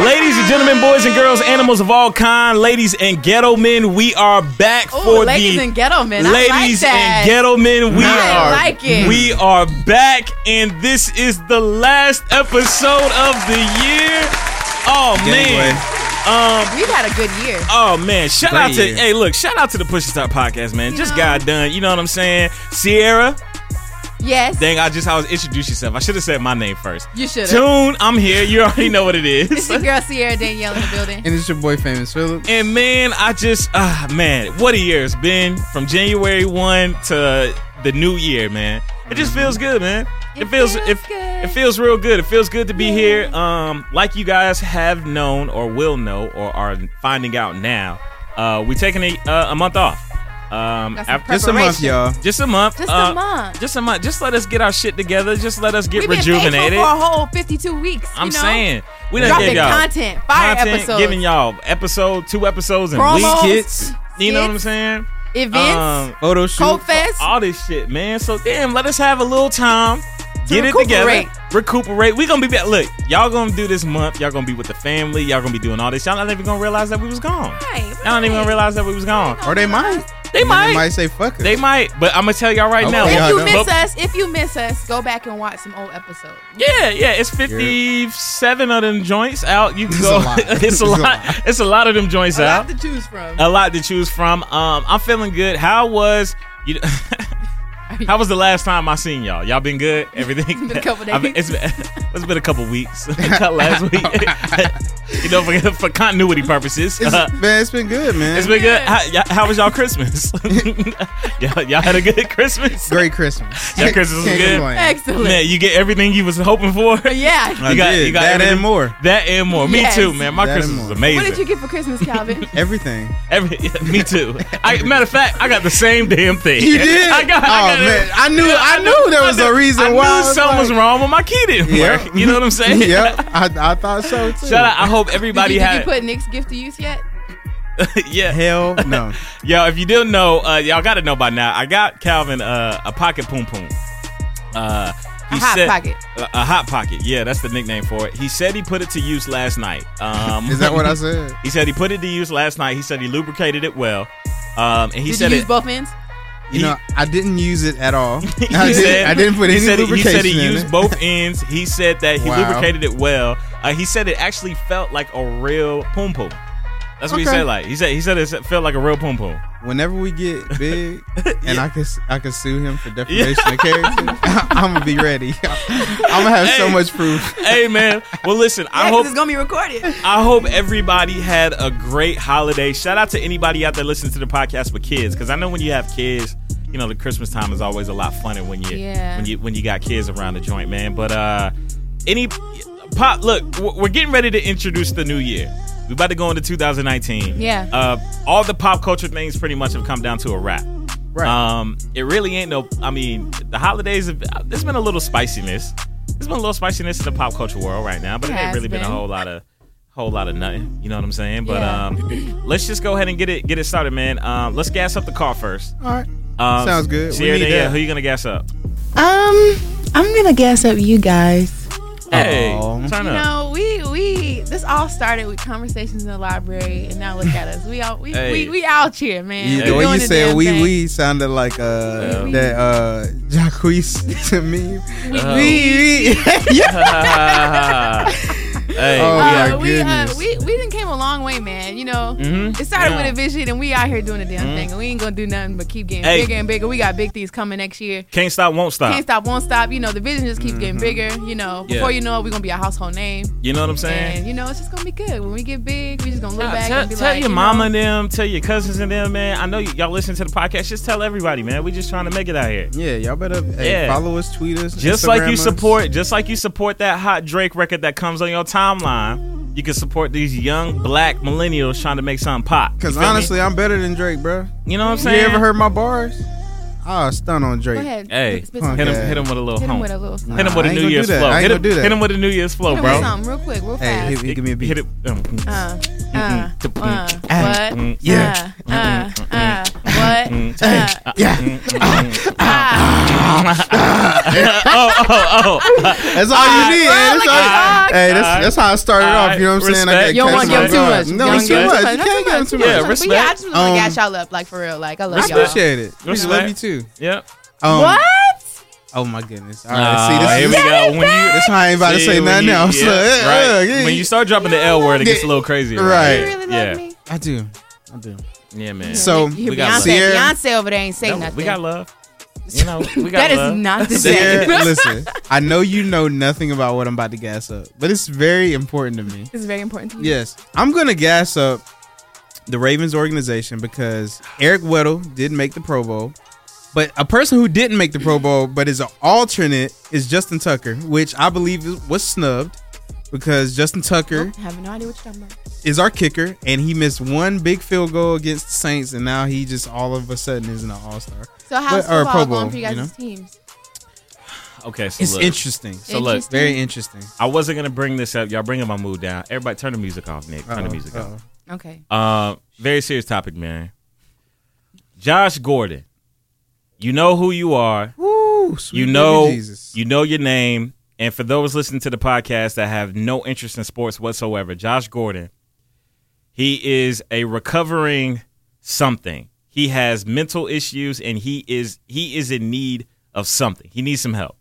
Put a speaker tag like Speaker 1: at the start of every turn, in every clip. Speaker 1: Ladies and gentlemen, boys and girls, animals of all kind, ladies and ghetto men, we are back
Speaker 2: Ooh,
Speaker 1: for
Speaker 2: ladies
Speaker 1: the
Speaker 2: and ghetto men. I like
Speaker 1: ladies
Speaker 2: that.
Speaker 1: and ghetto men. We
Speaker 2: I
Speaker 1: are
Speaker 2: like it.
Speaker 1: we are back, and this is the last episode of the year. Oh man.
Speaker 3: Gangway.
Speaker 2: We've had a good year.
Speaker 1: Oh man, shout
Speaker 3: Great
Speaker 1: out to
Speaker 3: year.
Speaker 1: hey look, shout out to the Push Start podcast, man. Just got done. You know what I'm saying? Sierra,
Speaker 2: Yes.
Speaker 1: dang, I just I was introduce yourself. I should have said my name first.
Speaker 2: You should've.
Speaker 1: Tune, I'm here. You already know what it
Speaker 2: It's
Speaker 1: is.
Speaker 2: your girl Sierra Danielle in the building.
Speaker 3: And it's your boy, Famous Philip.
Speaker 1: And man, I just ah man, what a year it's been from January one to the new year, man. It just feels good, man. It,
Speaker 2: Mm-hmm. It
Speaker 1: feels,
Speaker 2: feels
Speaker 1: it,
Speaker 2: good.
Speaker 1: it feels real good. It feels good to be here. Um, like you guys have known or will know or are finding out now, uh, we taking a, uh, a month off. Um,
Speaker 2: Got some
Speaker 1: after-
Speaker 3: Just a month,
Speaker 2: Preparation.
Speaker 3: y'all.
Speaker 1: just a month.
Speaker 2: Just a
Speaker 1: uh,
Speaker 2: month.
Speaker 1: Just a month. Just let us get our shit together. Just let us get
Speaker 2: We've been
Speaker 1: rejuvenated.
Speaker 2: faithful for a whole 52 weeks. you
Speaker 1: I'm
Speaker 2: know?
Speaker 1: saying we done
Speaker 2: Dropping
Speaker 1: gave y'all
Speaker 2: content, fire
Speaker 1: content,
Speaker 2: episodes,
Speaker 1: giving y'all episode, two episodes, and
Speaker 2: promos,
Speaker 1: week.
Speaker 3: skits.
Speaker 1: You know what I'm
Speaker 2: skits,
Speaker 1: saying?
Speaker 2: Events,
Speaker 1: Um,
Speaker 3: Photo shoot.
Speaker 2: Coke Fest.
Speaker 1: all this shit, man. So damn, let us have a little time. Get it
Speaker 2: recuperate.
Speaker 1: together. Recuperate. we gonna be back. Look, y'all gonna do this month. Y'all gonna be with the family. Y'all gonna be doing all this. Y'all not even gonna realize that we was gone.
Speaker 2: Right,
Speaker 1: Y'all not even
Speaker 2: right.
Speaker 1: gonna realize that we was gone.
Speaker 3: Or they might.
Speaker 1: They
Speaker 3: And
Speaker 1: might.
Speaker 3: They might say, fuck it.
Speaker 1: They might, but I'm gonna tell y'all right
Speaker 3: Okay.
Speaker 1: now.
Speaker 3: Yeah, I
Speaker 2: If you
Speaker 3: know.
Speaker 2: miss
Speaker 1: But-
Speaker 2: us, if you miss us, go back and watch some old episodes.
Speaker 1: Yeah, yeah, it's 57 of them joints out. You can
Speaker 3: It's a
Speaker 1: go.
Speaker 3: lot.
Speaker 1: it's
Speaker 3: It's
Speaker 1: a
Speaker 3: a
Speaker 1: lot.
Speaker 3: lot.
Speaker 1: It's a lot of them joints
Speaker 2: A
Speaker 1: out.
Speaker 2: lot to choose from.
Speaker 1: a lot to choose from. Um, I'm feeling good. How was you? how was the last time I seen y'all? Y'all been good? Everything?
Speaker 2: Been a couple
Speaker 1: I've been-
Speaker 2: days.
Speaker 1: it's been, it's been a couple weeks. Cut last week. you know, for, for continuity purposes.
Speaker 3: It's-
Speaker 1: Uh,
Speaker 3: man, it's been good, man.
Speaker 1: it's been good. How, y'all- how was y'all Christmas? y'all, y'all had a good Christmas.
Speaker 3: great Christmas.
Speaker 1: That Christmas was
Speaker 3: Can't
Speaker 1: good.
Speaker 3: complain.
Speaker 2: Excellent.
Speaker 1: Man, you get everything you was hoping for.
Speaker 2: yeah.
Speaker 3: I
Speaker 1: You got-
Speaker 3: did.
Speaker 1: you got
Speaker 3: that
Speaker 1: everything-
Speaker 3: and more.
Speaker 1: That and more.
Speaker 2: Yes.
Speaker 1: Me too, man. My
Speaker 3: That and
Speaker 1: Christmas was
Speaker 3: more.
Speaker 1: amazing.
Speaker 2: What did you get for Christmas, Calvin?
Speaker 3: Everything.
Speaker 1: Every, me too. I, matter of fact, I got the same damn thing.
Speaker 3: You did?
Speaker 1: I got. I
Speaker 3: Oh,
Speaker 1: got it.
Speaker 3: man. I knew- I knew there was
Speaker 1: I
Speaker 3: a
Speaker 1: knew-
Speaker 3: reason
Speaker 1: I
Speaker 3: why I
Speaker 1: knew
Speaker 3: was
Speaker 1: something was
Speaker 3: like-
Speaker 1: wrong with my key didn't
Speaker 3: Yeah.
Speaker 1: work. You know what I'm saying?
Speaker 3: yep. I, I thought so, too.
Speaker 1: Shout out. I hope
Speaker 2: Did
Speaker 1: everybody
Speaker 2: you, did you
Speaker 1: had.
Speaker 2: put Nick's gift to use yet?
Speaker 1: yeah.
Speaker 3: Hell no.
Speaker 1: Yo, if you didn't know, uh, y'all got to know by now. I got Calvin uh, a pocket poom poom. Uh, he
Speaker 2: A hot pocket.
Speaker 1: A, a hot pocket. Yeah, that's the nickname for it. He said he put it to use last night. Um,
Speaker 3: Is that what I said?
Speaker 1: He said he put it to use last night. He said he lubricated it well. Um, and he
Speaker 2: did
Speaker 1: said it.
Speaker 2: you use both ends?
Speaker 3: You know, I didn't use it at all.
Speaker 1: He
Speaker 3: I,
Speaker 1: said-
Speaker 3: didn't, I didn't put
Speaker 1: he
Speaker 3: any
Speaker 1: said he-
Speaker 3: lubrication
Speaker 1: He said he
Speaker 3: in
Speaker 1: used
Speaker 3: it.
Speaker 1: both ends. He said that he
Speaker 3: Wow.
Speaker 1: lubricated it well. Uh, he said it actually felt like a real poom poom. That's what he
Speaker 3: Okay.
Speaker 1: said. Like he said, he said it felt like a real poom poom.
Speaker 3: Whenever we get big, and I can I can sue him for defamation of character, I'm gonna be ready. I'm gonna have so
Speaker 1: Hey.
Speaker 3: much proof.
Speaker 1: hey man. Well, listen. I hope
Speaker 2: it's gonna be recorded.
Speaker 1: I hope everybody had a great holiday. Shout out to anybody out there listening to the podcast with kids, because I know when you have kids, you know the Christmas time is always a lot funner when you
Speaker 2: Yeah.
Speaker 1: when you when you got kids around the joint, man. But uh, any pop, look, w- we're getting ready to introduce the new year. We're about to go into 2019.
Speaker 2: Yeah.
Speaker 1: Uh, all the pop culture things pretty much have come down to a wrap.
Speaker 3: Right.
Speaker 1: Um, it really ain't no. I mean, the holidays. Have, there's been a little spiciness. There's been a little spiciness in the pop culture world right now, but it,
Speaker 2: It
Speaker 1: ain't
Speaker 2: has
Speaker 1: really been. a
Speaker 2: been.
Speaker 1: whole lot of whole lot of nothing. You know what I'm saying? But
Speaker 2: Yeah.
Speaker 1: um, let's just go ahead and get it get it started, man. Um, let's gas up the car first.
Speaker 3: all right.
Speaker 1: Um,
Speaker 3: Sounds good. We
Speaker 1: Sierra
Speaker 3: need
Speaker 1: Danielle,
Speaker 3: that.
Speaker 1: who you gonna gas up?
Speaker 4: Um, I'm gonna guess up you guys.
Speaker 1: Hey,
Speaker 3: Aw.
Speaker 1: turn
Speaker 2: You
Speaker 1: up.
Speaker 2: know, we we this all started with conversations in the library, and now look at us. We all we
Speaker 1: Hey.
Speaker 2: we, we out here, man.
Speaker 3: You,
Speaker 2: We
Speaker 3: the way
Speaker 2: doing
Speaker 3: you
Speaker 2: the
Speaker 3: said
Speaker 2: damn
Speaker 3: "wee
Speaker 2: thing.
Speaker 3: wee" sounded like uh,
Speaker 1: Wee wee.
Speaker 3: that uh, Jacquees to me.
Speaker 1: Oh.
Speaker 3: Wee wee. yeah.
Speaker 1: hey,
Speaker 2: Uh,
Speaker 3: Oh, my
Speaker 2: we, uh,
Speaker 3: goodness.
Speaker 2: we we done came a long way, man. You know,
Speaker 1: Mhm.
Speaker 2: it started
Speaker 1: Yeah. Mm-hmm.
Speaker 2: with a vision, and we out here doing the damn thing, and we ain't gonna do nothing but keep getting
Speaker 1: Hey. Uh.
Speaker 2: bigger and bigger. We got big things coming next year.
Speaker 1: can't stop, won't stop.
Speaker 2: Can't stop, won't stop. You know, the vision just keeps getting bigger. You know,
Speaker 1: Mm-hmm. Yeah.
Speaker 2: before you know it, we gonna be a household name,
Speaker 1: You know what I'm saying?
Speaker 2: and you know, it's just gonna be good. When we get big, we just gonna look
Speaker 1: Nah,
Speaker 2: back
Speaker 1: tell
Speaker 2: and be
Speaker 1: tell
Speaker 2: like,
Speaker 1: your
Speaker 2: you
Speaker 1: mama
Speaker 2: know,
Speaker 1: and them, tell your cousins and them, man. I know y- y'all listen to the podcast. Just tell everybody, man. We just trying to make it out here.
Speaker 3: yeah, y'all better hey,
Speaker 1: Yeah.
Speaker 3: follow us, tweet us,
Speaker 1: Just
Speaker 3: Instagram
Speaker 1: like you
Speaker 3: us.
Speaker 1: support, just like you support that hot Drake record that comes on your timeline, you can support these young black millennials trying to make something pop. You
Speaker 3: Because
Speaker 1: feel me?
Speaker 3: honestly, I'm better than Drake, bro.
Speaker 1: you know what I'm
Speaker 3: You
Speaker 1: saying.
Speaker 3: ever heard my bars? I'll stun on Drake.
Speaker 2: Go ahead.
Speaker 1: Hey,
Speaker 2: Spit
Speaker 1: hit
Speaker 2: some-
Speaker 1: him,
Speaker 3: Okay.
Speaker 1: hit him with a little
Speaker 2: Hit
Speaker 1: hump.
Speaker 2: him with a little something.
Speaker 1: Hit him with
Speaker 3: I
Speaker 1: a
Speaker 3: ain't
Speaker 1: New
Speaker 3: gonna do
Speaker 1: Year's
Speaker 3: that.
Speaker 1: flow.
Speaker 3: I ain't
Speaker 1: Hit him,
Speaker 3: gonna do that.
Speaker 1: hit him with a New Year's flow,
Speaker 2: Hit him
Speaker 1: bro.
Speaker 2: with something real quick, real
Speaker 3: Hey,
Speaker 2: fast.
Speaker 3: hit me, give me a beat.
Speaker 1: Hit it. um,
Speaker 2: uh, uh,
Speaker 1: mm,
Speaker 2: uh,
Speaker 1: mm,
Speaker 2: what?
Speaker 1: mm, mm,
Speaker 2: Uh,
Speaker 1: yeah.
Speaker 2: uh, uh, what?
Speaker 1: mm,
Speaker 2: Uh,
Speaker 3: Yeah,
Speaker 1: uh,
Speaker 2: ah,
Speaker 1: oh, oh, oh.
Speaker 3: that's all you need.
Speaker 2: bro,
Speaker 3: man. That's
Speaker 2: like,
Speaker 3: all you-
Speaker 2: fuck.
Speaker 3: Hey, that's, that's how I started
Speaker 1: All
Speaker 3: off. You know what I'm saying? I
Speaker 1: respect.
Speaker 3: get
Speaker 1: You don't
Speaker 3: cats
Speaker 1: wanna give
Speaker 3: on
Speaker 1: them
Speaker 4: too
Speaker 3: guard.
Speaker 4: much.
Speaker 3: No,
Speaker 4: You don't
Speaker 3: it's too
Speaker 4: give
Speaker 3: much.
Speaker 4: them
Speaker 3: You
Speaker 2: not
Speaker 3: can't give them too
Speaker 1: much. Yeah,
Speaker 2: But
Speaker 1: respect.
Speaker 2: yeah, I just want to
Speaker 3: Um,
Speaker 2: like gas y'all up, like for real. Like I love
Speaker 3: much.
Speaker 2: y'all.
Speaker 3: Appreciate it. We
Speaker 1: Respect.
Speaker 3: love you too.
Speaker 1: Yep.
Speaker 3: Um,
Speaker 2: What?
Speaker 3: Oh my goodness. All
Speaker 1: Oh,
Speaker 3: right. see,
Speaker 1: here
Speaker 3: this
Speaker 1: we
Speaker 3: is,
Speaker 1: go. When you,
Speaker 3: this why I ain't about to
Speaker 1: See,
Speaker 3: say
Speaker 1: when
Speaker 3: nothing
Speaker 1: you-
Speaker 3: else.
Speaker 1: yeah,
Speaker 3: Uh, uh,
Speaker 1: right.
Speaker 3: yeah.
Speaker 1: when you start dropping the L word, it gets a little crazier.
Speaker 3: Right.
Speaker 2: You really love
Speaker 1: yeah.
Speaker 2: me.
Speaker 3: I do. I do.
Speaker 1: Yeah, man.
Speaker 3: So
Speaker 2: you hear
Speaker 1: we got
Speaker 2: Beyonce,
Speaker 3: Sierra-
Speaker 2: Beyonce over there ain't saying
Speaker 1: No,
Speaker 2: nothing.
Speaker 1: we got love. You know, we got
Speaker 2: that is
Speaker 1: love.
Speaker 2: not the
Speaker 3: Sierra,
Speaker 2: same.
Speaker 3: listen, I know you know nothing about what I'm about to gas up, but it's very important to me.
Speaker 2: It's very important to you.
Speaker 3: Yes, I'm going to gas up the Ravens organization because Eric Weddle did make the Pro Bowl, but a person who didn't make the Pro Bowl but is an alternate is Justin Tucker, which I believe is- was snubbed because Justin Tucker
Speaker 2: I have no idea what you're talking about.
Speaker 3: is our kicker, and he missed one big field goal against the Saints, and now he just all of a sudden isn't an All Star.
Speaker 2: So how's
Speaker 3: But-
Speaker 2: football
Speaker 3: or Pro Bowl,
Speaker 2: going for you guys'
Speaker 3: you know?
Speaker 2: teams?
Speaker 1: Okay, so
Speaker 3: It's
Speaker 1: look.
Speaker 3: interesting.
Speaker 1: So look,
Speaker 2: Interesting.
Speaker 3: Very interesting.
Speaker 1: I wasn't gonna bring this up. Y'all bringing my mood down. Everybody, turn the music off, Nick. Turn the
Speaker 3: Uh-oh,
Speaker 1: music
Speaker 3: uh-oh.
Speaker 1: off.
Speaker 2: Okay.
Speaker 1: Uh, very serious topic, man. Josh Gordon, you know who you are.
Speaker 3: Woo, sweet
Speaker 1: you
Speaker 3: baby
Speaker 1: know,
Speaker 3: Jesus.
Speaker 1: you know your name. And for those listening to the podcast that have no interest in sports whatsoever, Josh Gordon, he is a recovering something. He has mental issues, and he is he is in need of something. He needs some help.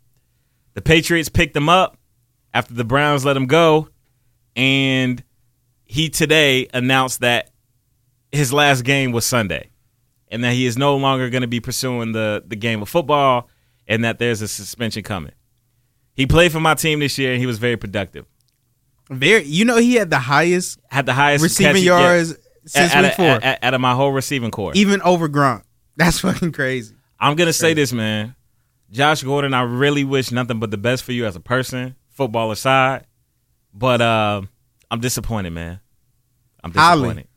Speaker 1: The Patriots picked him up after the Browns let him go, and he today announced that his last game was Sunday, and that he is no longer going to be pursuing the the game of football, and that there's a suspension coming. He played for my team this year, and he was very productive.
Speaker 3: very. You know, he had the highest
Speaker 1: Had the highest
Speaker 3: receiving
Speaker 1: catch-
Speaker 3: yards
Speaker 1: yeah,
Speaker 3: since
Speaker 1: out,
Speaker 3: week
Speaker 1: of-
Speaker 3: four,
Speaker 1: out- out- out of my whole receiving core.
Speaker 3: even over Gronk. That's fucking crazy.
Speaker 1: I'm gonna say this, man. Josh Gordon, I really wish nothing but the best for you as a person, football aside. But uh, I'm disappointed, man. I'm
Speaker 3: Highly.
Speaker 1: disappointed.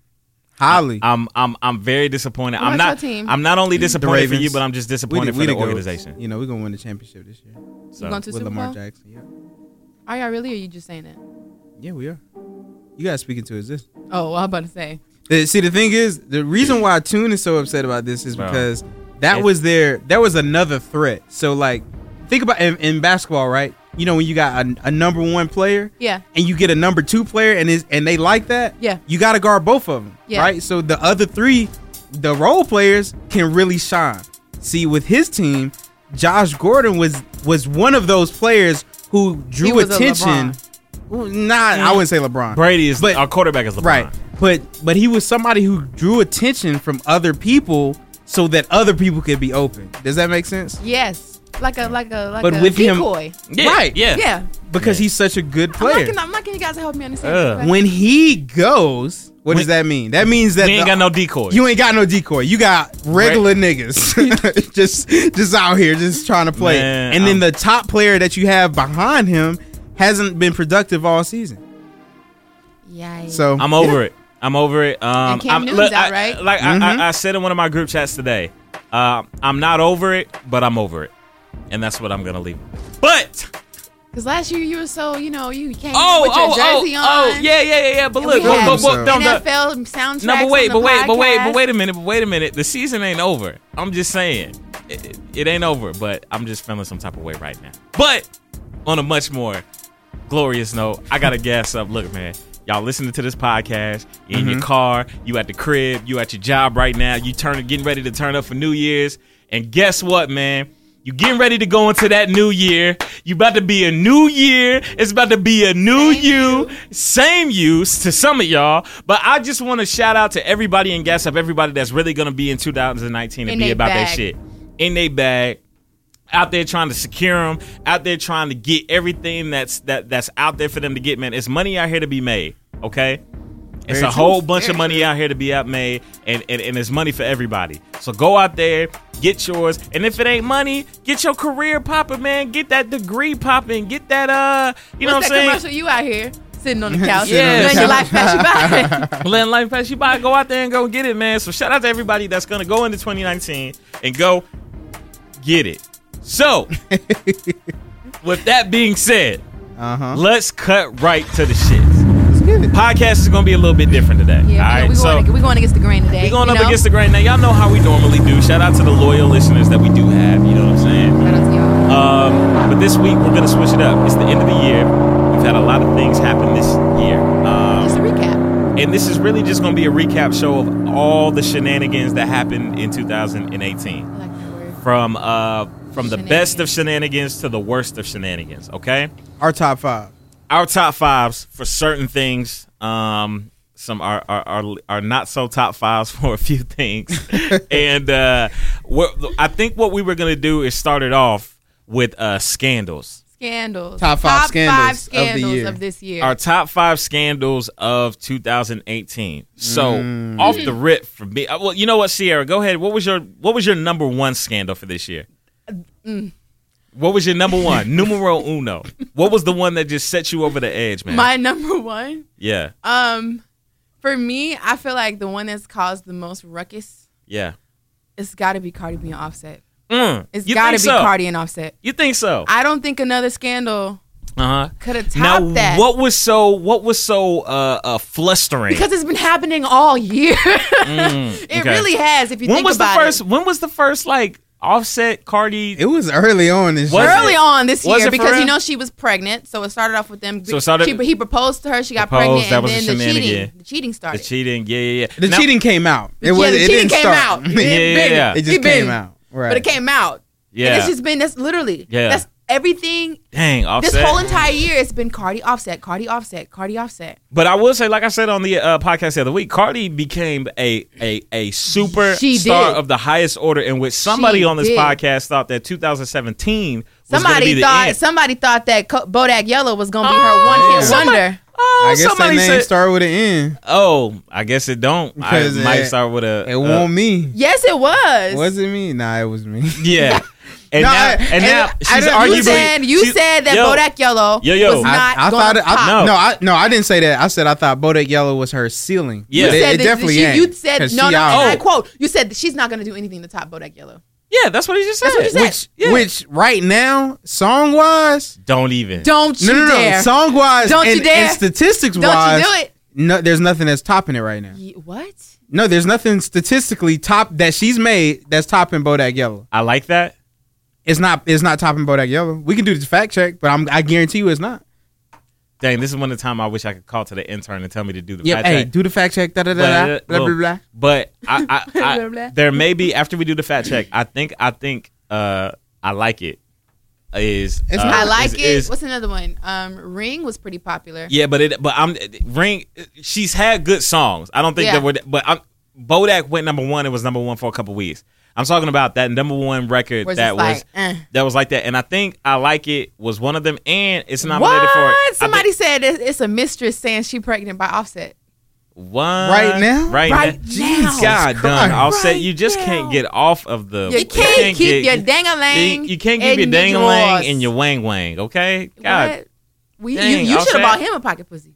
Speaker 3: Holly,
Speaker 1: I'm I'm I'm very disappointed.
Speaker 2: What
Speaker 1: I'm
Speaker 2: about
Speaker 1: not
Speaker 2: your team?
Speaker 1: I'm not only disappointed for you,
Speaker 3: Ravens.
Speaker 1: but I'm just disappointed
Speaker 3: did- we
Speaker 1: for the
Speaker 3: did go-
Speaker 1: organization.
Speaker 3: you know, we're gonna win the championship this year
Speaker 1: So,
Speaker 2: you going to
Speaker 3: with
Speaker 2: Super
Speaker 3: Lamar
Speaker 2: Bowl?
Speaker 3: Jackson. Yeah.
Speaker 2: Are y'all really? Or are you just saying that?
Speaker 3: yeah, we are. You guys speaking to is this.
Speaker 2: Oh, well, I'm about to say.
Speaker 3: Uh, See, the thing is, the reason why Tune is so upset about this is
Speaker 1: Bro.
Speaker 3: because that
Speaker 1: It-
Speaker 3: was their that was another threat. So like, think about in, in basketball, right? You know, when you got a, a number one player
Speaker 2: Yeah.
Speaker 3: and you get a number two player and is and they like that,
Speaker 2: Yeah.
Speaker 3: you got to guard both of them,
Speaker 2: Yeah.
Speaker 3: right? So the other three, the role players can really shine. See, with his team, Josh Gordon was was one of those players who
Speaker 2: He
Speaker 3: drew
Speaker 2: was a
Speaker 3: attention.
Speaker 2: LeBron.
Speaker 3: Ooh, Nah, I wouldn't say LeBron.
Speaker 1: Brady is
Speaker 3: But-
Speaker 1: our quarterback is LeBron.
Speaker 3: Right. But but he was somebody who drew attention from other people so that other people could be open. Does that make sense?
Speaker 2: Yes. Like a like a like
Speaker 3: But
Speaker 2: a
Speaker 3: with him-
Speaker 2: decoy.
Speaker 1: Yeah,
Speaker 3: Right.
Speaker 1: Yeah.
Speaker 2: Yeah.
Speaker 3: Because
Speaker 1: Yeah.
Speaker 3: he's such a good
Speaker 2: I'm not,
Speaker 3: player.
Speaker 2: gonna, I'm not gonna you guys to help me understand.
Speaker 1: Ugh.
Speaker 2: this,
Speaker 3: when he goes, what
Speaker 1: When-
Speaker 3: does that mean? That means that
Speaker 1: We ain't
Speaker 3: the-
Speaker 1: got no decoy.
Speaker 3: you ain't got no decoy. You got regular niggas just just out here just trying to play.
Speaker 1: Man,
Speaker 3: and then
Speaker 1: I'm-
Speaker 3: the top player that you have behind him hasn't been productive all season.
Speaker 2: Yeah.
Speaker 3: So
Speaker 1: I'm over it. I'm over it. Um,
Speaker 2: And Cam
Speaker 1: I'm,
Speaker 2: Newton's out,
Speaker 1: I-
Speaker 2: right?
Speaker 1: Like I,
Speaker 3: Mhm.
Speaker 1: I, I said in one of my group chats today, uh, I'm not over it, but I'm over it, and that's what I'm gonna leave. But
Speaker 2: Because last year you were so you know you came
Speaker 1: oh,
Speaker 2: with your
Speaker 1: oh,
Speaker 2: jersey
Speaker 1: oh,
Speaker 2: on.
Speaker 1: oh, yeah, yeah, yeah, yeah. But
Speaker 2: And
Speaker 1: look,
Speaker 2: we
Speaker 1: but,
Speaker 2: had
Speaker 1: but, but,
Speaker 3: So-
Speaker 1: no, no,
Speaker 2: NFL soundtracks.
Speaker 1: no, but
Speaker 2: on
Speaker 1: wait,
Speaker 2: the
Speaker 1: but wait, but wait, but
Speaker 2: podcast.
Speaker 1: wait a minute, but wait a minute. The season ain't over. I'm just saying, it, it- it ain't over. But I'm just feeling some type of way right now. But on a much more glorious note, I gotta gas up. Look, man, y'all listening to this podcast you in
Speaker 2: Mm-hmm.
Speaker 1: your car, you at the crib, you at your job right now, you turn getting ready to turn up for New Year's, and guess what, man? You getting ready to go into that new year. You about to be a new year. It's about to be a new
Speaker 2: Same
Speaker 1: you, same use to some of y'all. But I just want to shout out to everybody and gas up everybody that's really gonna be in 2019 and
Speaker 2: In
Speaker 1: be
Speaker 2: they
Speaker 1: about that
Speaker 2: bag.
Speaker 1: shit in they bag out there trying to secure them out there trying to get everything that's that that's out there for them to get man it's money out here to be made okay it's
Speaker 3: Very
Speaker 1: a
Speaker 3: true.
Speaker 1: whole bunch of money out here to be out made and, and and it's money for everybody so go out there get yours and if it ain't money get your career popping man get that degree popping get that uh you know
Speaker 2: What's
Speaker 1: what i'm saying
Speaker 2: that commercial you out here sitting on the couch?
Speaker 1: Sitting on the
Speaker 2: letting your
Speaker 3: couch.
Speaker 2: life pass you by.
Speaker 1: Letting life pass you by. Go out there and go get it, man. So shout out to everybody that's gonna go into 2019 and go get it. So, with that being said,
Speaker 3: uh huh.
Speaker 1: let's cut right to the shits.
Speaker 3: Let's get it.
Speaker 1: Podcast is going to be a little bit different today.
Speaker 2: Yeah,
Speaker 1: all right,
Speaker 2: we,
Speaker 1: so
Speaker 2: going, we going against the grain today.
Speaker 1: We're going
Speaker 2: you
Speaker 1: up
Speaker 2: know?
Speaker 1: against the grain. Now, y'all know how we normally do. Shout out to the loyal listeners that we do have. You know what I'm saying?
Speaker 2: Shout out to y'all.
Speaker 1: Um, but this week, we're going to switch it up. It's the end of the year. We've had a lot of things happen this year.
Speaker 2: Just
Speaker 1: Um,
Speaker 2: a recap.
Speaker 1: and this is really just going to be a recap show of all the shenanigans that happened in 2018.
Speaker 2: I like that word.
Speaker 1: From, uh, from the best of shenanigans to the worst of shenanigans, okay?
Speaker 3: Our top five.
Speaker 1: our top fives for certain things. Um, some are are, are are not so top fives for a few things, and uh, what I think what we were gonna do is start it off with uh, scandals.
Speaker 2: Scandals.
Speaker 3: Top five
Speaker 2: Top
Speaker 3: scandals of the
Speaker 2: scandals
Speaker 3: year.
Speaker 2: this year.
Speaker 1: Our top five scandals of 2018. So off the rip for me. uh, Well, you know what, Sierra, go ahead. What was your what was your number one scandal for this year? What was your number one? Numero uno. What was the one that just set you over the edge, man?
Speaker 2: My number one.
Speaker 1: yeah,
Speaker 2: Um, for me, I feel like the one that's caused the most ruckus.
Speaker 1: yeah.
Speaker 2: It's got to be Cardi being offset.
Speaker 1: Mm.
Speaker 2: It's
Speaker 1: You
Speaker 2: got to
Speaker 1: think
Speaker 2: be
Speaker 1: so?
Speaker 2: Cardi and offset.
Speaker 1: You think so?
Speaker 2: I don't think another scandal
Speaker 1: Uh huh.
Speaker 2: could have topped
Speaker 1: Now,
Speaker 2: that.
Speaker 1: what was so what was so uh, uh flustering?
Speaker 2: because it's been happening all year.
Speaker 1: Mm, okay.
Speaker 2: It really has. If you
Speaker 1: when
Speaker 2: think
Speaker 1: was the
Speaker 2: about
Speaker 1: first?
Speaker 2: it,
Speaker 1: When was the first like Offset Cardi?
Speaker 3: It was early on this
Speaker 1: Was
Speaker 3: year.
Speaker 1: it?
Speaker 2: early on this
Speaker 1: Was it
Speaker 2: year
Speaker 1: for
Speaker 2: because you
Speaker 1: real?
Speaker 2: know she was pregnant, so it started off with them.
Speaker 1: So it started-
Speaker 2: she, he proposed to her, she got
Speaker 1: Proposed,
Speaker 2: pregnant,
Speaker 1: that
Speaker 2: and
Speaker 1: was a
Speaker 2: then the cheating,
Speaker 1: shenanigan.
Speaker 2: the cheating
Speaker 1: The
Speaker 2: started.
Speaker 1: cheating, yeah, yeah, yeah.
Speaker 3: The
Speaker 1: Now-
Speaker 3: cheating came out. It
Speaker 2: yeah,
Speaker 3: was.
Speaker 2: the
Speaker 3: it
Speaker 2: cheating
Speaker 3: didn't
Speaker 2: came
Speaker 3: start.
Speaker 2: out.
Speaker 1: Yeah, yeah, yeah.
Speaker 3: It just came out. Right.
Speaker 2: but it came out.
Speaker 1: yeah.
Speaker 2: And it's just been that's literally
Speaker 1: Yeah.
Speaker 2: that's everything.
Speaker 1: Dang, Offset.
Speaker 2: This whole entire year, it's been Cardi offset, Cardi offset, Cardi offset.
Speaker 1: but I will say, like I said on the uh, podcast the other week, Cardi became a a a super
Speaker 2: She
Speaker 1: star
Speaker 2: did.
Speaker 1: of the highest order, in which somebody
Speaker 2: She
Speaker 1: on this
Speaker 2: did.
Speaker 1: podcast thought that 2017 was gonna be
Speaker 2: Somebody
Speaker 1: the
Speaker 2: thought
Speaker 1: end.
Speaker 2: somebody thought that Co- Bodak Yellow was gonna be
Speaker 1: Oh,
Speaker 2: her one hit
Speaker 1: somebody-
Speaker 2: wonder.
Speaker 1: oh,
Speaker 3: I guess that
Speaker 1: somebody
Speaker 3: name
Speaker 1: said,
Speaker 3: started with an N.
Speaker 1: "Oh, I guess it don't."
Speaker 3: Because
Speaker 1: I might
Speaker 3: it-
Speaker 1: start with a.
Speaker 3: It
Speaker 1: a-
Speaker 3: won't me.
Speaker 2: Yes, it was.
Speaker 3: Was it me? Nah, it was me.
Speaker 1: Yeah. And
Speaker 3: No,
Speaker 1: now,
Speaker 3: I-
Speaker 1: and
Speaker 3: and
Speaker 1: now
Speaker 3: I-
Speaker 1: she's
Speaker 3: I-
Speaker 1: arguably.
Speaker 2: You said you
Speaker 1: she-
Speaker 2: said that
Speaker 1: Yo,
Speaker 2: Bodak Yellow
Speaker 1: Yo, yo.
Speaker 2: was
Speaker 1: I-
Speaker 2: not
Speaker 3: I
Speaker 2: gonna
Speaker 3: thought it, I,
Speaker 2: pop.
Speaker 1: No.
Speaker 3: no, I no, I didn't say that. I said I thought Bodak Yellow was her ceiling.
Speaker 1: Yeah.
Speaker 2: You
Speaker 3: But it,
Speaker 2: said
Speaker 3: it
Speaker 2: that
Speaker 3: definitely
Speaker 2: she,
Speaker 3: ain't.
Speaker 2: you said no,
Speaker 3: 'cause
Speaker 2: no.
Speaker 3: she
Speaker 2: and
Speaker 3: out.
Speaker 2: I quote. You said that she's not gonna do anything to top Bodak Yellow.
Speaker 1: Yeah, that's what he just said.
Speaker 2: That's what you said.
Speaker 3: Which, which right now, song wise,
Speaker 1: Don't even.
Speaker 2: Don't you
Speaker 3: no, no,
Speaker 2: dare!
Speaker 3: no, song wise,
Speaker 2: Don't you
Speaker 3: and,
Speaker 2: dare.
Speaker 3: and statistics
Speaker 2: Don't
Speaker 3: wise,
Speaker 2: you do it?
Speaker 3: no, there's nothing that's topping it right now.
Speaker 2: Ye- What?
Speaker 3: No, there's nothing statistically top that she's made that's topping Bodak Yellow.
Speaker 1: I like that.
Speaker 3: It's not. It's not topping Bodak Yellow. We can do the fact check, but I'm, I guarantee you, it's not.
Speaker 1: Dang, this is one of the time I wish I could call to the intern and tell me to do the
Speaker 3: Yeah.
Speaker 1: fact
Speaker 3: Hey,
Speaker 1: check.
Speaker 3: do the fact check. Da da
Speaker 1: But,
Speaker 3: da da.
Speaker 1: uh,
Speaker 3: Blah blah
Speaker 1: look,
Speaker 3: blah.
Speaker 1: But I, I,
Speaker 2: Blah,
Speaker 1: I
Speaker 2: blah.
Speaker 1: there may be after we do the fact check. I think I think uh I like it. Is
Speaker 3: It's
Speaker 1: uh,
Speaker 3: not-
Speaker 2: I like
Speaker 1: is-
Speaker 2: it.
Speaker 1: is-
Speaker 2: What's another one? Um, Ring was pretty popular.
Speaker 1: yeah, but it but I'm ring. She's had good songs. I don't think
Speaker 2: Yeah.
Speaker 1: that were but I'm, Bodak went number one. It was number one for a couple weeks. I'm talking about that number one record
Speaker 2: Where it's
Speaker 1: that
Speaker 2: just
Speaker 1: was
Speaker 2: like, eh.
Speaker 1: that was like that. And I think I like it was one of them, and it's nominated for I
Speaker 2: What?
Speaker 1: think-
Speaker 2: Somebody said it- it's a mistress saying she pregnant by Offset.
Speaker 1: what
Speaker 3: Right now?
Speaker 1: right,
Speaker 2: Right
Speaker 1: now.
Speaker 2: now.
Speaker 1: God done.
Speaker 3: Christ.
Speaker 1: Offset,
Speaker 2: Right
Speaker 1: you just can't
Speaker 2: now.
Speaker 1: get off of the.
Speaker 2: You can't, keep your dang-a-lang.
Speaker 1: you, you can't keep your
Speaker 2: in
Speaker 1: dang lang
Speaker 2: drawers.
Speaker 1: and your wang wang. Okay, God,
Speaker 2: What? We,
Speaker 1: Dang,
Speaker 2: you you should
Speaker 1: Offset.
Speaker 2: have bought him a pocket pussy.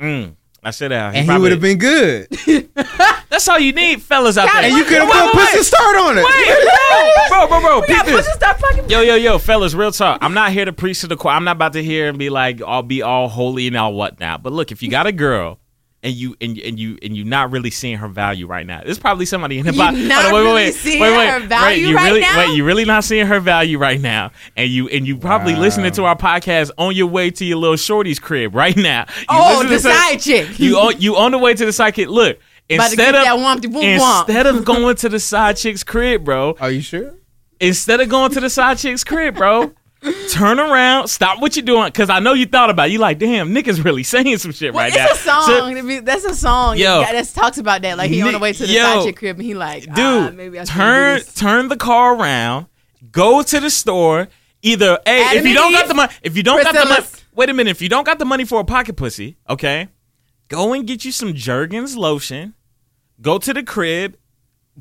Speaker 1: mm, I should have.
Speaker 3: And he would have been good.
Speaker 1: That's all you need, fellas out
Speaker 2: God,
Speaker 1: there.
Speaker 3: And you
Speaker 2: Wait,
Speaker 3: could have
Speaker 2: wait,
Speaker 3: put
Speaker 2: wait.
Speaker 3: pussy start on it.
Speaker 1: Wait, no, bro, bro, bro.
Speaker 2: Yeah,
Speaker 1: Peep this.
Speaker 2: pussy stop fucking.
Speaker 1: Yo, yo, yo, fellas, real talk. I'm not here to preach to the choir. I'm not about to hear and be like, I'll be all holy and all whatnot. But look, if you got a girl and you and you- and you and you not really seeing her value right now, there's probably somebody in the
Speaker 2: You
Speaker 1: body.
Speaker 2: not really seeing her value
Speaker 1: you
Speaker 2: right
Speaker 1: really,
Speaker 2: now?
Speaker 1: Wait, you really not seeing her value right now, and you and you probably
Speaker 3: Wow.
Speaker 1: listening to our podcast on your way to your little shorty's crib right now. You
Speaker 2: Oh,
Speaker 1: listening
Speaker 2: the
Speaker 1: to-
Speaker 2: side chick.
Speaker 1: You on you on the way to the sidekick. Look.
Speaker 2: About to get
Speaker 1: Instead of,
Speaker 2: that womp de womp womp.
Speaker 1: instead of going to the side chick's crib, bro,
Speaker 3: Are you sure?
Speaker 1: instead of going to the side chick's crib, bro, turn around, stop what you're doing, because I know you thought about it. You like, damn, Nick is really saying some shit
Speaker 2: Well,
Speaker 1: right
Speaker 2: it's
Speaker 1: now.
Speaker 2: a
Speaker 1: So-
Speaker 2: song. to be- that's a song.
Speaker 1: Yo.
Speaker 2: Yeah, that's talks about that. Like he on the way to the
Speaker 1: Yo.
Speaker 2: side chick crib and he like,
Speaker 1: dude,
Speaker 2: ah, maybe I shouldn't do
Speaker 1: turn
Speaker 2: this.
Speaker 1: turn the car around, go to the store. Either hey,
Speaker 2: Adam
Speaker 1: if you
Speaker 2: and
Speaker 1: don't got
Speaker 2: Eve,
Speaker 1: the money, if you don't got the money,
Speaker 2: Priscilla's.
Speaker 1: wait a minute, if you don't got the money for a pocket pussy, okay, go and get you some Jergens lotion, go to the crib,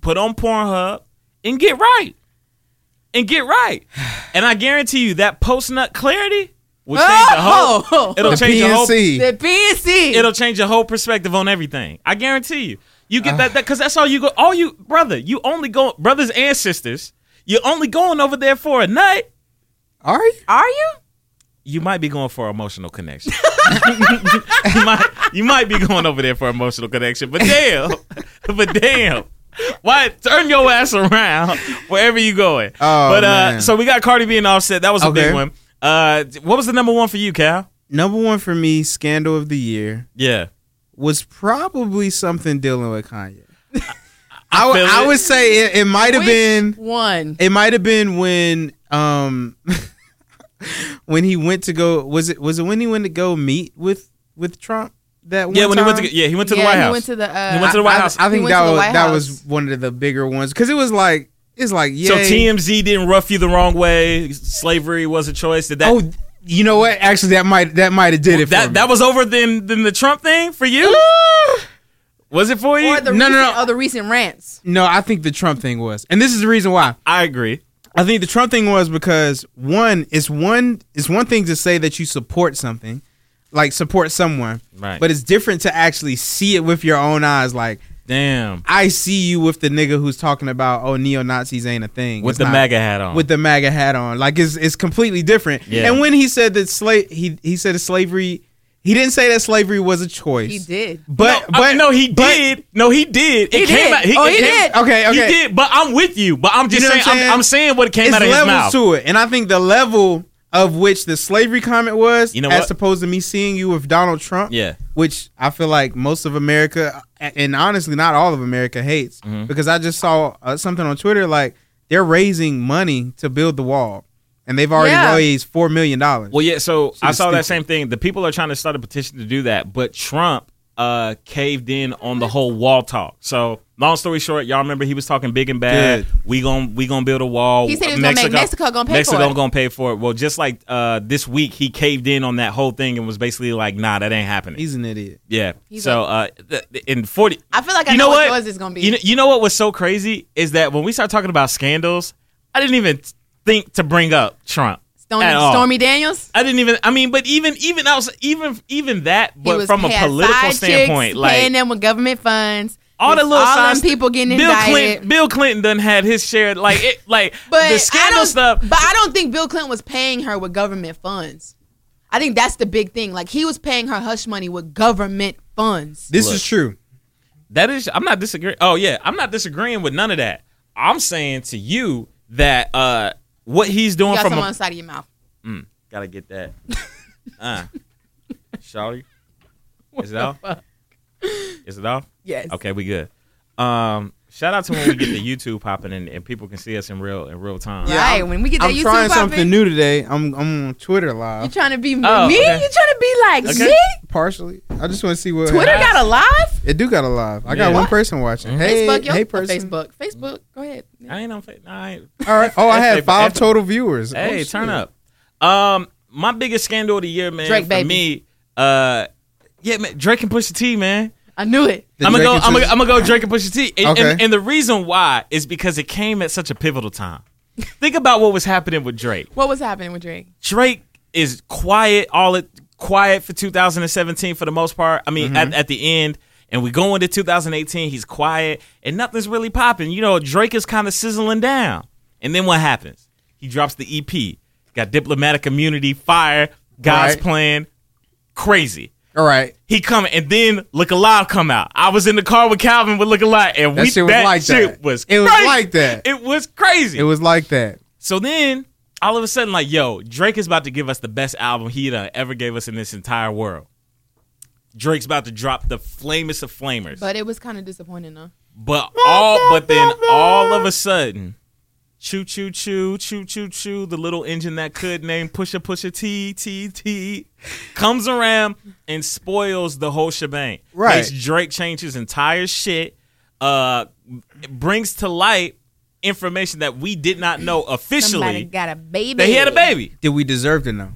Speaker 1: put on Pornhub, and get right, and get right, and I guarantee you that post nut clarity will change the whole.
Speaker 2: Oh!
Speaker 1: It'll
Speaker 3: The
Speaker 1: change the whole
Speaker 3: PNC.
Speaker 2: The PNC.
Speaker 1: it'll change your whole perspective on everything. I guarantee you. You get
Speaker 3: Ah.
Speaker 1: that because that's all you go. All you brother, you only go brothers and sisters. You're only going over there for a night.
Speaker 3: Are you?
Speaker 2: Are you?
Speaker 1: you might be going for emotional connection. you, might, you might be going over there for emotional connection, but damn, but damn. Why turn your ass around wherever you going?
Speaker 3: Oh,
Speaker 1: but uh,
Speaker 3: man.
Speaker 1: so we got Cardi B and Offset. That was a
Speaker 3: Okay.
Speaker 1: big one. Uh, what was the number one for you, Cal?
Speaker 3: Number one for me, scandal of the year
Speaker 1: Yeah,
Speaker 3: was probably something dealing with Kanye. I, w-
Speaker 1: feel
Speaker 3: I
Speaker 1: it.
Speaker 3: would say it, it might have
Speaker 2: Which
Speaker 3: been
Speaker 2: one.
Speaker 3: it might have been when um when he went to go was it was it when he went to go meet with with Trump that one
Speaker 1: yeah. When he went
Speaker 3: time?
Speaker 1: to yeah, he went to
Speaker 2: yeah,
Speaker 1: the White
Speaker 2: he
Speaker 1: House.
Speaker 2: Went to the, uh,
Speaker 1: He went to the White
Speaker 3: I-
Speaker 1: House.
Speaker 3: I,
Speaker 2: He
Speaker 3: think
Speaker 2: went
Speaker 3: that
Speaker 2: to the
Speaker 3: was
Speaker 2: White
Speaker 3: that
Speaker 2: House.
Speaker 3: was one of the bigger ones because it was like it's like yeah
Speaker 1: So TMZ didn't rough you the wrong way. Slavery was a choice. Did that
Speaker 3: oh you know what actually that might that might have did it for
Speaker 1: that
Speaker 3: me. Ah.
Speaker 1: that was over than than the Trump thing for you? was it for you?
Speaker 2: or the
Speaker 3: No, no,
Speaker 2: recent,
Speaker 3: no.
Speaker 2: Or the recent rants.
Speaker 3: no I think the Trump thing was and this is the reason why
Speaker 1: I agree.
Speaker 3: I think the Trump thing was because one, it's one, it's one thing to say that you support something, like support someone,
Speaker 1: Right.
Speaker 3: But it's different to actually see it with your own eyes. Like
Speaker 1: Damn.
Speaker 3: I see you with the nigga who's talking about, oh, neo Nazis ain't a thing
Speaker 1: With
Speaker 3: It's
Speaker 1: the
Speaker 3: not-
Speaker 1: MAGA hat on.
Speaker 3: with the MAGA hat on. Like it's it's completely different.
Speaker 1: Yeah.
Speaker 3: And when he said that slave, he he said that slavery, he didn't say that slavery was a choice.
Speaker 2: He did.
Speaker 3: But
Speaker 1: no,
Speaker 3: but
Speaker 1: I- no, he
Speaker 3: but-
Speaker 1: did. No, he did. It
Speaker 2: He
Speaker 1: came
Speaker 2: did.
Speaker 1: out.
Speaker 2: Oh,
Speaker 1: it
Speaker 2: he
Speaker 1: came-
Speaker 2: did.
Speaker 3: Okay, okay.
Speaker 1: He did. But I'm with you. But I'm just
Speaker 3: You know
Speaker 1: saying,
Speaker 3: what I'm
Speaker 1: I'm,
Speaker 3: saying?
Speaker 1: I'm saying what came
Speaker 3: it's
Speaker 1: out of his
Speaker 3: levels
Speaker 1: mouth.
Speaker 3: to it, and I think the level of which the slavery comment was,
Speaker 1: You know
Speaker 3: as
Speaker 1: what?
Speaker 3: opposed to me seeing you with Donald Trump,
Speaker 1: Yeah.
Speaker 3: which I feel like most of America, and honestly, not all of America hates,
Speaker 1: Mm-hmm.
Speaker 3: because I just saw uh, something on Twitter like they're raising money to build the wall, and they've already
Speaker 2: Yeah.
Speaker 3: raised four million dollars.
Speaker 1: Well, yeah. So I
Speaker 3: is
Speaker 1: saw that
Speaker 3: stupid.
Speaker 1: same thing. The people are trying to start a petition to do that, but Trump uh, caved in on the whole wall talk. So long story short, y'all remember he was talking big and bad.
Speaker 3: Good.
Speaker 1: We gon' we gonna build a wall.
Speaker 2: He said he was gonna make Mexico gonna pay for
Speaker 1: Mexico
Speaker 2: it.
Speaker 1: gonna pay for it. Well, just like uh, this week, he caved in on that whole thing and was basically like, "Nah, that ain't happening."
Speaker 3: He's an idiot.
Speaker 1: yeah.
Speaker 2: He's
Speaker 1: So uh, th- th- in forty,
Speaker 2: I feel like I
Speaker 1: you
Speaker 2: know,
Speaker 1: know
Speaker 2: what
Speaker 1: what?
Speaker 2: yours is gonna be.
Speaker 1: You know, you know what was so crazy is that when we started talking about scandals, I didn't even think to bring up Trump.
Speaker 2: Stormy,
Speaker 1: at all.
Speaker 2: Stormy Daniels.
Speaker 1: I didn't even. I mean, but even even else, even even that,
Speaker 2: He
Speaker 1: but
Speaker 2: was
Speaker 1: from a
Speaker 2: had
Speaker 1: political
Speaker 2: side
Speaker 1: standpoint,
Speaker 2: chicks,
Speaker 1: like
Speaker 2: paying them with government funds.
Speaker 1: all the
Speaker 2: It's
Speaker 1: little
Speaker 2: all
Speaker 1: side
Speaker 2: them
Speaker 1: st-
Speaker 2: people getting
Speaker 1: Bill
Speaker 2: indicted.
Speaker 1: Clinton, Bill Clinton done had his share, like it, like
Speaker 2: But
Speaker 1: the
Speaker 2: I
Speaker 1: scandal
Speaker 2: don't-
Speaker 1: stuff.
Speaker 2: But I don't think Bill Clinton was paying her with government funds. I think that's the big thing. Like he was paying her hush money with government funds.
Speaker 3: This
Speaker 1: Look.
Speaker 3: is true.
Speaker 1: That is, I'm not disagreeing. Oh yeah, I'm not disagreeing with none of that. I'm saying to you that uh what he's
Speaker 2: You
Speaker 1: doing
Speaker 2: got
Speaker 1: from
Speaker 2: something
Speaker 1: a,
Speaker 2: on the side of your mouth.
Speaker 1: gotta get that. uh, Shawty, is it off? Is it off?
Speaker 2: Yes.
Speaker 1: Okay, we good. Um, shout out to when we get the YouTube popping and, and people can see us in real in real time.
Speaker 3: Yeah,
Speaker 2: right.
Speaker 3: I'm-
Speaker 2: when we get that
Speaker 3: I'm
Speaker 2: YouTube
Speaker 3: trying
Speaker 2: popping,
Speaker 3: something new today. I'm I'm on Twitter
Speaker 2: You
Speaker 3: live
Speaker 2: trying to be
Speaker 1: Oh,
Speaker 2: me?
Speaker 1: okay.
Speaker 2: You trying to be like
Speaker 1: Okay.
Speaker 2: me?
Speaker 3: partially. I just want to see what
Speaker 2: Twitter got a live?
Speaker 3: It do got a live. I
Speaker 1: Yeah. Mm-hmm.
Speaker 3: got one person watching. Hey,
Speaker 2: Facebook, yo,
Speaker 3: hey,
Speaker 2: oh,
Speaker 3: person.
Speaker 2: Facebook, Facebook. Go ahead.
Speaker 1: I ain't on. Fa- I ain't.
Speaker 3: All right. Oh, I had
Speaker 1: Facebook.
Speaker 3: five total viewers. Oh,
Speaker 1: Hey,
Speaker 3: shit.
Speaker 1: turn up. Um, my biggest scandal of the year, man,
Speaker 2: Drake,
Speaker 1: for
Speaker 2: baby.
Speaker 1: me, uh, yeah, man, Drake and Pusha T, man.
Speaker 2: I knew it.
Speaker 3: The
Speaker 1: I'm gonna
Speaker 3: Drake
Speaker 1: go.
Speaker 3: and
Speaker 1: I'm gonna,
Speaker 3: Trish-
Speaker 1: I'm gonna go Drake and Pusha T. And,
Speaker 3: Okay.
Speaker 1: and, and the reason why is because it came at such a pivotal time. Think about what was happening with Drake.
Speaker 2: What was happening with Drake?
Speaker 1: Drake is quiet, all it quiet for 2017 for the most part. I mean,
Speaker 3: Mm-hmm.
Speaker 1: at, at the end, and we go into 2018, he's quiet and nothing's really popping. You know, Drake is kind of sizzling down. And then what happens? He drops the EP. Got diplomatic immunity, fire, God's
Speaker 3: Right.
Speaker 1: plan, crazy.
Speaker 3: All right.
Speaker 1: He come and then Look Alive come out. I was in the car with Calvin with Look Alive, and
Speaker 3: That
Speaker 1: we
Speaker 3: shit was
Speaker 1: that
Speaker 3: like
Speaker 1: shit
Speaker 3: that.
Speaker 1: was
Speaker 3: It was
Speaker 1: crazy.
Speaker 3: like that.
Speaker 1: It was crazy.
Speaker 3: It was like that.
Speaker 1: So then, all of a sudden, like, yo, Drake is about to give us the best album he done ever gave us in this entire world. Drake's about to drop the flamest of flamers. But,
Speaker 2: But it was kind of disappointing though.
Speaker 1: all but then all of a sudden, choo choo choo, choo choo choo, the little engine that could name Pusha Pusha T T T comes around and spoils the whole shebang.
Speaker 3: Right.
Speaker 1: Makes Drake change his entire shit, uh brings to light information that we did not know officially
Speaker 2: Somebody got a baby.
Speaker 1: that he had a baby.
Speaker 3: Did we deserve to know?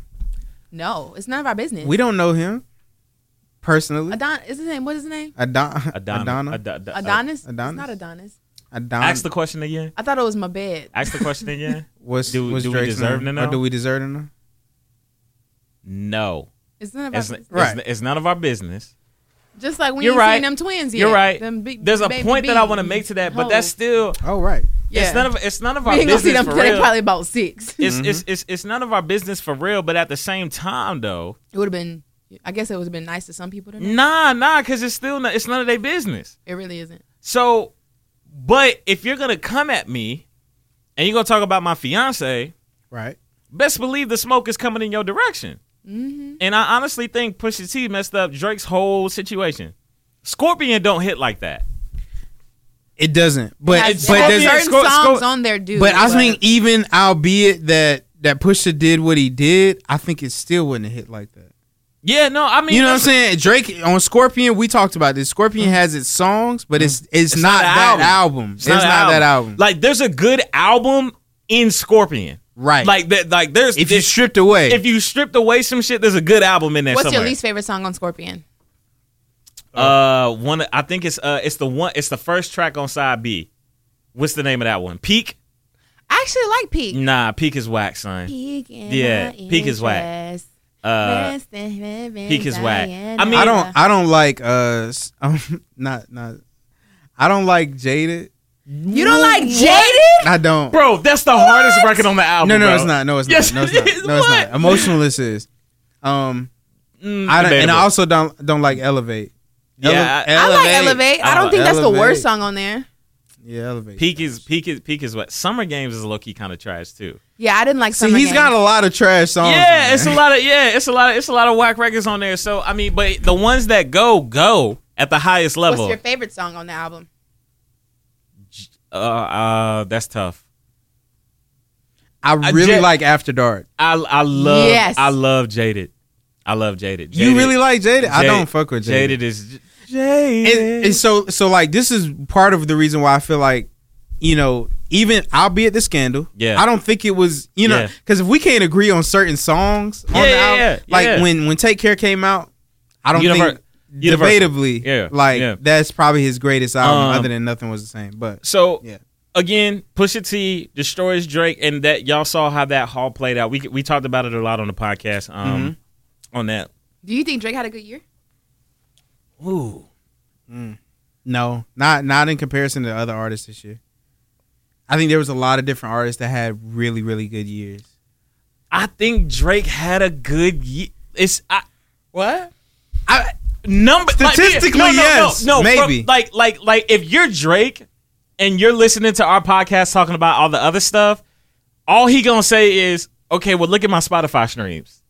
Speaker 2: No, it's none of our business.
Speaker 3: We don't know him personally.
Speaker 2: Adon is his name. What is his name?
Speaker 3: Adon-
Speaker 1: Adon-
Speaker 3: Adonna.
Speaker 1: Ad- Ad-
Speaker 2: Adonis.
Speaker 3: Uh, Adonis.
Speaker 2: It's not Adonis.
Speaker 3: Adon-
Speaker 1: Ask the question again.
Speaker 2: I thought it was my bed.
Speaker 1: Ask the question again.
Speaker 3: was,
Speaker 1: do-
Speaker 3: was
Speaker 1: do we
Speaker 3: Drake's
Speaker 1: deserve
Speaker 3: name?
Speaker 1: to know?
Speaker 3: Or do we deserve to know?
Speaker 1: no,
Speaker 2: It's none of our
Speaker 1: it's,
Speaker 2: business.
Speaker 1: it's-
Speaker 3: Right.
Speaker 1: it's none of our business.
Speaker 2: Just like we
Speaker 1: You're
Speaker 2: ain't
Speaker 1: right.
Speaker 2: seen them twins yet.
Speaker 1: You're right.
Speaker 2: Them big-
Speaker 1: There's a
Speaker 2: baby
Speaker 1: point that I
Speaker 2: bees.
Speaker 1: want to make to that, but
Speaker 2: Ho.
Speaker 1: that's still
Speaker 3: Oh right.
Speaker 2: Yeah.
Speaker 1: it's none of it's none of our
Speaker 2: we ain't gonna
Speaker 1: business
Speaker 2: see them
Speaker 1: for
Speaker 2: till they
Speaker 1: real.
Speaker 2: probably about six.
Speaker 1: it's, it's it's it's none of our business for real. But at the same time, though,
Speaker 2: It would have been. I guess it would have been nice to some people to know.
Speaker 1: nah, nah, because it's still not, it's none of their business.
Speaker 2: It really isn't.
Speaker 1: So, but if you're gonna come at me and you're gonna talk about my fiance,
Speaker 3: Right.
Speaker 1: best believe the smoke is coming in your direction.
Speaker 2: Mm-hmm.
Speaker 1: And I honestly think Pusha T messed up Drake's whole situation. Scorpion don't hit like that.
Speaker 3: It doesn't. But
Speaker 1: Has-
Speaker 3: but
Speaker 1: has
Speaker 3: there's
Speaker 2: certain
Speaker 1: sco- sco-
Speaker 2: songs on there, dude.
Speaker 3: But I think even albeit that that Pusha did what he did, I think it still wouldn't have hit like that.
Speaker 1: Yeah, no, I mean,
Speaker 3: You know what I'm
Speaker 1: listen,
Speaker 3: saying? Drake on Scorpion, we talked about this. Scorpion has its songs, but it's it's,
Speaker 1: It's
Speaker 3: not,
Speaker 1: not an
Speaker 3: that
Speaker 1: album.
Speaker 3: album. It's, not,
Speaker 1: an
Speaker 3: that album.
Speaker 1: Like, there's a good album in Scorpion.
Speaker 3: right.
Speaker 1: Like that. Like there's
Speaker 3: if you
Speaker 1: this-
Speaker 3: stripped away,
Speaker 1: if you stripped away some shit, there's a good album in there.
Speaker 2: What's
Speaker 1: somewhere.
Speaker 2: your least favorite song on Scorpion?
Speaker 1: Uh, one. I think it's uh, it's the one. It's the first track on side B. What's the name of that one? Peak.
Speaker 2: I actually like Peak.
Speaker 1: Nah, Peak is whack, son.
Speaker 2: Peak and
Speaker 1: Yeah,
Speaker 2: my
Speaker 1: Peak is whack.
Speaker 2: interest.
Speaker 1: Uh,
Speaker 2: Rest in heaven,
Speaker 1: Peak is whack.
Speaker 2: Diana.
Speaker 1: I mean-
Speaker 3: I don't I don't like uh s- um, not not I don't like Jaded.
Speaker 2: you don't like Jaded.
Speaker 3: I don't.
Speaker 1: bro, that's the hardest record on the album.
Speaker 3: no, no,
Speaker 1: bro.
Speaker 3: it's not. No, it's
Speaker 1: Yes,
Speaker 3: not. No, it's
Speaker 1: it
Speaker 3: not.
Speaker 1: is.
Speaker 3: No, it's
Speaker 1: What?
Speaker 3: not. Emotional this is. Um
Speaker 1: Mm,
Speaker 3: I don't, and
Speaker 1: debatable.
Speaker 3: I also don't don't like Elevate.
Speaker 1: Yeah, I-
Speaker 2: I like Elevate. I don't
Speaker 1: Oh,
Speaker 2: think that's the
Speaker 3: Elevate.
Speaker 2: worst song on there.
Speaker 3: Yeah, Elevate.
Speaker 1: Peak is Peak is Peak is what Summer Games is low key kind of trash too.
Speaker 2: Yeah, I didn't like.
Speaker 3: See,
Speaker 2: Summer
Speaker 3: he's
Speaker 2: Games.
Speaker 3: got a lot of trash songs. on
Speaker 1: yeah, it's a
Speaker 3: there.
Speaker 1: lot of yeah, it's a lot of it's a lot of whack records on there. So I mean, but the ones that go go at the highest
Speaker 2: What's
Speaker 1: level.
Speaker 2: your favorite song on the album?
Speaker 1: uh, uh, that's tough.
Speaker 3: I really
Speaker 1: Jet-
Speaker 3: like After Dark.
Speaker 1: I I love
Speaker 2: Yes.
Speaker 1: I love Jaded. I love Jaded.
Speaker 3: You really like Jaded? I
Speaker 1: Jaded-
Speaker 3: don't fuck with Jaded.
Speaker 1: Jaded is Jaded.
Speaker 3: and, and so so like this is part of the reason why I feel like you know even albeit the scandal
Speaker 1: Yeah.
Speaker 3: I don't think it was you know
Speaker 1: Yeah.
Speaker 3: because if we can't agree on certain songs on
Speaker 1: Yeah,
Speaker 3: the
Speaker 1: yeah,
Speaker 3: album
Speaker 1: yeah,
Speaker 3: like
Speaker 1: yeah.
Speaker 3: when when Take Care came out I don't
Speaker 1: Univer-
Speaker 3: think
Speaker 1: Universal.
Speaker 3: debatably
Speaker 1: Yeah,
Speaker 3: like
Speaker 1: yeah.
Speaker 3: that's probably his greatest album
Speaker 1: Um,
Speaker 3: other than Nothing Was the Same but
Speaker 1: So
Speaker 3: Yeah.
Speaker 1: again, Pusha T destroys Drake, and that y'all saw how that haul played out. We we talked about it a lot on the podcast. Um,
Speaker 3: Mm-hmm.
Speaker 1: on that.
Speaker 2: Do you think Drake had a good year?
Speaker 1: Ooh.
Speaker 3: no not not in comparison to other artists this year I think there was a lot of different artists that had really really good years
Speaker 1: I think Drake had a good year. It's I,
Speaker 3: what
Speaker 1: I number
Speaker 3: Statistically,
Speaker 1: like, yeah,
Speaker 3: yes,
Speaker 1: no, no, no,
Speaker 3: maybe.
Speaker 1: from- like like like if you're Drake and you're listening to our podcast talking about all the other stuff, all he gonna say is, okay, well look at my Spotify streams.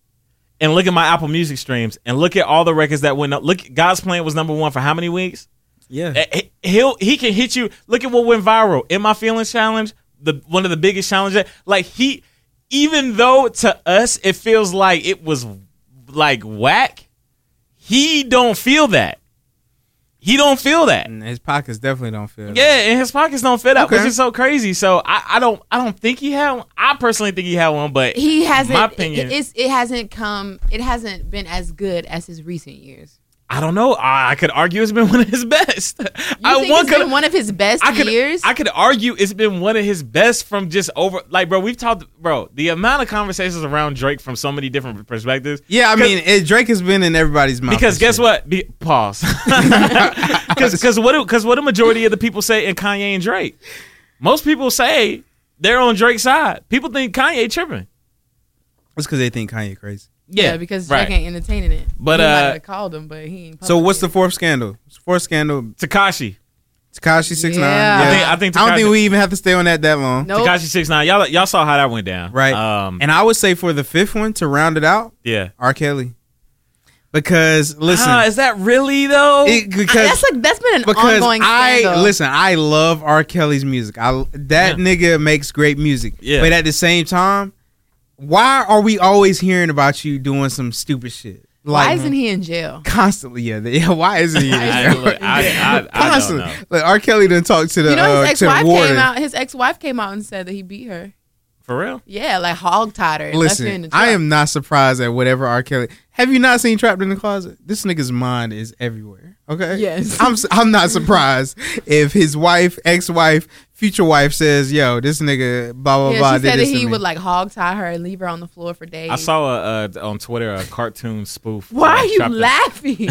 Speaker 1: And look at my Apple Music streams, and look at all the records that went up. Look, God's Plan was number one for how many weeks?
Speaker 3: yeah
Speaker 1: Eh, eh, He'll he can hit you. Look at what went viral in my feelings challenge. The one of the biggest challenges. Like he, even though to us it feels like it was like whack, he don't feel that. He don't feel that.
Speaker 3: and his pockets definitely don't feel that.
Speaker 1: Yeah, and his pockets don't fit up, which
Speaker 3: Okay.
Speaker 1: is so crazy. So I, I don't I don't think he had one. I personally think he had one, but
Speaker 2: He hasn't.
Speaker 1: My opinion.
Speaker 2: It, it's, it hasn't come. It hasn't been as good as his recent years.
Speaker 1: I don't know. I, I could argue it's been one of his best.
Speaker 2: You
Speaker 1: I
Speaker 2: think
Speaker 1: one
Speaker 2: it's
Speaker 1: could-
Speaker 2: been one of his best
Speaker 1: I could,
Speaker 2: years?
Speaker 1: I could argue it's been one of his best from just over. Like, bro, we've talked, bro, the amount of conversations around Drake from so many different perspectives.
Speaker 3: Yeah, I
Speaker 1: 'Cause-
Speaker 3: mean, it, Drake has been in everybody's mouth.
Speaker 1: Because
Speaker 3: this
Speaker 1: guess
Speaker 3: year.
Speaker 1: what? Be, pause. Because what? Because what? The majority of the people say in Kanye and Drake, most people say they're on Drake's side. People think Kanye tripping.
Speaker 3: It's because they think Kanye crazy.
Speaker 2: yeah, because Drake ain't entertaining it.
Speaker 1: But,
Speaker 2: he might
Speaker 1: uh,
Speaker 2: have called him, but he. Ain't
Speaker 3: So what's the
Speaker 2: public
Speaker 3: fourth scandal? Fourth scandal,
Speaker 1: Takashi.
Speaker 3: Takashi six nine.
Speaker 2: Yeah. I think-
Speaker 1: I think
Speaker 3: I don't
Speaker 1: Tekashi-
Speaker 3: think we even have to stay on that that long.
Speaker 2: yet. Nope.
Speaker 1: Takashi six nine. Y'all y'all saw how that went down,
Speaker 3: Right.
Speaker 1: Um.
Speaker 3: and I would say for the fifth one to round it out,
Speaker 1: yeah.
Speaker 3: R. Kelly, because listen,
Speaker 1: Ah, is that really though?
Speaker 3: it-
Speaker 2: I-
Speaker 3: because
Speaker 2: Uh, that's like that's been an
Speaker 3: because
Speaker 2: ongoing
Speaker 3: I
Speaker 2: scandal.
Speaker 3: listen, I love R. Kelly's music. I that
Speaker 1: Yeah.
Speaker 3: nigga makes great music.
Speaker 1: Yeah.
Speaker 3: But at the same time, why are we always hearing about you doing some stupid shit?
Speaker 2: Why isn't he in jail?
Speaker 3: constantly? Yeah, yeah. Why isn't he?
Speaker 1: I, look, I, I, I don't
Speaker 3: Constantly.
Speaker 1: know.
Speaker 3: Like R. Kelly didn't talk to the
Speaker 2: You know,
Speaker 3: uh,
Speaker 2: his
Speaker 3: to the
Speaker 2: ex-wife came
Speaker 3: warden.
Speaker 2: out. His ex-wife came out and said that he beat her.
Speaker 1: For real.
Speaker 2: Yeah, like hog tied her. and left her in
Speaker 3: Listen,
Speaker 2: the
Speaker 3: I
Speaker 2: truck.
Speaker 3: am not surprised at whatever R. Kelly. Have you not seen Trapped in the Closet? This nigga's mind is everywhere. Okay.
Speaker 2: Yes.
Speaker 3: I'm. s- I'm not surprised if his wife, ex-wife, future wife says, "Yo, this nigga, blah blah
Speaker 2: Yeah,
Speaker 3: blah."
Speaker 2: she said
Speaker 3: did
Speaker 2: that
Speaker 3: this to
Speaker 2: he
Speaker 3: me."
Speaker 2: would like hog tie her and leave her on the floor for days.
Speaker 1: I saw a, uh, on Twitter a cartoon spoof.
Speaker 2: Why
Speaker 1: uh,
Speaker 2: are you
Speaker 1: Trapped in-
Speaker 2: laughing?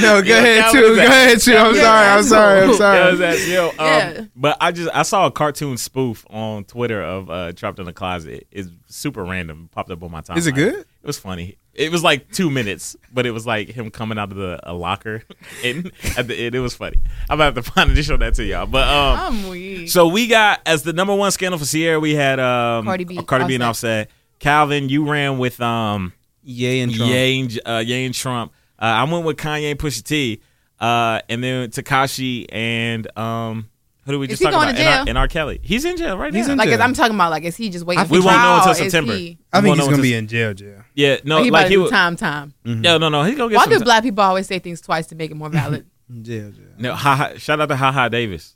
Speaker 3: No, go
Speaker 1: Yeah,
Speaker 3: ahead,
Speaker 1: that
Speaker 3: too.
Speaker 1: was
Speaker 3: Go
Speaker 1: a-
Speaker 3: ahead, too. I'm
Speaker 2: Yeah,
Speaker 3: sorry. I'm
Speaker 2: that's
Speaker 3: sorry. I'm
Speaker 2: cool.
Speaker 1: Yeah,
Speaker 3: sorry.
Speaker 1: that's- yo, um,
Speaker 2: Yeah.
Speaker 1: But I just I saw a cartoon spoof on Twitter of uh, Trapped in the Closet. It's super random. Popped up on my timeline.
Speaker 3: Is it good?
Speaker 1: It was funny. It was like two minutes, but it was like him coming out of the a locker, and at the end it was funny. I'm about to find it to show that to y'all. But um,
Speaker 2: I'm weak.
Speaker 1: so we got as the number one scandal for Sierra, we had um
Speaker 2: Cardi B,
Speaker 1: Cardi B and Offset. Calvin, you ran with um
Speaker 3: Yay and Trump.
Speaker 1: Ye and, uh, Ye and Trump. Uh, I went with Kanye and Pusha T, uh, and then Takashi and um, who do we
Speaker 2: Is
Speaker 1: just
Speaker 2: he
Speaker 1: talk
Speaker 2: going
Speaker 1: about? And,
Speaker 2: to jail?
Speaker 1: R, and R. Kelly. He's in jail right
Speaker 3: He's
Speaker 1: now.
Speaker 3: in-
Speaker 2: Like
Speaker 3: Yeah.
Speaker 2: I'm talking about, like is he just waiting?
Speaker 1: We
Speaker 2: for
Speaker 1: won't know
Speaker 2: trial,
Speaker 1: until
Speaker 2: or is
Speaker 1: September.
Speaker 2: He,
Speaker 3: I
Speaker 1: Well,
Speaker 3: think
Speaker 1: no,
Speaker 3: he's gonna
Speaker 1: it's
Speaker 3: be
Speaker 1: just-
Speaker 3: in jail, jail.
Speaker 1: yeah, no,
Speaker 2: like he about
Speaker 1: like
Speaker 2: to
Speaker 1: he
Speaker 2: do
Speaker 1: was.
Speaker 2: time, time.
Speaker 1: No, no, no. He's gonna get
Speaker 2: Why
Speaker 1: some.
Speaker 2: do
Speaker 1: time.
Speaker 2: black people always say things twice to make it more valid?
Speaker 3: Jail, jail.
Speaker 1: no, ha, ha, shout out to Ha Ha Davis.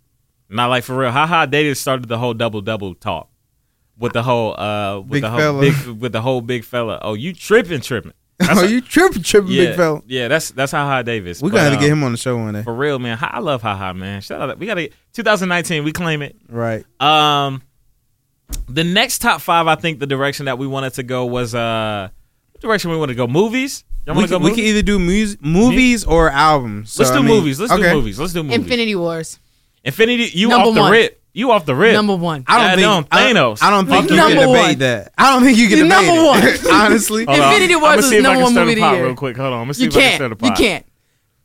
Speaker 1: Not like for real. Ha Ha Davis started the whole double double talk with the whole uh with
Speaker 3: Big
Speaker 1: the whole
Speaker 3: fella.
Speaker 1: big with the whole big fella. Oh, you tripping, tripping.
Speaker 3: Oh, you tripping, tripping,
Speaker 1: Yeah,
Speaker 3: big fella.
Speaker 1: yeah. That's that's Ha Ha Davis.
Speaker 3: We
Speaker 1: But,
Speaker 3: gotta
Speaker 1: um,
Speaker 3: get him on the show one day.
Speaker 1: For real, man. Ha- I love haha, man. Shout out. We got to 2019. We claim it.
Speaker 3: Right.
Speaker 1: Um, the next top five, I think the direction that we wanted to go was uh, what direction we want to go? Movies. Y'all
Speaker 3: We
Speaker 1: want to go?
Speaker 3: can, we can
Speaker 1: movies?
Speaker 3: either do mus movies or albums. So,
Speaker 1: Let's do
Speaker 3: I mean-
Speaker 1: movies. Let's
Speaker 3: okay.
Speaker 1: do movies. Let's do movies.
Speaker 2: Infinity Wars,
Speaker 1: Infinity. You
Speaker 2: Number
Speaker 1: off the
Speaker 2: one.
Speaker 1: rip. You off the rip.
Speaker 2: number one.
Speaker 3: I don't
Speaker 1: Goddamn
Speaker 3: think I don't,
Speaker 1: Thanos.
Speaker 3: I don't think
Speaker 2: The
Speaker 3: you can
Speaker 2: number
Speaker 3: debate
Speaker 2: one.
Speaker 3: that. I don't think you can
Speaker 2: The
Speaker 3: debate
Speaker 2: number
Speaker 3: it. Honestly,
Speaker 1: Hold on.
Speaker 2: Infinity
Speaker 1: I'ma
Speaker 2: Wars was
Speaker 1: see if I
Speaker 2: number
Speaker 1: can
Speaker 2: one
Speaker 1: stir the
Speaker 2: movie of the
Speaker 1: pot
Speaker 2: year.
Speaker 1: Real quick, hold on. I'm gonna see
Speaker 2: you
Speaker 1: if I can stir the
Speaker 2: can't.
Speaker 1: pot.
Speaker 2: You can't.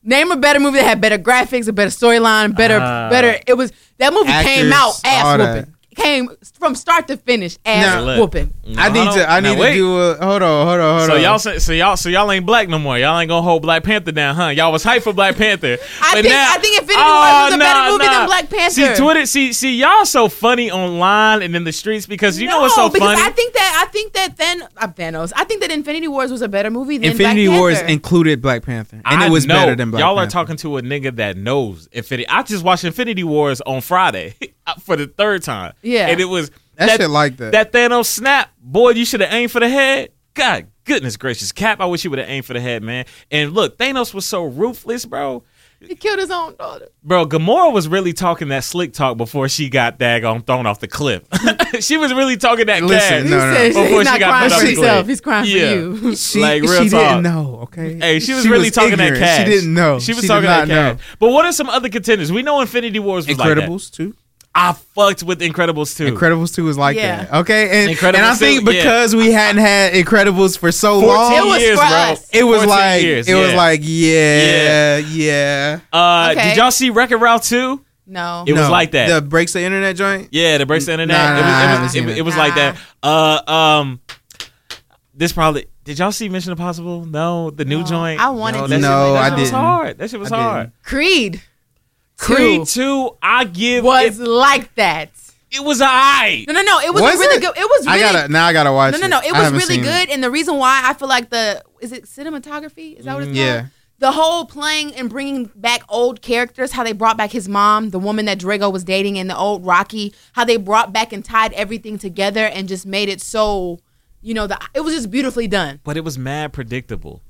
Speaker 2: Name a better movie that had better graphics, a better storyline, better,
Speaker 1: Ah.
Speaker 2: better. It was that movie came
Speaker 3: Actors,
Speaker 2: out
Speaker 3: all
Speaker 2: ass
Speaker 3: that.
Speaker 2: whooping. Came from start to finish ass
Speaker 1: Now-
Speaker 2: whooping.
Speaker 3: I need to. I
Speaker 1: Now
Speaker 3: need to
Speaker 1: wait.
Speaker 3: do a. Hold on. Hold on. Hold
Speaker 1: So
Speaker 3: on.
Speaker 1: y'all, say- so y'all, so y'all ain't black no more. Y'all ain't gonna hold Black Panther down, huh? Y'all was hype for Black Panther.
Speaker 2: I
Speaker 1: but
Speaker 2: think-
Speaker 1: now, Oh,
Speaker 2: I think Infinity War was a better movie than Black Panther.
Speaker 1: See Twitter, see, see y'all so funny online and in the streets because you know what's so
Speaker 2: because
Speaker 1: funny.
Speaker 2: I think that I think that then uh, Thanos. I think that Infinity Wars was a better movie than
Speaker 3: Infinity
Speaker 2: Black
Speaker 3: Wars
Speaker 2: Panther.
Speaker 3: included Black Panther, and
Speaker 1: I
Speaker 3: it was
Speaker 1: know
Speaker 3: better than Black
Speaker 1: y'all
Speaker 3: Panther.
Speaker 1: are talking to a nigga that knows Infinity. I just watched Infinity Wars on Friday uh, for the third time.
Speaker 2: Yeah.
Speaker 1: and it was
Speaker 3: That shit like that.
Speaker 1: That Thanos snap, boy, you should have aimed for the head. God, goodness gracious, Cap, I wish you would have aimed for the head, man. And look, Thanos was so ruthless, bro.
Speaker 2: he killed his own daughter.
Speaker 1: Bro, Gamora was really talking that slick talk before she got daggone thrown off the cliff. she was really talking that
Speaker 3: Listen,
Speaker 1: cash
Speaker 3: No, no, no.
Speaker 2: He said
Speaker 1: Before
Speaker 2: he's
Speaker 1: she
Speaker 2: not
Speaker 1: got
Speaker 2: crying
Speaker 1: put
Speaker 2: for
Speaker 1: up the
Speaker 2: himself.
Speaker 1: cliff.
Speaker 2: He's crying
Speaker 1: Yeah.
Speaker 2: for you.
Speaker 3: She,
Speaker 1: Like, real
Speaker 3: she
Speaker 1: talk.
Speaker 3: didn't know. Okay.
Speaker 1: Hey, she was really talking
Speaker 3: ignorant.
Speaker 1: that cash.
Speaker 3: She didn't know.
Speaker 1: She was
Speaker 3: did
Speaker 1: talking
Speaker 3: not
Speaker 1: that cash. But what are some other contenders? We know Infinity Wars was like
Speaker 3: Incredibles too.
Speaker 1: that. I fucked with Incredibles too.
Speaker 3: Incredibles two was like
Speaker 2: Yeah.
Speaker 3: that. Okay, and
Speaker 1: Incredibles
Speaker 3: and I think
Speaker 1: 2, yeah.
Speaker 3: because we hadn't had Incredibles for so
Speaker 1: 14
Speaker 3: long,
Speaker 2: It was
Speaker 1: years,
Speaker 2: for
Speaker 1: bro.
Speaker 2: us.
Speaker 3: it was
Speaker 1: 14
Speaker 3: like
Speaker 1: years,
Speaker 3: it was
Speaker 1: yeah.
Speaker 3: like yeah, yeah.
Speaker 1: Uh,
Speaker 2: Okay.
Speaker 1: Did y'all see Wreck-It Ralph 2?
Speaker 2: No.
Speaker 1: It was like that.
Speaker 3: The breaks the internet joint.
Speaker 1: Yeah, the breaks the internet.
Speaker 3: Nah,
Speaker 1: it
Speaker 3: nah, I
Speaker 1: was, it
Speaker 3: haven't
Speaker 1: was, it
Speaker 3: seen
Speaker 1: was-
Speaker 3: it.
Speaker 1: it was like that. Uh, um, this probably did y'all see Mission Impossible? No, the new
Speaker 2: No.
Speaker 1: joint.
Speaker 2: I wanted
Speaker 1: no,
Speaker 2: to.
Speaker 1: That
Speaker 3: No,
Speaker 1: shit, that
Speaker 3: I
Speaker 1: shit was
Speaker 3: didn't.
Speaker 1: hard. That shit was
Speaker 3: I didn't.
Speaker 1: hard.
Speaker 2: Creed.
Speaker 1: Creed
Speaker 2: Two
Speaker 1: two, I give
Speaker 2: was
Speaker 1: it.
Speaker 2: like that.
Speaker 1: It was I.
Speaker 2: No, no, no. It was,
Speaker 3: Was
Speaker 2: a really
Speaker 3: it?
Speaker 2: good. It was
Speaker 3: I
Speaker 2: really.
Speaker 3: gotta now. I gotta watch.
Speaker 2: no, no, no. It
Speaker 3: I
Speaker 2: was
Speaker 3: haven't
Speaker 2: really
Speaker 3: seen
Speaker 2: good, and the reason why I feel like the is it cinematography? Is that what it's called?
Speaker 3: Mm, Yeah.
Speaker 2: The whole playing and bringing back old characters, how they brought back his mom, the woman that Drago was dating, and the old Rocky, how they brought back and tied everything together and just made it so, you know, the, it was just beautifully done.
Speaker 1: but it was mad predictable.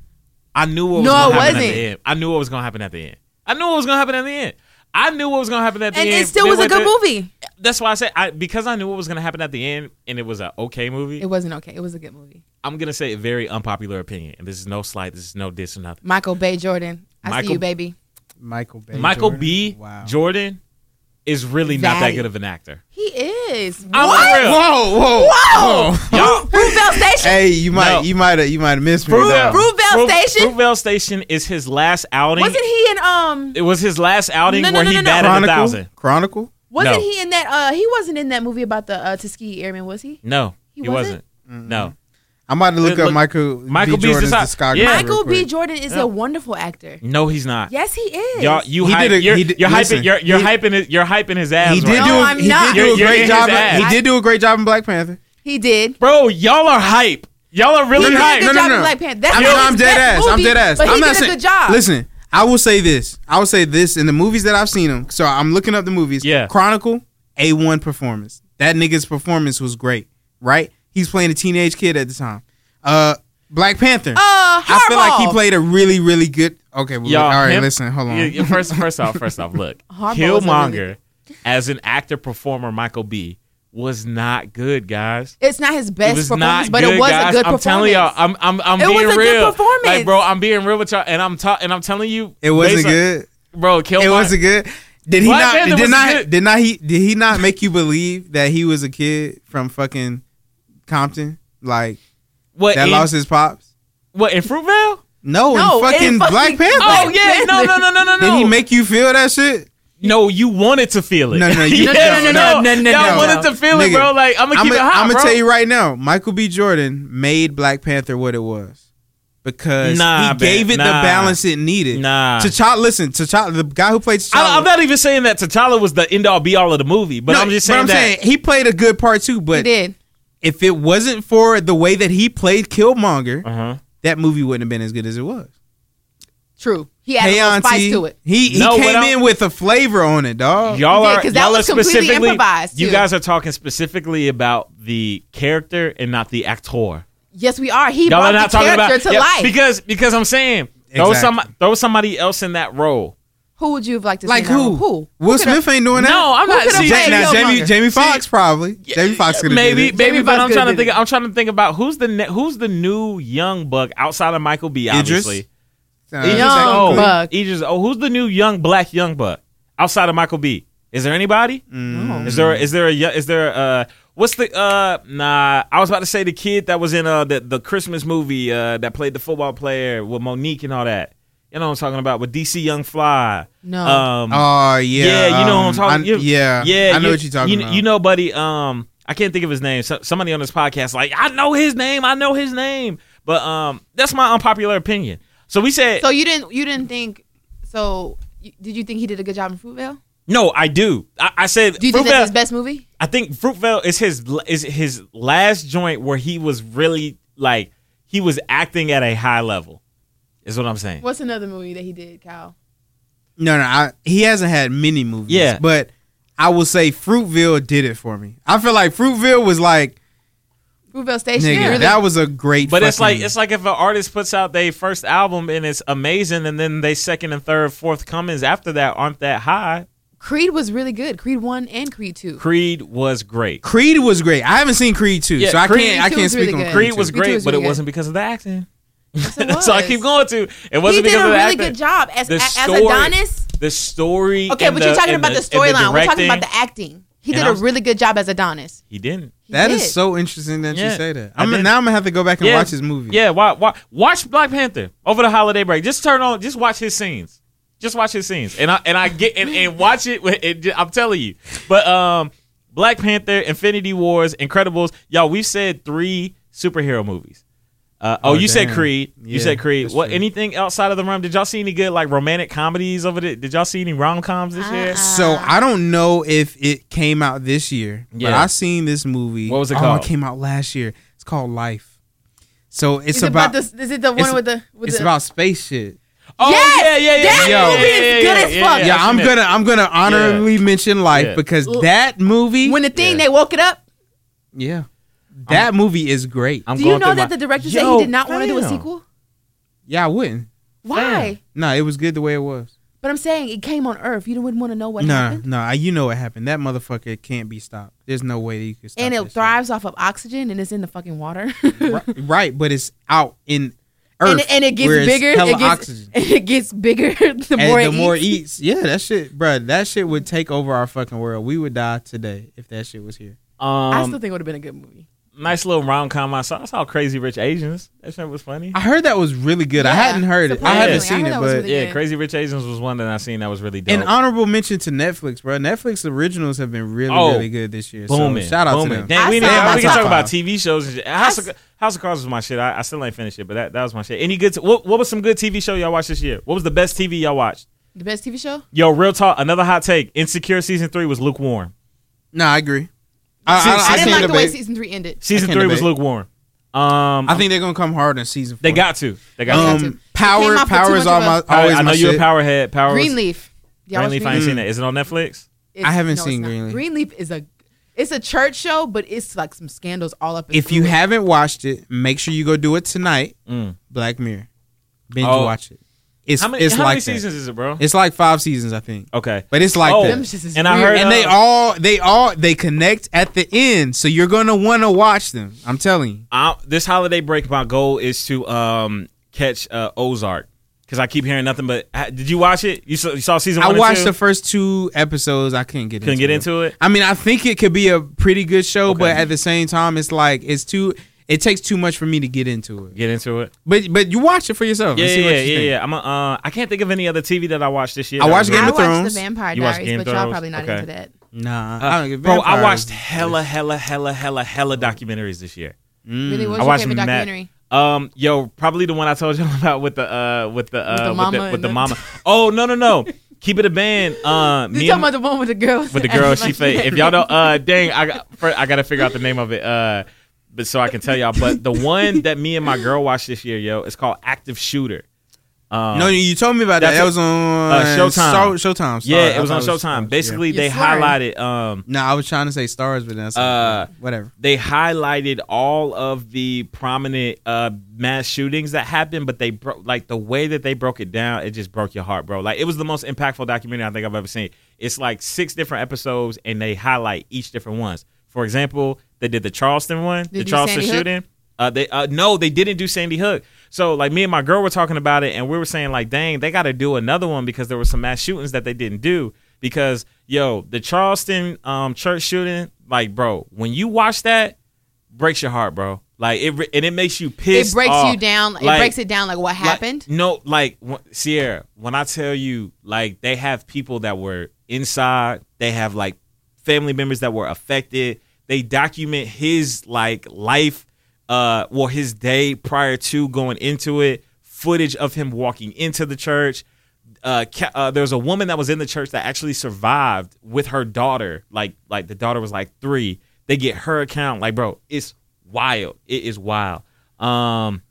Speaker 1: I knew what was
Speaker 2: No,
Speaker 1: gonna
Speaker 2: it
Speaker 1: happen at
Speaker 2: wasn't.
Speaker 1: the end. I knew what was gonna happen at the end. I knew what was gonna happen at the end. I knew what was gonna happen at the
Speaker 2: And
Speaker 1: end.
Speaker 2: it still
Speaker 1: They
Speaker 2: was a
Speaker 1: went
Speaker 2: good
Speaker 1: there-
Speaker 2: movie.
Speaker 1: That's why I said I, because I knew what was gonna happen at the end, and it was an okay movie.
Speaker 2: It wasn't okay. It was a good movie.
Speaker 1: I'm gonna say a very unpopular opinion, and this is no slight, this is no diss or nothing.
Speaker 2: Michael Bay Jordan. I
Speaker 1: Michael-
Speaker 2: see you, baby.
Speaker 3: Michael B.
Speaker 1: Michael B.
Speaker 3: Wow.
Speaker 1: Jordan is really not that
Speaker 2: Value.
Speaker 1: good of an actor.
Speaker 2: He is.
Speaker 1: I'm
Speaker 2: what?
Speaker 1: real. Oh,
Speaker 3: Whoa, whoa,
Speaker 2: Whoa!
Speaker 1: Y'all,
Speaker 2: Fruitvale Station.
Speaker 3: Hey, you might,
Speaker 1: No.
Speaker 3: you might, you might have missed me. with that one.
Speaker 2: Fruitvale Station?
Speaker 1: Fruitvale Station is his last outing.
Speaker 2: Wasn't he in um?
Speaker 1: It was his last outing
Speaker 2: No, no,
Speaker 1: where
Speaker 2: no,
Speaker 1: he
Speaker 2: no, no.
Speaker 1: batted a
Speaker 3: Chronicle.
Speaker 1: thousand.
Speaker 3: Chronicle.
Speaker 2: Wasn't
Speaker 1: No.
Speaker 2: he in that? Uh, he wasn't in that movie about the uh, Tuskegee Airmen, was he?
Speaker 1: No, he,
Speaker 2: He
Speaker 1: wasn't.
Speaker 2: wasn't?
Speaker 1: No,
Speaker 3: I'm about to look
Speaker 1: It look-
Speaker 3: up Michael
Speaker 1: Michael
Speaker 3: B.
Speaker 1: B's
Speaker 3: Jordan's
Speaker 1: disci-
Speaker 3: discography.
Speaker 1: yeah.
Speaker 3: real
Speaker 2: Michael B.
Speaker 3: quick.
Speaker 2: Jordan is
Speaker 1: Yeah.
Speaker 2: a wonderful actor.
Speaker 1: no, he's not.
Speaker 2: Yes, he is.
Speaker 1: Y'all, you
Speaker 3: He
Speaker 1: hype,
Speaker 3: did a-
Speaker 1: you're,
Speaker 3: he did-
Speaker 1: you're
Speaker 3: listen,
Speaker 1: hyping, you're, you're
Speaker 3: he-
Speaker 1: hyping, his, you're hyping his ass.
Speaker 3: He
Speaker 1: right
Speaker 3: did
Speaker 2: No,
Speaker 1: now.
Speaker 3: do.
Speaker 2: I'm
Speaker 3: He
Speaker 2: not.
Speaker 3: did do
Speaker 1: You're-
Speaker 3: a
Speaker 1: you're in
Speaker 3: great
Speaker 1: his
Speaker 3: job.
Speaker 1: ass.
Speaker 3: He did do a great job in Black Panther.
Speaker 2: he did.
Speaker 1: bro. Y'all are hype. Y'all are
Speaker 2: He
Speaker 1: really
Speaker 2: did
Speaker 1: hype.
Speaker 2: a good
Speaker 3: No, no,
Speaker 2: job
Speaker 3: no.
Speaker 2: in Black Panther. That's
Speaker 3: I'm,
Speaker 2: not
Speaker 3: I'm
Speaker 2: his
Speaker 3: dead
Speaker 2: best
Speaker 3: ass. I'm
Speaker 2: movie,
Speaker 3: dead ass.
Speaker 2: But
Speaker 3: I'm
Speaker 2: he
Speaker 3: not
Speaker 2: did
Speaker 3: saying.
Speaker 2: a good job.
Speaker 3: Listen, I will say this. I will say this in the movies that I've seen him. So I'm looking up the movies.
Speaker 1: Yeah.
Speaker 3: Chronicle, A one performance. That nigga's performance was great. Right? He's playing a teenage kid at the time. Uh, Black Panther.
Speaker 2: Uh,
Speaker 3: I feel like he
Speaker 2: Harbaugh.
Speaker 3: played a really, really good. Okay, well,
Speaker 1: Y'all,
Speaker 3: all right.
Speaker 1: him-
Speaker 3: Listen, hold on.
Speaker 1: Yeah, yeah, first, first off, first off, look,
Speaker 2: Harbaugh was a
Speaker 1: Killmonger as an actor performer, Michael B was not good, guys.
Speaker 2: It's not his
Speaker 1: It
Speaker 2: best
Speaker 1: was
Speaker 2: performance,
Speaker 1: not
Speaker 2: but
Speaker 1: good,
Speaker 2: it was
Speaker 1: guys.
Speaker 2: a good
Speaker 1: I'm
Speaker 2: performance.
Speaker 1: telling y'all, I'm I'm I'm
Speaker 2: It
Speaker 1: being
Speaker 2: was a good
Speaker 1: real. Like,
Speaker 2: performance.
Speaker 1: bro, I'm being real with y'all, and I'm ta- and I'm telling you,
Speaker 3: It wasn't
Speaker 1: based on-
Speaker 3: good.
Speaker 1: bro. Kill
Speaker 3: It wasn't good. Did he
Speaker 1: Black
Speaker 3: not?
Speaker 1: Panther
Speaker 3: did
Speaker 1: wasn't
Speaker 3: not?
Speaker 1: good.
Speaker 3: Did not he? Did he not make you believe that he was a kid from fucking Compton, like
Speaker 1: what
Speaker 3: that
Speaker 1: in,
Speaker 3: lost his pops?
Speaker 1: what in Fruitvale?
Speaker 3: No,
Speaker 2: No,
Speaker 3: in fucking
Speaker 2: in fucking-
Speaker 3: Black Panther.
Speaker 1: Oh yeah, no, no, no, no, no, no.
Speaker 3: Did he make you feel that shit?
Speaker 1: No, you wanted to feel it.
Speaker 3: No, no, you-
Speaker 1: Yeah,
Speaker 3: No, no,
Speaker 2: no, no, no,
Speaker 1: Y'all
Speaker 2: no.
Speaker 1: wanted to feel it,
Speaker 3: Nigga,
Speaker 1: bro. Like I'm gonna
Speaker 3: I'm
Speaker 1: keep it hot,
Speaker 3: gonna
Speaker 1: bro.
Speaker 3: tell you right now. Michael B. Jordan made Black Panther what it was because
Speaker 1: Nah,
Speaker 3: he gave
Speaker 1: man,
Speaker 3: it the
Speaker 1: nah.
Speaker 3: balance it needed.
Speaker 1: Nah.
Speaker 3: T'Challa. Listen, T'Challa, the guy who played T'Challa.
Speaker 1: I, am not even saying that T'Challa was the end all be all of the movie, but
Speaker 3: No,
Speaker 1: I'm just saying that.
Speaker 3: he played a good part too.
Speaker 2: he
Speaker 3: But
Speaker 2: did.
Speaker 3: if it wasn't for the way that he played Killmonger,
Speaker 1: uh-huh.
Speaker 3: that movie wouldn't have been as good as it was.
Speaker 2: True. He added a little spice
Speaker 3: Auntie,
Speaker 2: to it.
Speaker 3: He he
Speaker 1: No, what
Speaker 3: came
Speaker 1: I'm-
Speaker 3: in with a flavor on it, dog.
Speaker 1: Y'all
Speaker 2: Oh, Yeah,
Speaker 1: are
Speaker 2: 'cause that
Speaker 1: y'all
Speaker 2: was
Speaker 1: are
Speaker 2: completely
Speaker 1: specifically
Speaker 2: improvised,
Speaker 1: You
Speaker 2: too.
Speaker 1: guys are talking specifically about the character and not the actor.
Speaker 2: Yes, we are. He
Speaker 1: Y'all are
Speaker 2: brought
Speaker 1: not
Speaker 2: the
Speaker 1: talking
Speaker 2: character
Speaker 1: about
Speaker 2: to
Speaker 1: yeah,
Speaker 2: life.
Speaker 1: because because I'm saying throw
Speaker 3: Exactly.
Speaker 1: some throw somebody else in that role.
Speaker 2: who would you have liked to see
Speaker 3: Like
Speaker 2: in that
Speaker 3: who?
Speaker 2: role? Who?
Speaker 3: Will
Speaker 2: Who could've-
Speaker 3: Smith ain't doing that.
Speaker 1: No, I'm
Speaker 2: who
Speaker 1: not.
Speaker 2: could've
Speaker 1: See,
Speaker 2: played
Speaker 3: Ja- now
Speaker 2: Killmonger?
Speaker 3: Jamie Jamie Fox probably. Jamie Fox could have
Speaker 1: maybe
Speaker 3: Did it.
Speaker 1: maybe,
Speaker 2: Jamie
Speaker 1: but
Speaker 2: Fox
Speaker 1: I'm
Speaker 2: could've
Speaker 1: trying to
Speaker 2: did
Speaker 1: think.
Speaker 2: it.
Speaker 1: I'm trying to think about who's the ne- who's the new young buck outside of Michael B.
Speaker 3: Idris?
Speaker 1: Obviously,
Speaker 3: Uh,
Speaker 1: Idris
Speaker 2: Young
Speaker 1: oh,
Speaker 2: buck.
Speaker 1: Idris, oh, who's the new young black young buck outside of Michael B? Is there anybody?
Speaker 3: mm. Hmm.
Speaker 1: Is there is there a yo- is there uh what's the uh nah I was about to say the kid that was in uh the, the Christmas movie uh that played the football player with Monique and all that. You know what I'm talking about with DC Young Fly.
Speaker 2: No.
Speaker 1: Um
Speaker 3: Oh yeah,
Speaker 1: yeah, you know what I'm
Speaker 3: um,
Speaker 1: talking.
Speaker 3: I-
Speaker 1: you-
Speaker 3: yeah,
Speaker 1: yeah.
Speaker 3: I know
Speaker 1: you-
Speaker 3: what you're talking
Speaker 1: you,
Speaker 3: about.
Speaker 1: You know, buddy. Um, I can't think of his name. So, somebody on this podcast, like, I know his name. I know his name. But um, that's my unpopular opinion. So we said,
Speaker 2: So you didn't you didn't think so you, did you think he did a good job in Fruitvale?
Speaker 1: no, I do. I, I said,
Speaker 2: Do you think
Speaker 1: Fruitvale-
Speaker 2: that's his best movie?
Speaker 1: I think Fruitvale is his is his last joint where he was really like he was acting at a high level. Is what I'm saying.
Speaker 2: What's another movie that he did, Kyle?
Speaker 3: No, no, I, he hasn't had many movies.
Speaker 1: Yeah.
Speaker 3: but I will say Fruitville did it for me. I feel like Fruitville was like,
Speaker 2: Fruitvale Station.
Speaker 3: nigga,
Speaker 2: really-
Speaker 3: that was a great.
Speaker 1: But it's like
Speaker 3: fucking-
Speaker 1: it's like if an artist puts out their first album and it's amazing, and then they second and third, fourth comings after that aren't that high.
Speaker 2: Creed was really good. Creed one and Creed two.
Speaker 1: Creed was great.
Speaker 3: Creed was great. I haven't seen Creed two,
Speaker 1: Yeah,
Speaker 3: so I
Speaker 1: Creed
Speaker 3: can't. I
Speaker 2: two
Speaker 3: can't
Speaker 2: was
Speaker 3: speak
Speaker 2: really
Speaker 3: on
Speaker 2: good.
Speaker 1: Creed
Speaker 3: two.
Speaker 1: was
Speaker 2: Me too,
Speaker 1: great,
Speaker 2: it's
Speaker 1: but it
Speaker 2: really good.
Speaker 1: wasn't because of the acting.
Speaker 2: Yes, it
Speaker 1: So I
Speaker 2: was.
Speaker 1: keep going to. It
Speaker 2: He
Speaker 1: wasn't
Speaker 2: did
Speaker 1: because
Speaker 2: a
Speaker 1: of the
Speaker 2: really
Speaker 1: acting.
Speaker 2: good job as
Speaker 1: The
Speaker 2: a- as
Speaker 1: story-
Speaker 2: Adonis.
Speaker 1: The story.
Speaker 2: Okay,
Speaker 1: and
Speaker 2: but you're
Speaker 1: the-
Speaker 2: talking
Speaker 1: and
Speaker 2: about the
Speaker 1: and
Speaker 2: storyline. We're talking
Speaker 1: directing,
Speaker 2: about the acting. He
Speaker 1: And
Speaker 2: did
Speaker 1: I
Speaker 2: a
Speaker 1: was-
Speaker 2: really good job as Adonis.
Speaker 1: He didn't.
Speaker 2: He
Speaker 3: That
Speaker 2: did.
Speaker 3: is so interesting that you
Speaker 1: Yeah.
Speaker 3: say that.
Speaker 1: I
Speaker 3: I'm
Speaker 1: did.
Speaker 3: now I'm gonna have to go back and watch his movie.
Speaker 1: Yeah, watch, watch, Black Panther over the holiday break. Just turn on. Just watch his scenes. Just watch his scenes, and I and I get and, and watch it, with- it. I'm telling you. But um, Black Panther, Infinity Wars, Incredibles, y'all. We've said three superhero movies. Uh, oh,
Speaker 3: Oh,
Speaker 1: you said
Speaker 3: damn.
Speaker 1: Creed. you
Speaker 3: Yeah,
Speaker 1: said Creed.
Speaker 3: that's
Speaker 1: What?
Speaker 3: true.
Speaker 1: Anything outside of the realm? Did y'all see any good like romantic comedies over there? Did y'all see any rom coms this year?
Speaker 2: Uh-uh.
Speaker 3: So I don't know if it came out this year, but
Speaker 1: Yeah.
Speaker 3: I seen this movie.
Speaker 1: What was it
Speaker 3: Oh,
Speaker 1: called?
Speaker 3: it came out last year. It's called Life. So it's
Speaker 2: Is it
Speaker 3: about,
Speaker 2: about, this, is it the one
Speaker 3: it's-
Speaker 2: with the with
Speaker 3: it's
Speaker 2: the,
Speaker 3: about space shit.
Speaker 1: Oh
Speaker 2: Yes!
Speaker 1: yeah, yeah, yeah.
Speaker 2: That
Speaker 1: yeah,
Speaker 2: movie is good as fuck.
Speaker 1: Yeah,
Speaker 3: Yeah,
Speaker 1: I've
Speaker 3: I'm
Speaker 1: seen
Speaker 3: gonna
Speaker 1: it.
Speaker 3: I'm gonna honorably mention Life
Speaker 1: Yeah.
Speaker 3: because
Speaker 2: L-
Speaker 3: that movie
Speaker 2: when the thing
Speaker 1: Yeah.
Speaker 2: they woke it up?
Speaker 3: yeah that movie is great.
Speaker 1: I'm
Speaker 2: Do you
Speaker 1: going
Speaker 2: know
Speaker 1: through
Speaker 2: that
Speaker 1: my-
Speaker 2: the director said
Speaker 1: Yo,
Speaker 2: he did not want to do a
Speaker 1: fam.
Speaker 2: sequel?
Speaker 3: yeah, I wouldn't.
Speaker 2: Why?
Speaker 3: No, it was good the way it was.
Speaker 2: But I'm saying it came on Earth. You wouldn't want to know what
Speaker 3: no,
Speaker 2: happened.
Speaker 3: no, I- you know what happened. That motherfucker can't be stopped. There's no way that you can stop.
Speaker 2: And
Speaker 3: that
Speaker 2: it
Speaker 3: shit.
Speaker 2: thrives off of oxygen and it's in the fucking water.
Speaker 3: Ri- right, but it's out in Earth,
Speaker 2: and, it, and it gets
Speaker 3: where it's
Speaker 2: bigger.
Speaker 3: hella
Speaker 2: It gets,
Speaker 3: oxygen.
Speaker 2: and it gets bigger the
Speaker 3: And
Speaker 2: more
Speaker 3: the
Speaker 2: it
Speaker 3: more it
Speaker 2: eats.
Speaker 3: eats, yeah, that shit, bruh, That shit would take over our fucking world. We would die today if that shit was here.
Speaker 1: Um,
Speaker 2: I still think it would have been a good movie.
Speaker 1: nice little rom com I saw. I saw Crazy Rich Asians. That shit was funny.
Speaker 2: Oh,
Speaker 3: I heard that was really good. I
Speaker 2: Yeah,
Speaker 3: hadn't heard it. I
Speaker 1: surprisingly,
Speaker 3: haven't
Speaker 1: I
Speaker 3: seen
Speaker 2: heard
Speaker 3: it,
Speaker 2: that
Speaker 3: but
Speaker 2: was really
Speaker 1: yeah,
Speaker 2: good.
Speaker 1: Crazy Rich Asians was one that I seen that was really dope.
Speaker 3: an honorable mention to Netflix, bruh. Netflix originals have been really,
Speaker 1: Oh,
Speaker 3: really good this year.
Speaker 1: booming.
Speaker 3: so shout out
Speaker 1: booming.
Speaker 3: to them.
Speaker 1: Dang, we,
Speaker 2: I
Speaker 1: didn't-
Speaker 2: saw-
Speaker 1: we can talk
Speaker 3: I
Speaker 1: about
Speaker 3: saw-
Speaker 1: TV shows and shit. House,
Speaker 2: I
Speaker 1: of, House of Cards was my shit. I, I still ain't finished it, but that, that was my shit. Any good? what, what was some good TV show y'all watched this year? What was the best TV y'all watched?
Speaker 2: The best TV show?
Speaker 1: Yo, real talk. Another hot take. Insecure season three was lukewarm.
Speaker 3: No, I agree.
Speaker 1: See, I
Speaker 2: I, didn't
Speaker 3: can't
Speaker 2: like the way
Speaker 3: debate.
Speaker 2: season three ended.
Speaker 1: Season
Speaker 3: I
Speaker 1: three
Speaker 3: can't
Speaker 1: was
Speaker 3: debate.
Speaker 1: lukewarm. Um,
Speaker 3: I think they're gonna come hard in season. Four.
Speaker 1: they got to. They got
Speaker 2: Um,
Speaker 1: to.
Speaker 2: It came
Speaker 3: um power.
Speaker 2: off with too
Speaker 3: Power is
Speaker 2: much
Speaker 3: all
Speaker 2: of
Speaker 3: my.
Speaker 2: a-
Speaker 1: All right,
Speaker 3: Always
Speaker 1: I know
Speaker 3: my
Speaker 1: you're
Speaker 3: shit.
Speaker 1: a powerhead. Power. was-
Speaker 2: Greenleaf. Y'all watch
Speaker 1: Greenleaf. I ain't seen
Speaker 3: Greenleaf?
Speaker 1: that. Is it on Netflix?
Speaker 2: It's-
Speaker 3: I haven't
Speaker 2: it's
Speaker 3: seen
Speaker 2: not.
Speaker 3: Greenleaf.
Speaker 2: Greenleaf is a it's a church show, but it's like some scandals all up. in
Speaker 3: If you
Speaker 2: Greenleaf.
Speaker 3: haven't watched it, make sure you go do it tonight.
Speaker 1: Mm.
Speaker 3: Black Mirror, binge
Speaker 1: Oh.
Speaker 3: watch it. It's
Speaker 1: How many,
Speaker 3: it's
Speaker 1: how
Speaker 3: like
Speaker 1: many
Speaker 3: that.
Speaker 1: seasons is it, bro?
Speaker 3: It's like five seasons, I think.
Speaker 1: okay.
Speaker 3: But it's like
Speaker 1: oh,
Speaker 3: that.
Speaker 2: Them shits is
Speaker 1: and I
Speaker 2: weird.
Speaker 1: heard
Speaker 3: and they
Speaker 1: uh,
Speaker 3: all they all they connect at the end, so you're gonna want to watch them. I'm telling you.
Speaker 1: I, this holiday break, my goal is to um, catch uh, Ozark because I keep hearing nothing but. ha- Did you watch it? You saw, you saw season
Speaker 3: I
Speaker 1: one. and
Speaker 3: watched
Speaker 1: two?
Speaker 3: the first two episodes. I couldn't get
Speaker 1: Couldn't
Speaker 3: into
Speaker 1: get into it.
Speaker 3: I mean, I think it could be a pretty good show,
Speaker 1: Okay.
Speaker 3: but at the same time, it's like it's too. It takes too much for me to get into it.
Speaker 1: Get into it.
Speaker 3: But but you watch it for yourself.
Speaker 1: Yeah,
Speaker 3: and see
Speaker 1: yeah,
Speaker 3: what
Speaker 1: yeah,
Speaker 3: you
Speaker 1: yeah,
Speaker 3: think.
Speaker 1: yeah. I'm. A, uh, I can't think of any other TV that I watched this year.
Speaker 3: I
Speaker 1: that
Speaker 3: watched
Speaker 1: was
Speaker 3: Game
Speaker 2: I
Speaker 3: of
Speaker 1: really-
Speaker 2: watched
Speaker 3: Thrones.
Speaker 2: the Vampire
Speaker 1: You watch
Speaker 2: Diaries,
Speaker 1: Game
Speaker 2: but
Speaker 1: of
Speaker 2: y'all
Speaker 1: Thrones?
Speaker 2: probably not
Speaker 1: Okay.
Speaker 2: into that.
Speaker 3: Nah, I don't,
Speaker 1: Uh, Bro, I
Speaker 3: vampires-
Speaker 1: watched hella, hella, hella, hella, hella documentaries this year.
Speaker 2: Really,
Speaker 1: I
Speaker 2: what's your
Speaker 1: watched
Speaker 2: favorite
Speaker 1: Matt-
Speaker 2: documentary?
Speaker 1: Um, yo, probably the one I told you about with the uh with the uh with the
Speaker 2: mama
Speaker 1: with the,
Speaker 2: and the-
Speaker 1: mama. Oh no no no, keep it a band. Uh,
Speaker 2: You
Speaker 1: me
Speaker 2: talking
Speaker 1: and,
Speaker 2: about the one with the girls?
Speaker 1: with the girl she
Speaker 2: Like,
Speaker 1: fake. If y'all don't, uh, dang, I got fir- I gotta figure out the name of it. Uh, but so I can tell y'all. But the one that me and my girl watched this year, yo, it's called Active Shooter. Um,
Speaker 3: No, you told me about that.
Speaker 1: That's
Speaker 3: That
Speaker 1: a-
Speaker 3: was on
Speaker 1: uh, Showtime.
Speaker 3: Star- Showtime. Stars.
Speaker 1: yeah,
Speaker 3: I
Speaker 1: it was on
Speaker 3: thought
Speaker 1: Showtime.
Speaker 3: Stars,
Speaker 1: Basically,
Speaker 2: You're
Speaker 1: they
Speaker 2: slurring.
Speaker 1: highlighted um
Speaker 3: yeah. Nah, I was trying to say stars, but that's
Speaker 1: Uh,
Speaker 3: whatever.
Speaker 1: they highlighted all of the prominent uh, mass shootings that happened, but they broke like the way that they broke it down. It just broke your heart, bro. Like it was the most impactful documentary I think I've ever seen. It's like six different episodes, and they highlight each different ones. For example, they did the Charleston one, the
Speaker 2: do
Speaker 1: Charleston
Speaker 2: Sandy Hook?
Speaker 1: shooting. Uh, they uh, no, they didn't do Sandy Hook. So like me and my girl were talking about it, and we were saying like, dang, they got to do another one because there were some mass shootings that they didn't do. Because yo, the Charleston um, church shooting, like bro, when you watch that, breaks your heart, bro. Like it, re- and it makes you pissed.
Speaker 2: it breaks
Speaker 1: off.
Speaker 2: you down. It
Speaker 1: Like-
Speaker 2: breaks it down like what
Speaker 1: like-
Speaker 2: happened.
Speaker 1: no, like wh- Sierra, when I tell you, like they have people that were inside, they have like family members that were affected. They document his like life, uh, or his day prior to going into it. Footage of him walking into the church. Uh, ca- uh, there was a woman that was in the church that actually survived with her daughter. Like, like the daughter was like three. They get her account. Like, bro, it's wild. It is wild. Um,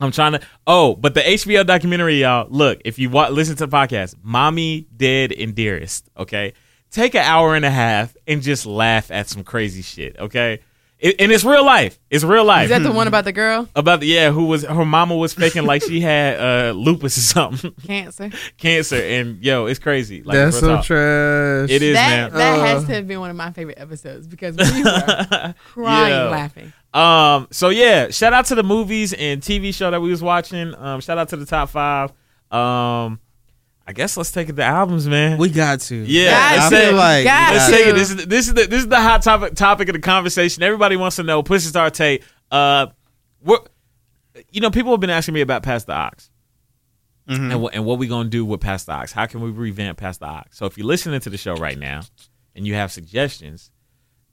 Speaker 1: I'm trying to. Oh, but the HBO documentary, y'all. Look, if you wa listen to the podcast, "Mommy, Dead, and Dearest." Okay, take an hour and a half and just laugh at some crazy shit. Okay, It- and it's real life. It's real life Hmm.
Speaker 2: Is that the one about the girl
Speaker 1: about the, yeah, who was her mama was faking like she had uh, lupus or something,
Speaker 2: cancer?
Speaker 1: cancer, and yo, it's crazy. Like, real
Speaker 3: that's so
Speaker 1: talk.
Speaker 3: trash.
Speaker 1: It is, man.
Speaker 2: that that
Speaker 3: Uh.
Speaker 2: has to have been one of my favorite episodes because we were crying
Speaker 1: Yeah.
Speaker 2: laughing.
Speaker 1: Um, so yeah, shout out to the movies and TV show that we was watching. Um, shout out to the top five. Um, I guess let's take it to albums, man.
Speaker 3: We got to.
Speaker 1: Yeah,
Speaker 2: Got
Speaker 1: I
Speaker 3: I
Speaker 2: to,
Speaker 1: said,
Speaker 3: feel like
Speaker 2: got
Speaker 1: let's
Speaker 2: to.
Speaker 1: take it. This is this is the this is the hot topic topic of the conversation. Everybody wants to know. Pussy Star Tate. Uh, what? You know, people have been asking me about Past the Ox,
Speaker 3: Mhm.
Speaker 1: and what and what we gonna do with Past the Ox? How can we revamp Past the Ox? So if you're listening to the show right now, and you have suggestions,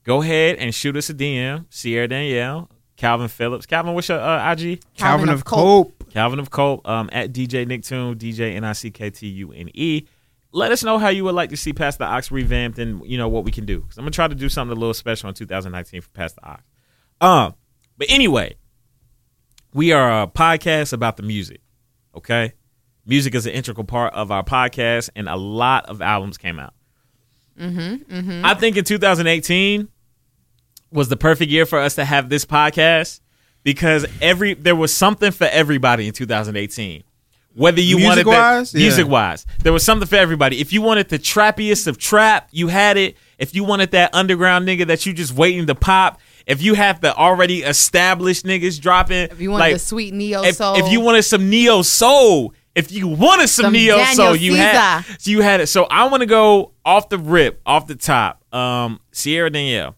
Speaker 1: go ahead and shoot us a DM. Sierra Danielle, Calvin Phillips, Calvin, what's your uh, IG?
Speaker 3: Calvin
Speaker 2: Calvin
Speaker 3: of
Speaker 2: of Cope.
Speaker 3: Cope.
Speaker 1: Calvin of Colt um, at DJ Nicktoon, DJ N I C K T U N E. Let us know how you would like to see Past the Ox revamped and you know what we can do. Because I'm gonna try to do something a little special in 2019 for Past the Ox. Um, but anyway, we are a podcast about the music. Okay, music is an integral part of our podcast, and a lot of albums came out. Mm-hmm, I think in 2018 was the perfect year for us to have this podcast because every there was something for everybody in 2018. Whether you wanted the-
Speaker 3: Music-wise? Yeah.
Speaker 1: music wise, there was something for everybody. If you wanted the trappiest of trap, you had it. If you wanted that underground nigga that you just waiting to pop, if you have the already established niggas dropping,
Speaker 2: If you want the sweet neo
Speaker 1: if,
Speaker 2: soul,
Speaker 1: if you wanted some neo soul, if you wanted some,
Speaker 2: Some
Speaker 1: neo
Speaker 2: Daniel
Speaker 1: soul, you had
Speaker 2: Caesar.
Speaker 1: you had it. So I want to go off the rip, off the top. Um, Sierra Danielle,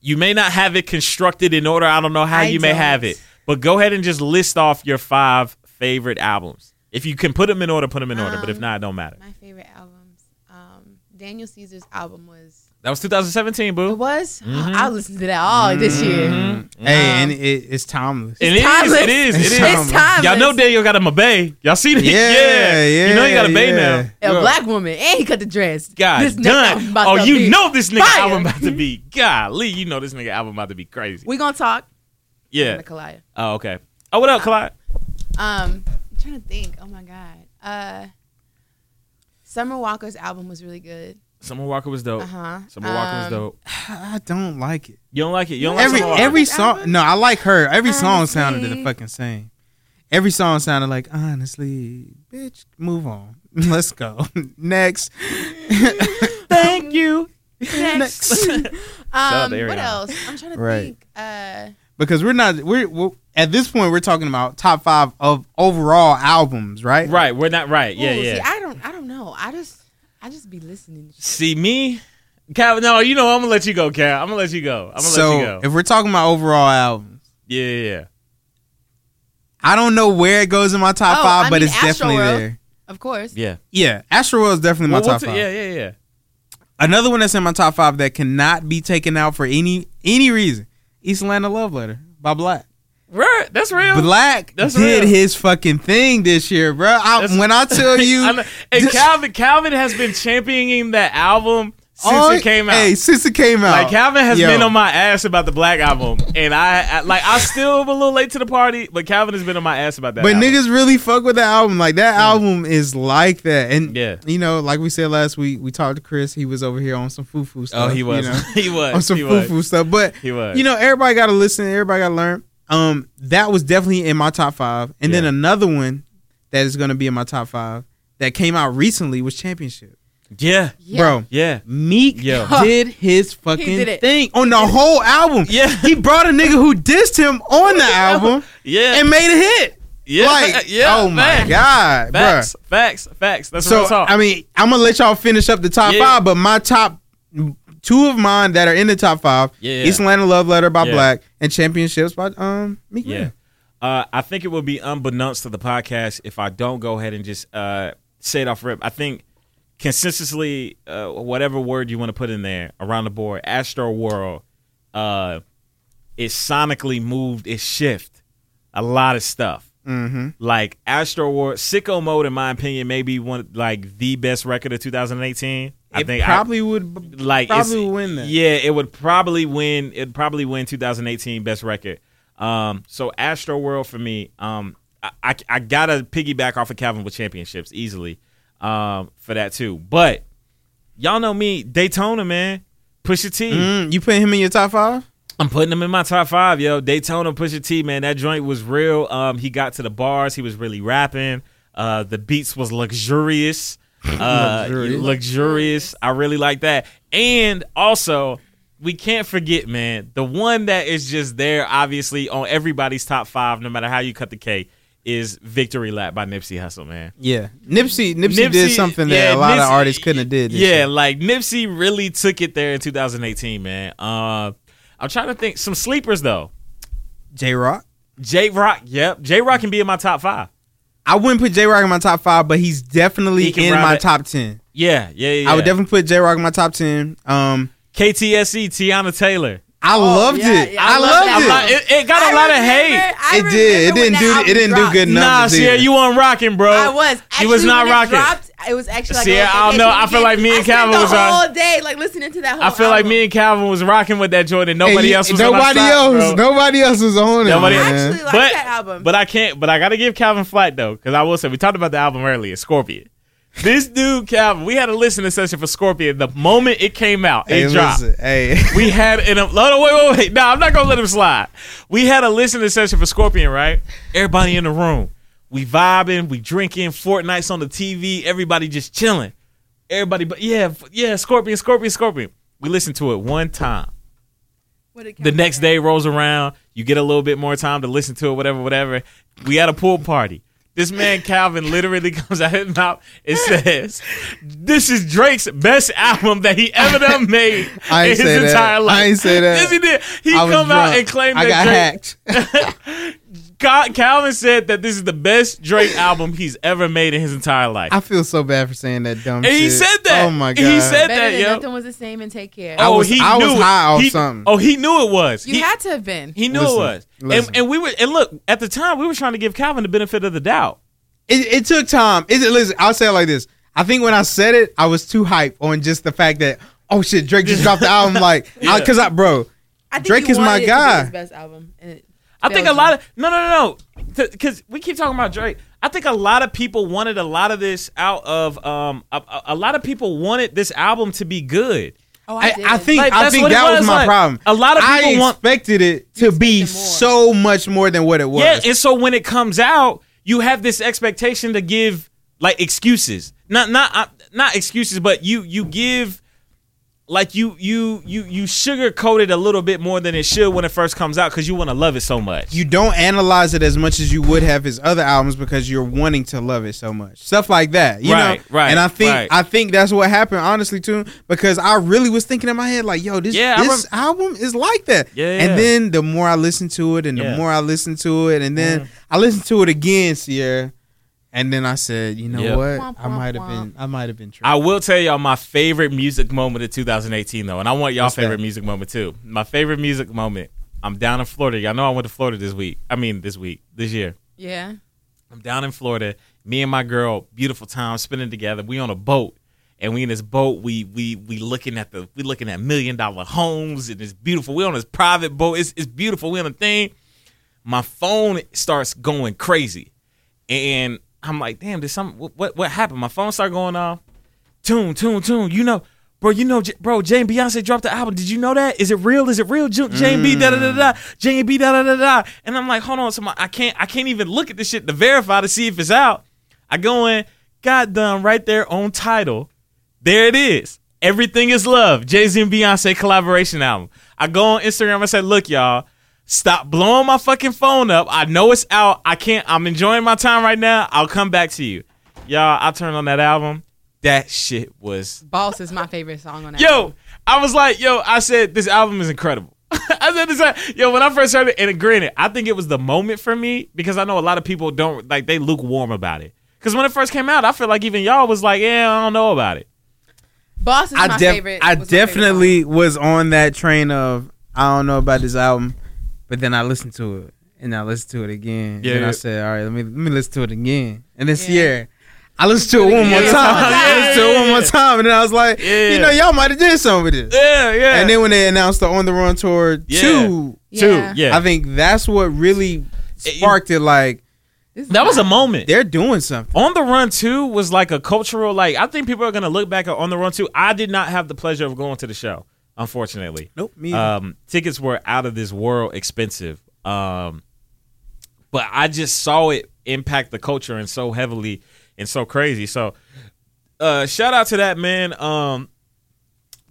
Speaker 1: you may not have it constructed in order. I don't know how
Speaker 2: I
Speaker 1: you may
Speaker 2: don't.
Speaker 1: have it, but go ahead and just list off your five favorite albums. If you can put them in order, put them in order. But if
Speaker 2: Um,
Speaker 1: not, it don't matter.
Speaker 2: my favorite albums, um, Daniel Caesar's album was
Speaker 1: That was 2017, boo.
Speaker 2: it was.
Speaker 1: Mm-hmm.
Speaker 2: I listened to that all this year.
Speaker 3: Mm-hmm. Hey, and it, it's timeless.
Speaker 1: It is,
Speaker 2: timeless.
Speaker 1: It is. It
Speaker 3: It's
Speaker 1: is.
Speaker 3: timeless.
Speaker 2: It's timeless.
Speaker 1: Y'all know Daniel got him a bay. Y'all see that?
Speaker 3: Yeah,
Speaker 1: You know he
Speaker 3: yeah,
Speaker 1: got a bay
Speaker 3: yeah.
Speaker 1: now.
Speaker 2: a black woman and he cut the dress.
Speaker 1: God
Speaker 2: This next album
Speaker 1: done.
Speaker 2: about
Speaker 1: Oh,
Speaker 2: to
Speaker 1: you
Speaker 2: be
Speaker 1: know this nigga
Speaker 2: fire. Mm-hmm.
Speaker 1: album about to be. Golly, you know this nigga album about to be crazy.
Speaker 2: We gonna talk.
Speaker 1: Yeah.
Speaker 2: Nikolaya.
Speaker 1: Oh, okay. Oh, what up, Clyde?
Speaker 2: Um, I'm trying to think. Oh my god. Uh, Summer Walker's album was really good.
Speaker 1: Summer Walker was dope.
Speaker 2: Uh huh.
Speaker 1: Oh, Summer Walker was
Speaker 2: Um,
Speaker 1: dope.
Speaker 3: I don't like it.
Speaker 1: You don't like it. You don't like
Speaker 3: Every
Speaker 1: Summer Walker.
Speaker 3: every
Speaker 2: Walker.
Speaker 3: song. No, I like her. Every song
Speaker 2: Honestly.
Speaker 3: sounded the fucking same. Every song sounded like, honestly, bitch, move on. Let's go. Next. Thank you. Next.
Speaker 2: Um,
Speaker 1: to
Speaker 2: what
Speaker 1: Ariana.
Speaker 2: else? I'm trying to
Speaker 3: Right.
Speaker 2: think. Uh,
Speaker 3: because we're not, we're, we're, at this point, we're talking about top five of overall albums, right?
Speaker 1: Right, we're not right. Yeah,
Speaker 2: ooh,
Speaker 1: yeah.
Speaker 2: See, I don't. I don't know. I just. I just be listening. to shit.
Speaker 1: See me, Cal. No, you know I'm gonna let you go, Cal. I'm gonna let you go. I'm gonna
Speaker 3: so
Speaker 1: let you go.
Speaker 3: if we're talking about overall albums,
Speaker 1: yeah, yeah, yeah.
Speaker 3: I don't know where it goes in my top
Speaker 2: Oh,
Speaker 3: five,
Speaker 2: I
Speaker 3: but
Speaker 2: mean,
Speaker 3: it's definitely
Speaker 2: Astroworld.
Speaker 3: there.
Speaker 2: Of course.
Speaker 1: yeah.
Speaker 3: Yeah, Astroworld is definitely
Speaker 1: Well,
Speaker 3: my top
Speaker 1: what's it-
Speaker 3: five.
Speaker 1: yeah, yeah, yeah.
Speaker 3: Another one that's in my top five that cannot be taken out for any any reason. East Atlanta Love Letter by Black.
Speaker 1: Right, that's real.
Speaker 3: Black
Speaker 1: That's
Speaker 3: did
Speaker 1: real.
Speaker 3: his fucking thing this year, bro. I,
Speaker 1: That's-
Speaker 3: when I tell you,
Speaker 1: I know- and
Speaker 3: this-
Speaker 1: Calvin, Calvin has been championing that album since
Speaker 3: all-
Speaker 1: it came out.
Speaker 3: hey, since it came out,
Speaker 1: Like Calvin has
Speaker 3: Yo,
Speaker 1: been on my ass about the Black album, and I, I like I still am a little late to the party, but Calvin has been on my ass about that.
Speaker 3: But
Speaker 1: album.
Speaker 3: niggas really fuck with that album. Like that album is like that, and
Speaker 1: Yeah.
Speaker 3: you know, like we said last week, we talked to Chris. He was over here on some foo foo
Speaker 1: oh,
Speaker 3: stuff.
Speaker 1: he was,
Speaker 3: you know?
Speaker 1: he was,
Speaker 3: on some
Speaker 1: he
Speaker 3: foo
Speaker 1: was.
Speaker 3: foo stuff. But
Speaker 1: He was.
Speaker 3: you know, everybody got to listen. Everybody got to learn. Um, that was definitely in my top five. And then
Speaker 1: Yeah.
Speaker 3: another one that is going to be in my top five that came out recently was Championship,
Speaker 1: yeah,
Speaker 2: Yeah.
Speaker 3: bro.
Speaker 1: yeah.
Speaker 3: Meek
Speaker 1: Yo.
Speaker 3: did his fucking
Speaker 2: did it.
Speaker 3: thing on the whole album.
Speaker 1: Yeah.
Speaker 3: he brought a nigga who dissed him on the album
Speaker 1: Yeah,
Speaker 3: and made a hit.
Speaker 1: yeah,
Speaker 3: like,
Speaker 1: yeah.
Speaker 3: oh my
Speaker 1: facts.
Speaker 3: god, bro.
Speaker 1: facts, facts, facts. That's
Speaker 3: So
Speaker 1: real talk.
Speaker 3: I mean, I'm gonna let y'all finish up the top
Speaker 1: Yeah.
Speaker 3: five, but my top two of mine that are in the top five:
Speaker 1: Yeah.
Speaker 3: East Atlanta Love Letter by
Speaker 1: Yeah.
Speaker 3: Black and Championships by um Meek
Speaker 1: Yeah.
Speaker 3: Mill.
Speaker 1: Uh, I think it would be unbeknownst to the podcast if I don't go ahead and just uh, say it off rip. I think consistently, uh, whatever word you want to put in there around the board, Astro World, uh, it sonically moved, it shift a lot of stuff. Mm-hmm. Like Astro World, Sicko Mode, in my opinion, may be one like the best record of 2018. I
Speaker 3: It
Speaker 1: think I-
Speaker 3: probably would
Speaker 1: like it's-
Speaker 3: probably would win that.
Speaker 1: Yeah, it would probably win. It would probably win 2018 best record. Um, so Astro World for me. Um, I, I I gotta piggyback off of Calvin with championships easily. Um, for that too. But y'all know me, Daytona man, Pusha T.
Speaker 3: Mm, you put him in your top five?
Speaker 1: I'm putting him in my top five, yo. Daytona Pusha T, man, that joint was real. Um, he got to the bars, he was really rapping. Uh, the beats was luxurious, uh, luxurious.
Speaker 3: Luxurious.
Speaker 1: I really like that. And also, we can't forget, man, the one that is just there, obviously on everybody's top five, no matter how you cut the cake, is "Victory Lap" by Nipsey Hussle, man.
Speaker 3: Yeah, Nipsey Nipsey, did
Speaker 1: Nipsey-
Speaker 3: something
Speaker 1: yeah,
Speaker 3: that a lot
Speaker 1: Nipsey-
Speaker 3: of artists couldn't have did. This
Speaker 1: yeah,
Speaker 3: year.
Speaker 1: like Nipsey really took it there in 2018, man. Uh, I'm trying to think some sleepers though.
Speaker 3: J Rock.
Speaker 1: J Rock, yep. J Rock can be in my top five.
Speaker 3: I wouldn't put J Rock in my top five, but he's definitely
Speaker 1: He can
Speaker 3: in
Speaker 1: rob
Speaker 3: my
Speaker 1: it.
Speaker 3: top ten.
Speaker 1: Yeah, yeah, yeah.
Speaker 3: I would definitely put J Rock in my top ten. Um,
Speaker 1: KTSE, E, Tiana Taylor.
Speaker 3: I loved
Speaker 2: yeah,
Speaker 3: it.
Speaker 2: yeah, I
Speaker 3: I,
Speaker 2: love
Speaker 3: loved
Speaker 2: that.
Speaker 1: I'm
Speaker 3: it.
Speaker 1: not- it, it got a
Speaker 2: I
Speaker 1: lot of
Speaker 2: remember-
Speaker 1: hate.
Speaker 2: I
Speaker 3: It did. It
Speaker 2: remember when
Speaker 3: didn't do-
Speaker 2: that
Speaker 3: it didn't
Speaker 2: album
Speaker 3: do good
Speaker 2: dropped.
Speaker 3: numbers
Speaker 1: Nah,
Speaker 3: either.
Speaker 1: Sierra, you weren't rocking, bro.
Speaker 2: I was. Actually,
Speaker 1: you was not
Speaker 2: when it
Speaker 1: rocking.
Speaker 2: Dropped, it was actually like.
Speaker 1: See,
Speaker 2: okay,
Speaker 1: I don't
Speaker 2: okay,
Speaker 1: know.
Speaker 2: so
Speaker 1: I
Speaker 2: we
Speaker 1: feel
Speaker 2: did-
Speaker 1: like me and
Speaker 2: I spent
Speaker 1: Calvin was
Speaker 2: the
Speaker 1: on-
Speaker 2: whole day like listening to that whole.
Speaker 1: I feel like
Speaker 2: album.
Speaker 1: me and Calvin was rocking with that joint, and
Speaker 3: And
Speaker 1: nobody
Speaker 3: you-
Speaker 1: else was. on our
Speaker 3: nobody
Speaker 1: side, bro.
Speaker 3: else. Nobody else was on it.
Speaker 1: Nobody-
Speaker 3: man.
Speaker 1: I
Speaker 2: actually like
Speaker 1: but,
Speaker 2: that album.
Speaker 1: But I can't. But I gotta give Calvin flat though, because I will say we talked about the album earlier, Scorpion. This dude, Calvin, we had a listening session for Scorpion the moment it came out.
Speaker 3: Hey,
Speaker 1: it dropped.
Speaker 3: listen, hey.
Speaker 1: We had an no, no, wait, wait, wait. No, I'm not gonna let him slide. We had a listening session for Scorpion, right? Everybody in the room. We vibing, we drinking, Fortnite's on the TV, everybody just chilling. Everybody, but yeah, f- yeah, Scorpion, Scorpion, Scorpion. We listened to it one time.
Speaker 2: What did
Speaker 1: The
Speaker 2: Calvin
Speaker 1: next
Speaker 2: say?
Speaker 1: day rolls around, you get a little bit more time to listen to it, whatever, whatever. We had a pool party. This man Calvin literally comes out his mouth and says, "This is Drake's best album that he ever done made
Speaker 3: I
Speaker 1: in his
Speaker 3: ain't say that.
Speaker 1: entire life."
Speaker 3: I ain't say that.
Speaker 1: Yes, he did. He
Speaker 3: I was
Speaker 1: come out
Speaker 3: drunk.
Speaker 1: and claimed
Speaker 3: I
Speaker 1: that
Speaker 3: got
Speaker 1: Drake.
Speaker 3: hacked.
Speaker 1: Cal- Calvin said that this is the best Drake album he's ever made in his entire life.
Speaker 3: I feel so bad for saying that dumb
Speaker 1: And
Speaker 3: shit.
Speaker 1: he said that.
Speaker 3: Oh my
Speaker 1: He
Speaker 3: god.
Speaker 1: said-
Speaker 2: Better
Speaker 1: that,
Speaker 2: than
Speaker 1: yo.
Speaker 2: nothing was the same and take care.
Speaker 3: I
Speaker 1: oh,
Speaker 3: was-
Speaker 1: he
Speaker 3: I was
Speaker 1: knew it.
Speaker 3: high off
Speaker 1: He-
Speaker 3: something.
Speaker 1: Oh, he knew it was.
Speaker 2: you
Speaker 1: he,
Speaker 2: had to have been.
Speaker 1: he knew
Speaker 3: Listen,
Speaker 1: it was.
Speaker 3: listen.
Speaker 1: And, and we were and look at the time we were trying to give Calvin the benefit of the doubt.
Speaker 3: it, it took time. It, listen, I'll say it like this. I think when I said it, I was too hyped on just the fact that oh shit, Drake just dropped the album. Like, I, cause I bro,
Speaker 2: I think
Speaker 3: Drake
Speaker 2: he
Speaker 3: is my
Speaker 2: wanted it to be
Speaker 3: guy.
Speaker 2: His best album. and it
Speaker 1: I think a
Speaker 2: failed
Speaker 1: lot
Speaker 2: him.
Speaker 1: of no no no no because we keep talking about Drake. I think a lot of people wanted a lot of this out of um a, a- a lot of people wanted this album to be good.
Speaker 2: Oh,
Speaker 3: I, I think
Speaker 1: Like,
Speaker 3: I
Speaker 1: that's
Speaker 3: think
Speaker 1: what it
Speaker 3: that was,
Speaker 1: was,
Speaker 3: my
Speaker 1: like,
Speaker 3: problem.
Speaker 1: a lot of people
Speaker 3: I
Speaker 1: want-
Speaker 3: expected it to be
Speaker 2: expected more.
Speaker 3: so much more than what it was.
Speaker 1: Yeah, and so when it comes out, you have this expectation to give like excuses, not not uh, not excuses, but you you give like you you you you sugarcoat it a little bit more than it should when it first comes out because you want to love it so much.
Speaker 3: you don't analyze it as much as you would have his other albums because you're wanting to love it so much. Stuff like that, you
Speaker 1: Right,
Speaker 3: know.
Speaker 1: right,
Speaker 3: And I think
Speaker 1: right.
Speaker 3: I think that's what happened, honestly, too, because I really was thinking in my head like, "Yo, this
Speaker 1: Yeah, I
Speaker 3: this album is like that."
Speaker 1: Yeah, yeah.
Speaker 3: And then the more I listened to it, and
Speaker 1: Yeah. Mm.
Speaker 3: the more I listened to it, and then I listened to it again, Sierra, and then I said, "You know
Speaker 1: Yep.
Speaker 3: what?
Speaker 2: Womp,
Speaker 3: I might have
Speaker 2: womp,
Speaker 3: been I might have been tripping."
Speaker 1: I will tell y'all my favorite music moment of 2018 though, and I want y'all
Speaker 3: What's that?
Speaker 1: favorite music moment too. My favorite music moment. I'm down in Florida. Y'all know I went to Florida this week. I mean, this week, this year.
Speaker 2: yeah.
Speaker 1: I'm down in Florida. Me and my girl, beautiful time spending together. We on a boat, and we in this boat. We we we looking at the we looking at million dollar homes, and it's beautiful. We on this private boat. It's it's beautiful. We on a thing. My phone starts going crazy, and I'm like, damn, did some what what, what happened? My phone started going off. Tune, tune, tune. You know, bro, you know, J- bro, Jay and Beyonce dropped the album. Did you know that? Is it real? Is it real? J- Jay and B, da da da da. Jay and B, da da da da. And I'm like, hold on, so my, I can't, I can't even look at this shit to verify to see if it's out. I go in, got done right there on title. There it is. Everything is love. Jay Z and Beyonce collaboration album. I go on Instagram. I say, look, y'all, stop blowing my fucking phone up. I know it's out. I can't. I'm enjoying my time right now. I'll come back to you. Y'all, I turned on that album. That shit was
Speaker 2: Boss is my favorite song on that.
Speaker 1: yo. I was like, yo. I said this album is incredible. I said this, al- yo. When I first heard it, and granted, I think it was the moment for me because I know a lot of people don't like they lukewarm about it. Because when it first came out, I feel like even y'all was like, yeah, I don't know about it.
Speaker 2: Boss is
Speaker 3: I,
Speaker 2: my
Speaker 3: def-
Speaker 2: favorite.
Speaker 3: I
Speaker 2: was my favorite
Speaker 3: definitely was on that train of I don't know about this album, but then I listened to it and I listened to it again.
Speaker 1: Yeah,
Speaker 3: and
Speaker 1: yeah.
Speaker 3: I said, all right, let me let me listen to it again. And this
Speaker 2: Yeah.
Speaker 3: year, I listened to it one more
Speaker 1: Yeah.
Speaker 3: time. I
Speaker 1: Yeah,
Speaker 3: listened to it
Speaker 1: yeah,
Speaker 3: one more
Speaker 1: yeah.
Speaker 3: time, and then I was like,
Speaker 1: Yeah.
Speaker 3: you know, y'all might have did something with this.
Speaker 1: Yeah, yeah.
Speaker 3: And then when they announced the On the Run tour
Speaker 1: Yeah.
Speaker 3: two,
Speaker 2: Yeah.
Speaker 1: Yeah.
Speaker 3: I think that's what really sparked it. Like
Speaker 2: This is
Speaker 1: that was
Speaker 2: my-
Speaker 1: a moment.
Speaker 3: they're doing something.
Speaker 1: On the Run 2 was like a cultural, like, I think people are going to look back at On the Run 2. I did not have the pleasure of going to the show, unfortunately.
Speaker 3: Nope, me. either.
Speaker 1: Um, tickets were out of this world expensive. Um, but I just saw it impact the culture and so heavily and so crazy. So, uh, shout out to that, man. Um,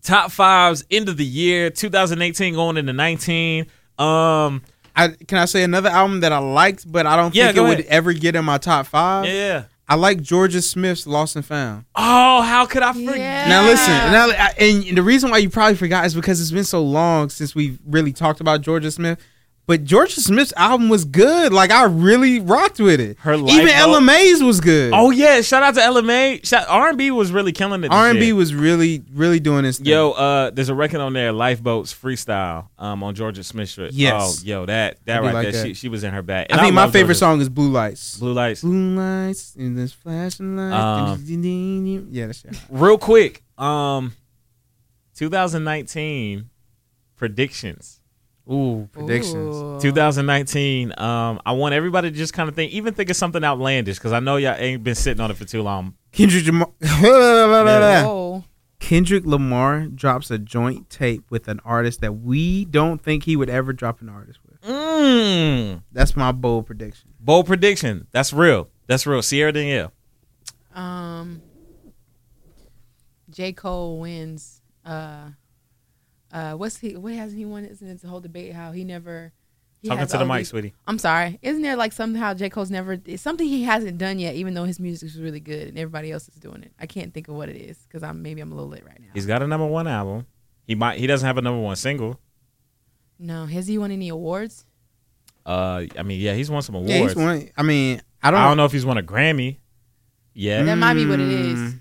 Speaker 1: top fives, end of the year, 2018 going into 19. Um,
Speaker 3: I, can I say another album that I liked, but I don't
Speaker 1: Yeah,
Speaker 3: think it
Speaker 1: go
Speaker 3: would
Speaker 1: ahead.
Speaker 3: ever get in my top five?
Speaker 1: yeah.
Speaker 3: I like Georgia Smith's Lost and Found.
Speaker 1: Oh, how could I forget?
Speaker 2: Yeah.
Speaker 3: Now listen, now I- and the reason why you probably forgot is because it's been so long since we really talked about Georgia Smith. But Georgia Smith's album was good. Like I really rocked with it.
Speaker 1: Her
Speaker 3: even
Speaker 1: Lifeboat-
Speaker 3: Ella Mays was good.
Speaker 1: Oh yeah, shout out to LMA. Shout- R&B was really killing it. this
Speaker 3: R and B
Speaker 1: year.
Speaker 3: was really, really doing this. Thing.
Speaker 1: Yo, uh, there's a record on there, Lifeboats Freestyle, um, on Georgia Smith. Street.
Speaker 3: Yes.
Speaker 1: Oh, yo, that that
Speaker 3: I do
Speaker 1: right
Speaker 3: like
Speaker 1: there.
Speaker 3: that.
Speaker 1: She, she was in her bag.
Speaker 3: I
Speaker 1: And
Speaker 3: think my
Speaker 1: love
Speaker 3: favorite
Speaker 1: Georgia-
Speaker 3: song is Blue Lights.
Speaker 1: Blue Lights.
Speaker 3: Blue Lights in this flashing
Speaker 1: Um,
Speaker 3: light. yeah, that's it.
Speaker 1: Real quick, um, 2019 predictions.
Speaker 3: Ooh, predictions.
Speaker 2: Ooh.
Speaker 1: 2019. Um, I want everybody to just kind of think, even think of something outlandish, because I know y'all ain't been sitting on it for too long.
Speaker 3: Kendrick Lamar.
Speaker 2: Oh,
Speaker 3: Kendrick Lamar drops a joint tape with an artist that we don't think he would ever drop an artist with.
Speaker 1: Mm,
Speaker 3: That's my bold prediction.
Speaker 1: bold prediction. That's real. That's real. Sierra Danielle.
Speaker 2: um, J Cole wins. Uh, uh, what's he? What hasn't he won? Isn't it the whole debate how he never? He
Speaker 1: Talking
Speaker 2: has
Speaker 1: to the
Speaker 2: all
Speaker 1: mic,
Speaker 2: these-
Speaker 1: sweetie.
Speaker 2: I'm sorry. Isn't there like somehow J Cole's never? It's something he hasn't done yet, even though his music's really good and everybody else is doing it. I can't think of what it is because I'm maybe I'm a little lit right now.
Speaker 1: He's got a number one album. He might. He doesn't have a number one single.
Speaker 2: no, has he won any awards?
Speaker 1: Uh, I mean, yeah, he's won some awards.
Speaker 3: Yeah, he's one. I mean, I don't.
Speaker 1: I don't know if he's won a Grammy. Yeah,
Speaker 2: That might be what it is.
Speaker 3: Mm.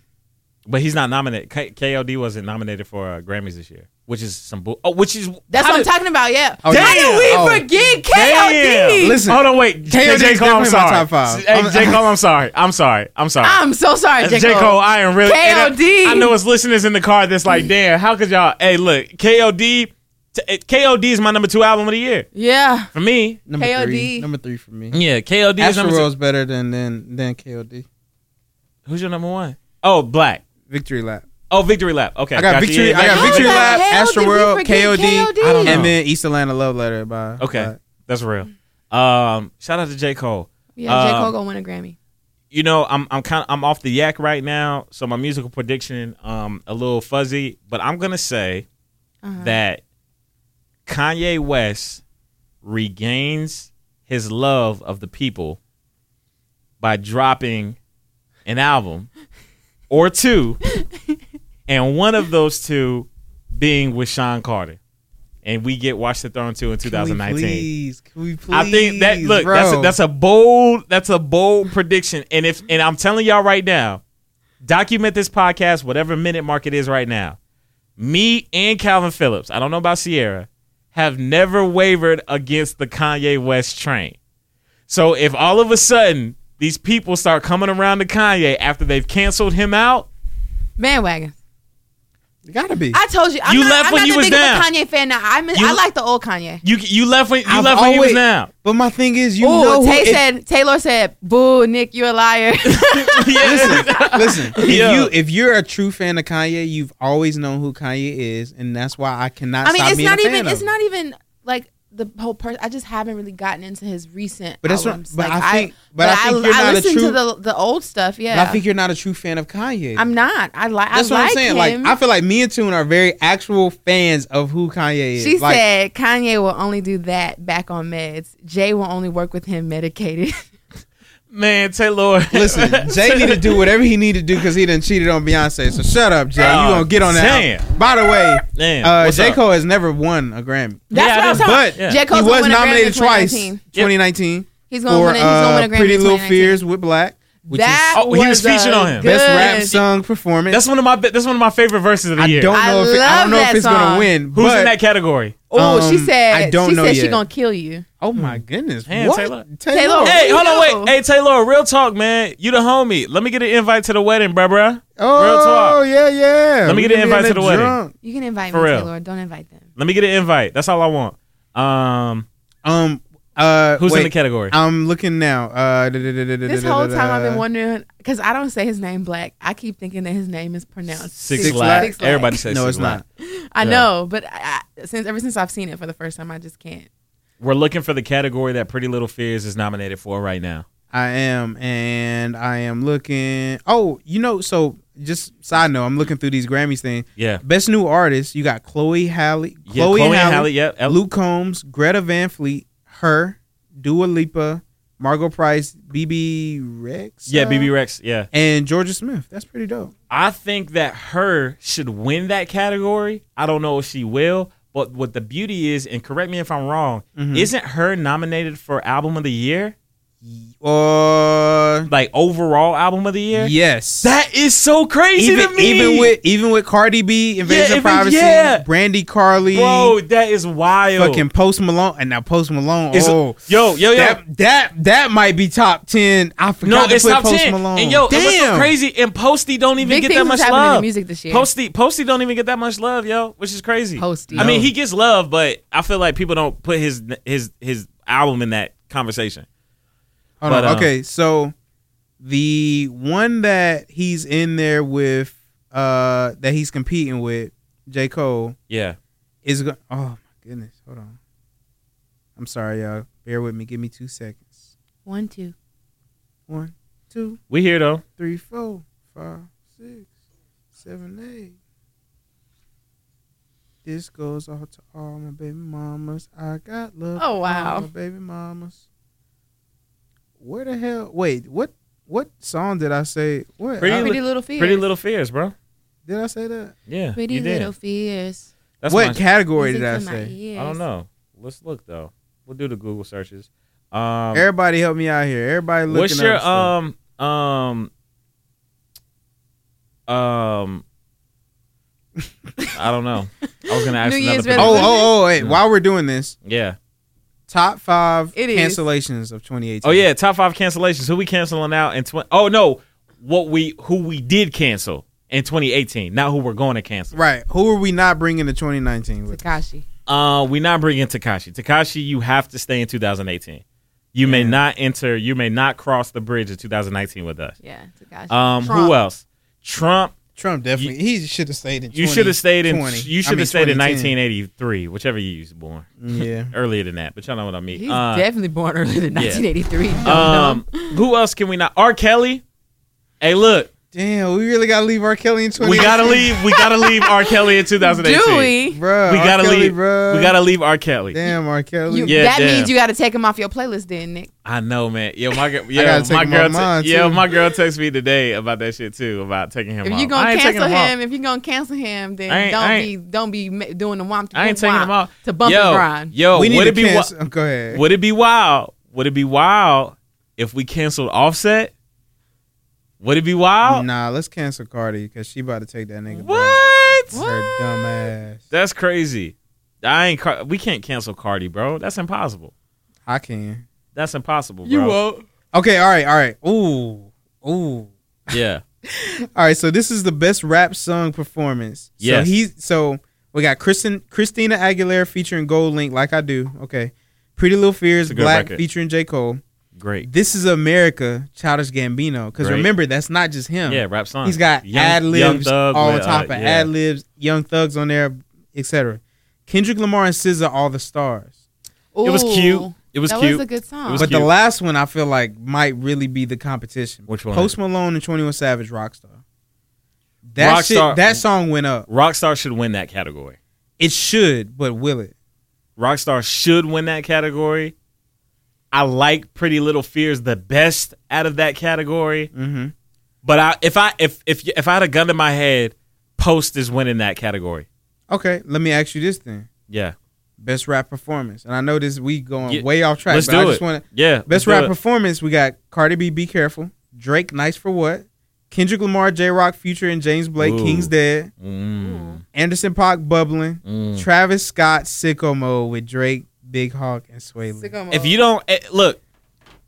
Speaker 1: but he's not nominated. K- KLD wasn't nominated for uh, Grammys this year, which is some bull. Oh, which is
Speaker 2: That's
Speaker 1: how
Speaker 2: what I'm
Speaker 1: did-
Speaker 2: talking about. Yeah. How
Speaker 3: Oh,
Speaker 1: damn.
Speaker 2: do we
Speaker 3: Oh.
Speaker 2: forget
Speaker 1: Damn.
Speaker 2: KOD?
Speaker 3: Listen,
Speaker 1: Hold on, wait.
Speaker 3: KLD is
Speaker 1: J Cole, I'm
Speaker 3: definitely my
Speaker 1: sorry.
Speaker 3: top five.
Speaker 1: Hey, J Cole, I'm sorry. I'm sorry. I'm sorry.
Speaker 2: I'm so sorry,
Speaker 1: That's
Speaker 2: J.
Speaker 1: J. Cole, I am really. and uh,
Speaker 2: KOD.
Speaker 1: I, I know it's listeners in the car that's like, damn, how could y'all? Hey, look, KOD, t- eh, KOD is my number two album of the year
Speaker 2: Yeah.
Speaker 1: for me.
Speaker 3: Number
Speaker 2: KOD.
Speaker 3: three. Number three for me.
Speaker 1: Yeah, KOD is
Speaker 3: Astro
Speaker 1: number two.
Speaker 3: World's better than than than KOD.
Speaker 1: Who's your number one? Oh, Black.
Speaker 3: Victory lap.
Speaker 1: Oh, victory lap. Okay,
Speaker 3: I got
Speaker 1: gotcha.
Speaker 3: victory.
Speaker 1: Yeah,
Speaker 3: I
Speaker 1: yeah, yeah.
Speaker 3: got
Speaker 2: How
Speaker 3: victory
Speaker 2: the
Speaker 3: lap,
Speaker 2: hell did
Speaker 3: Astro
Speaker 2: we
Speaker 3: World,
Speaker 2: forget
Speaker 3: KOD,
Speaker 2: KOD?
Speaker 1: I don't know.
Speaker 3: and then East Atlanta Love Letter. By
Speaker 1: Okay,
Speaker 3: by-
Speaker 1: that's real. Um, shout out to J Cole.
Speaker 2: Yeah, J.
Speaker 1: Um,
Speaker 2: Cole gonna win a Grammy.
Speaker 1: you know, I'm I'm kind of I'm off the yak right now, so my musical prediction um a little fuzzy, but I'm gonna say
Speaker 3: Uh-huh.
Speaker 2: Uh-huh.
Speaker 1: that Kanye West regains his love of the people by dropping an album or two, and one of those two being with Sean Carter, and we get Watch the Throne two in
Speaker 3: Can we
Speaker 1: 2019.
Speaker 3: Please, can we please?
Speaker 1: I think that look that's a,
Speaker 3: bro?
Speaker 1: that's a bold that's a bold prediction, and if and I'm telling y'all right now, document this podcast whatever minute mark it is right now. Me and Calvin Phillips, I don't know about Sierra, have never wavered against the Kanye West train. So if all of a sudden these people start coming around to Kanye after they've canceled him out,
Speaker 2: Bandwagon.
Speaker 3: gotta be.
Speaker 2: I told you. I'm
Speaker 1: You
Speaker 2: not,
Speaker 1: left
Speaker 2: I'm
Speaker 1: when
Speaker 2: not
Speaker 1: you
Speaker 2: the
Speaker 1: was
Speaker 2: big of
Speaker 1: down.
Speaker 2: a Kanye fan now. I miss,
Speaker 1: You-
Speaker 2: I like the old Kanye.
Speaker 1: you you left when you
Speaker 3: I've
Speaker 1: left when he was
Speaker 3: always-
Speaker 1: down.
Speaker 3: But my thing is, you know,
Speaker 2: Ooh,
Speaker 3: who-
Speaker 2: Tay
Speaker 3: if-
Speaker 2: said Taylor said, "Boo, Nick, you're a liar."
Speaker 1: Yeah.
Speaker 3: listen, if
Speaker 1: Yeah.
Speaker 3: you if you're a true fan of Kanye, you've always known who Kanye is, and that's why I cannot.
Speaker 2: I mean,
Speaker 3: stop
Speaker 2: it's
Speaker 3: being
Speaker 2: not
Speaker 3: a fan
Speaker 2: even.
Speaker 3: of
Speaker 2: It's
Speaker 3: him.
Speaker 2: not even like the whole person. I just haven't really gotten into his recent.
Speaker 3: But that's what-
Speaker 2: albums.
Speaker 3: but
Speaker 2: Like,
Speaker 3: I think- but I think you're
Speaker 2: I
Speaker 3: not a
Speaker 2: listen
Speaker 3: true-
Speaker 2: to the the old stuff. Yeah,
Speaker 3: But I think you're not a true fan of Kanye.
Speaker 2: I'm not. I like. I
Speaker 3: that's
Speaker 2: like
Speaker 3: what I'm saying.
Speaker 2: him.
Speaker 3: Like, I feel like me and Tune are very actual fans of who Kanye is.
Speaker 2: she
Speaker 3: like,
Speaker 2: said Kanye will only do that back on meds. Jay will only work with him medicated.
Speaker 1: Man, Taylor.
Speaker 3: Listen, Jay need to do whatever he need to do because he done cheated on Beyonce. So shut up, Jay.
Speaker 1: Oh,
Speaker 3: you gonna get on that?
Speaker 1: damn.
Speaker 3: By the way,
Speaker 1: Damn,
Speaker 3: uh,
Speaker 1: what's
Speaker 3: J
Speaker 1: up?
Speaker 3: Cole has never won a Grammy,
Speaker 2: That's
Speaker 1: Yeah,
Speaker 2: what
Speaker 1: I
Speaker 2: I was
Speaker 1: didn't-
Speaker 2: talking
Speaker 3: but
Speaker 2: about. J. Cole's
Speaker 3: he
Speaker 2: gonna
Speaker 3: was
Speaker 2: win a Grammy in
Speaker 3: nominated twice,
Speaker 2: 2019.
Speaker 3: 2019
Speaker 2: He's gonna
Speaker 3: for
Speaker 2: win. A, he's gonna win
Speaker 3: uh,
Speaker 2: a Grammy.
Speaker 3: Pretty
Speaker 2: in
Speaker 3: Little
Speaker 2: 2019.
Speaker 3: Fears with Black, which is
Speaker 2: That
Speaker 1: Oh, he was
Speaker 2: a
Speaker 1: featured on him.
Speaker 3: best rap
Speaker 2: good-
Speaker 3: song performance.
Speaker 1: That's one of my be- that's one of my favorite verses of the
Speaker 3: I
Speaker 1: year.
Speaker 3: don't know
Speaker 2: I
Speaker 3: if it, I
Speaker 2: love
Speaker 3: don't know if
Speaker 2: that
Speaker 3: it's
Speaker 2: song.
Speaker 3: gonna win.
Speaker 1: Who's
Speaker 3: but,
Speaker 1: in that category?
Speaker 2: Oh, she
Speaker 3: Um,
Speaker 2: said.
Speaker 3: I don't
Speaker 2: she
Speaker 3: know
Speaker 2: said she
Speaker 3: yet.
Speaker 2: gonna kill you.
Speaker 3: Oh my goodness!
Speaker 1: Man,
Speaker 3: what?
Speaker 1: Mm. Taylor.
Speaker 2: Taylor.
Speaker 1: Hey,
Speaker 2: Oh,
Speaker 1: hold
Speaker 2: yo.
Speaker 1: on, wait. Hey, Taylor, real talk, man. You the homie. Let me get an invite to the wedding, bruh, bruh. Real
Speaker 3: Oh
Speaker 1: talk.
Speaker 3: yeah, yeah.
Speaker 1: Let me
Speaker 3: We
Speaker 1: get an
Speaker 3: can
Speaker 1: invite
Speaker 3: in
Speaker 1: to the wedding.
Speaker 3: drunk.
Speaker 2: You can invite
Speaker 1: For
Speaker 2: me,
Speaker 1: real.
Speaker 2: Taylor. Don't invite them.
Speaker 1: Let me get an invite. That's all I want. Um,
Speaker 3: Um, uh,
Speaker 1: who's
Speaker 3: wait,
Speaker 1: in the category?
Speaker 3: I'm looking now. Uh,
Speaker 2: This whole time I've been wondering because I don't say his name black. I keep thinking that his name is pronounced
Speaker 1: Six,
Speaker 3: Six
Speaker 1: Flags.
Speaker 3: Flags.
Speaker 1: Everybody says
Speaker 3: No,
Speaker 1: Six
Speaker 3: it's not.
Speaker 1: Flags.
Speaker 2: I
Speaker 1: Yeah.
Speaker 2: know, but I, I- since ever since I've seen it for the first time, I just can't.
Speaker 1: We're looking for the category that Pretty Little Fears is nominated for right now.
Speaker 3: I am, and I am looking. Oh, you know, so just side note, I'm looking through these Grammys thing.
Speaker 1: Yeah.
Speaker 3: Best new artist, you got Chloe Halle,
Speaker 1: Yeah,
Speaker 3: Chloe,
Speaker 1: and
Speaker 3: Halle,
Speaker 1: Yep. El-
Speaker 3: Luke Combs, Greta Van Fleet, her, Dua Lipa, Margot Price, BB Rex, uh,
Speaker 1: yeah, BB Rex. Yeah.
Speaker 3: and Georgia Smith. That's pretty dope.
Speaker 1: I think that her should win that category. I don't know if she will, but what the beauty is, and correct me if I'm wrong,
Speaker 3: Hmm.
Speaker 1: isn't her nominated for Album of the Year?
Speaker 3: Uh,
Speaker 1: Like overall Album of the Year?
Speaker 3: yes,
Speaker 1: That is so crazy to
Speaker 3: even
Speaker 1: me.
Speaker 3: even with even with Cardi B, Invasion
Speaker 1: Yeah,
Speaker 3: of
Speaker 1: even-
Speaker 3: Privacy,
Speaker 1: yeah.
Speaker 3: Brandy Carly,
Speaker 1: bro, that is wild.
Speaker 3: fucking Post Malone, and now Post Malone.
Speaker 1: It's-
Speaker 3: oh,
Speaker 1: yo, yo, yo.
Speaker 3: that that that might be top ten. I
Speaker 1: no,
Speaker 3: forgot to
Speaker 1: it's
Speaker 3: put
Speaker 1: top
Speaker 3: Post
Speaker 1: ten.
Speaker 3: Malone.
Speaker 1: And yo, and what's so
Speaker 3: Damn.
Speaker 1: crazy? And Posty don't even
Speaker 2: Big
Speaker 1: get that
Speaker 2: things
Speaker 1: much
Speaker 2: was happening
Speaker 1: love.
Speaker 2: in music this year.
Speaker 1: Posty, Posty don't even get that much love, yo, which is crazy.
Speaker 2: Posty.
Speaker 1: I mean,
Speaker 3: No.
Speaker 1: he gets love, but I feel like people don't put his his his album in that conversation.
Speaker 3: Hold
Speaker 1: But,
Speaker 3: on.
Speaker 1: uh,
Speaker 3: okay, so the one that he's in there with, uh, that he's competing with, J Cole
Speaker 1: Yeah.
Speaker 3: is. Go- oh my goodness, hold on. I'm sorry, y'all. Bear with me. Give me two seconds.
Speaker 2: One, two.
Speaker 3: One, two,
Speaker 1: We here though.
Speaker 3: three, four, five, six, seven, eight. This goes out to all my baby mamas. I got love.
Speaker 2: Oh,
Speaker 3: for all
Speaker 2: wow.
Speaker 3: my baby mamas. Where the hell? Wait, what? What song did I say? What
Speaker 1: Pretty
Speaker 3: I-
Speaker 1: Li-
Speaker 2: Pretty little fears.
Speaker 1: Pretty Little Fears, bro.
Speaker 3: did I say that?
Speaker 1: Yeah.
Speaker 2: Pretty
Speaker 1: you did.
Speaker 2: little fears.
Speaker 1: That's
Speaker 3: what
Speaker 1: my-
Speaker 3: category
Speaker 2: Music
Speaker 3: did I
Speaker 2: to my
Speaker 3: say?
Speaker 2: ears.
Speaker 1: I don't know. Let's look though. We'll do the Google searches. Um,
Speaker 3: Everybody help me out here. Everybody looking
Speaker 1: what's your
Speaker 3: up stuff.
Speaker 1: um um um I don't know. I was gonna ask another
Speaker 2: New Year's
Speaker 1: person.
Speaker 3: Oh, oh, oh! Wait,
Speaker 1: No.
Speaker 3: while we're doing this,
Speaker 1: yeah.
Speaker 3: top five
Speaker 2: It is.
Speaker 3: cancellations of 2018.
Speaker 1: Oh yeah, top five cancellations. Who we canceling out in twenty oh no, what we who we did cancel in twenty eighteen, not who we're going to cancel.
Speaker 3: right. Who are we not bringing to 2019 with?
Speaker 2: Takashi.
Speaker 1: Uh we not bringing Takashi. Takashi, you have to stay in two thousand eighteen. You may
Speaker 3: Yeah.
Speaker 1: not enter, you may not cross the bridge of two thousand nineteen with us.
Speaker 2: Yeah, Takashi.
Speaker 1: Um, who
Speaker 2: Trump.
Speaker 1: else? Trump.
Speaker 3: Trump definitely. he should have stayed in.
Speaker 1: You
Speaker 3: 20,
Speaker 1: should have stayed in.
Speaker 3: 20.
Speaker 1: You
Speaker 3: I
Speaker 1: should have
Speaker 3: mean,
Speaker 1: stayed in
Speaker 3: 2010.
Speaker 1: 1983, whichever year you was born.
Speaker 3: Yeah.
Speaker 1: Earlier than that, but y'all know what I mean.
Speaker 2: He's
Speaker 1: Uh,
Speaker 2: definitely born earlier than
Speaker 1: yeah.
Speaker 2: 1983. Dumb
Speaker 1: um,
Speaker 2: dumb.
Speaker 1: who else can we not? R. Kelly. Hey, look,
Speaker 3: Damn, we really gotta leave R. Kelly in twenty.
Speaker 1: we gotta leave. We gotta leave R. Kelly in 2018.
Speaker 2: Do we?
Speaker 3: Bruh,
Speaker 1: We
Speaker 3: R.
Speaker 1: gotta
Speaker 3: Kelly,
Speaker 1: leave.
Speaker 3: bruh.
Speaker 1: We gotta leave R. Kelly.
Speaker 3: Damn, R. Kelly.
Speaker 2: You,
Speaker 1: Yeah,
Speaker 2: that
Speaker 1: damn.
Speaker 2: means you got to take him off your playlist, then, Nick.
Speaker 1: I know, man. Yo, my girl. Yeah,
Speaker 3: gotta take
Speaker 1: my
Speaker 3: him off
Speaker 1: girl.
Speaker 3: mine,
Speaker 1: Te- yeah,
Speaker 3: too.
Speaker 1: my girl texted me today about that shit too, about taking him
Speaker 2: If
Speaker 1: off.
Speaker 2: you're
Speaker 1: I
Speaker 2: gonna
Speaker 1: ain't taking
Speaker 2: cancel
Speaker 1: off.
Speaker 2: him, if you're gonna cancel him,
Speaker 1: I ain't-
Speaker 2: then
Speaker 1: I
Speaker 2: don't be
Speaker 1: ain't-
Speaker 2: don't be ma- doing the womp. To
Speaker 1: I ain't taking him off
Speaker 2: to bump
Speaker 1: yo,
Speaker 2: and grind.
Speaker 1: Yo,
Speaker 3: we need
Speaker 1: would
Speaker 3: to
Speaker 1: it be wi-
Speaker 3: cancel. oh, go ahead.
Speaker 1: would it be wild? Would it be wild if we canceled Offset? Would it be wild?
Speaker 3: Nah, let's cancel Cardi because she about to take that nigga. Bro.
Speaker 1: What?
Speaker 3: Her dumb ass.
Speaker 1: That's crazy. I ain't. Car- we can't cancel Cardi, bro. That's impossible.
Speaker 3: I can.
Speaker 1: That's impossible, bro.
Speaker 2: won't.
Speaker 3: Okay, all right, all right. Ooh, ooh.
Speaker 1: Yeah.
Speaker 3: All right, so this is the best rap song performance.
Speaker 1: Yes.
Speaker 3: So he so we got Kristen Christina Aguilera featuring Gold Link, like I do. Okay. Pretty Little Fears,
Speaker 1: It's a good
Speaker 3: Black
Speaker 1: record.
Speaker 3: featuring J. Cole.
Speaker 1: Great.
Speaker 3: This is America, Childish Gambino. Because
Speaker 1: Great.
Speaker 3: remember, that's not just him.
Speaker 1: Yeah, rap song.
Speaker 3: He's got
Speaker 1: Young-
Speaker 3: ad
Speaker 1: Young
Speaker 3: libs
Speaker 1: Thug
Speaker 3: all on
Speaker 1: with, uh,
Speaker 3: top of
Speaker 1: yeah.
Speaker 3: ad libs, young thugs on there, etc. Kendrick Lamar and SZA, all the stars.
Speaker 1: It was cute. It was
Speaker 2: that
Speaker 1: cute.
Speaker 2: was a good song.
Speaker 1: It was
Speaker 3: but the
Speaker 1: cute.
Speaker 3: last one I feel like might really be the competition.
Speaker 1: Which one?
Speaker 3: Post Malone and Twenty One Savage, Rockstar. That
Speaker 1: Rockstar-
Speaker 3: shit, that song went up.
Speaker 1: Rockstar should win that category.
Speaker 3: It should, but will it?
Speaker 1: Rockstar should win that category. I like Pretty Little Fears the best out of that category.
Speaker 3: Mm-hmm.
Speaker 1: But I, if I if if if I had a gun to my head, Post is winning that category.
Speaker 3: Okay, let me ask you this then:
Speaker 1: Yeah,
Speaker 3: best rap performance. And I know this we going
Speaker 1: Yeah,
Speaker 3: way off track.
Speaker 1: let's
Speaker 3: but
Speaker 1: do
Speaker 3: I
Speaker 1: it.
Speaker 3: just want
Speaker 1: yeah, let's
Speaker 3: best
Speaker 1: do
Speaker 3: rap
Speaker 1: it.
Speaker 3: performance. We got Cardi B, Be Careful, Drake, Nice for What, Kendrick Lamar, J Rock, Future, and James Blake,
Speaker 1: Ooh.
Speaker 3: King's Dead,
Speaker 1: Mm,
Speaker 3: Anderson Park, Bubbling,
Speaker 1: mm.
Speaker 3: Travis Scott, Sicko Mode with Drake, Big Hawk, and Sway Lee.
Speaker 2: Sicko
Speaker 1: If
Speaker 2: mode.
Speaker 1: you don't eh, look,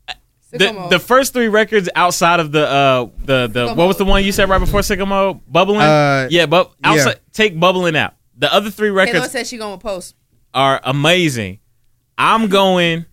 Speaker 2: Sicko
Speaker 1: the,
Speaker 2: mode.
Speaker 1: the first three records outside of the uh the the
Speaker 2: Sicko
Speaker 1: what was the
Speaker 2: Mode.
Speaker 1: one you said right before Sycamore bubbling?
Speaker 3: Uh,
Speaker 1: yeah, but
Speaker 3: yeah.
Speaker 1: outside take bubbling out. The other three
Speaker 2: Taylor
Speaker 1: records
Speaker 2: says she gonna post.
Speaker 1: are amazing. I'm going.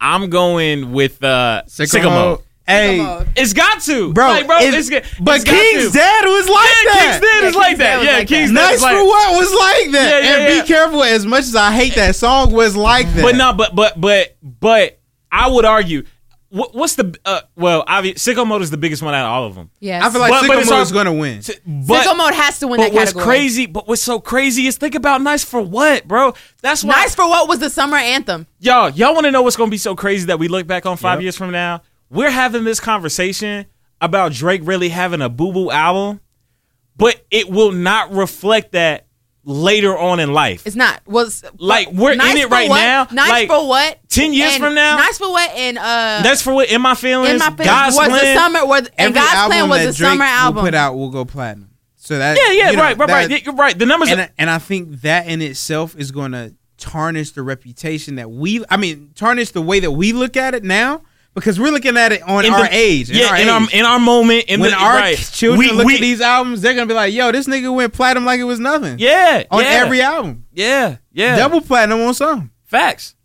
Speaker 1: I'm going with uh, Sycamore.
Speaker 3: Hey,
Speaker 2: Sicko mode.
Speaker 1: It's got to,
Speaker 3: bro,
Speaker 1: Like, bro,
Speaker 3: it's-
Speaker 1: it's, got-
Speaker 3: but
Speaker 1: it's got
Speaker 3: King's
Speaker 1: to.
Speaker 3: Dead was like
Speaker 1: yeah,
Speaker 3: that.
Speaker 1: King's Dead
Speaker 2: Yeah,
Speaker 1: is like
Speaker 2: King's Dead
Speaker 1: that.
Speaker 2: was
Speaker 1: Yeah,
Speaker 2: like
Speaker 1: King's
Speaker 2: that.
Speaker 1: Dead
Speaker 3: Nice
Speaker 1: is like
Speaker 3: for what was like that,
Speaker 1: Yeah, yeah,
Speaker 3: and be
Speaker 1: yeah.
Speaker 3: careful. As much as I hate that song, was like that.
Speaker 1: But no, but but but but I would argue. What, what's the uh, well? Obvious, sicko mode is the biggest one out of all of them.
Speaker 2: Yes.
Speaker 3: I feel like
Speaker 1: But- but
Speaker 3: Sycamore
Speaker 1: it's our-
Speaker 3: is gonna win.
Speaker 1: But
Speaker 2: Sicko mode has to win
Speaker 1: but
Speaker 2: that
Speaker 1: what's
Speaker 2: category.
Speaker 1: crazy? But what's so crazy is think about nice for what, bro? That's why
Speaker 2: Nice for what was the summer anthem?
Speaker 1: y'all y'all want to know what's gonna be so crazy that we look back on five
Speaker 3: Yep.
Speaker 1: years from now. We're having this conversation about Drake really having a boo boo album, but it will not reflect that later on in life.
Speaker 2: It's not. Was
Speaker 1: Like, we're in it
Speaker 2: for
Speaker 1: right
Speaker 2: what?
Speaker 1: now,
Speaker 2: Nice
Speaker 1: like,
Speaker 2: for what?
Speaker 1: 10 years
Speaker 2: And
Speaker 1: from now?
Speaker 2: Nice for what? And uh,
Speaker 1: That's for what in my feelings.
Speaker 2: in my feelings
Speaker 1: God's
Speaker 2: was the
Speaker 1: plan.
Speaker 2: summer. Was, and
Speaker 3: Every
Speaker 2: God's
Speaker 3: album
Speaker 2: plan was
Speaker 3: that
Speaker 2: the
Speaker 3: Drake
Speaker 2: summer
Speaker 3: will
Speaker 2: album.
Speaker 3: put out will go platinum. So that
Speaker 1: Yeah, yeah,
Speaker 3: you know,
Speaker 1: right, right, right.
Speaker 3: that-
Speaker 1: Yeah, You're right. The numbers.
Speaker 3: and
Speaker 1: are,
Speaker 3: I- and I think that in itself is going to tarnish the reputation that we. I mean, tarnish the way that we look at it now because we're looking at it on
Speaker 1: in
Speaker 3: our
Speaker 1: the-
Speaker 3: age.
Speaker 1: yeah, in
Speaker 3: age.
Speaker 1: our in our moment, in
Speaker 3: when
Speaker 1: the,
Speaker 3: our
Speaker 1: right.
Speaker 3: children
Speaker 1: we,
Speaker 3: look
Speaker 1: we,
Speaker 3: at these albums, they're gonna be like, "Yo, this nigga went platinum like it was nothing."
Speaker 1: yeah,
Speaker 3: on
Speaker 1: yeah,
Speaker 3: every album,
Speaker 1: yeah, yeah,
Speaker 3: double platinum on some.
Speaker 1: facts,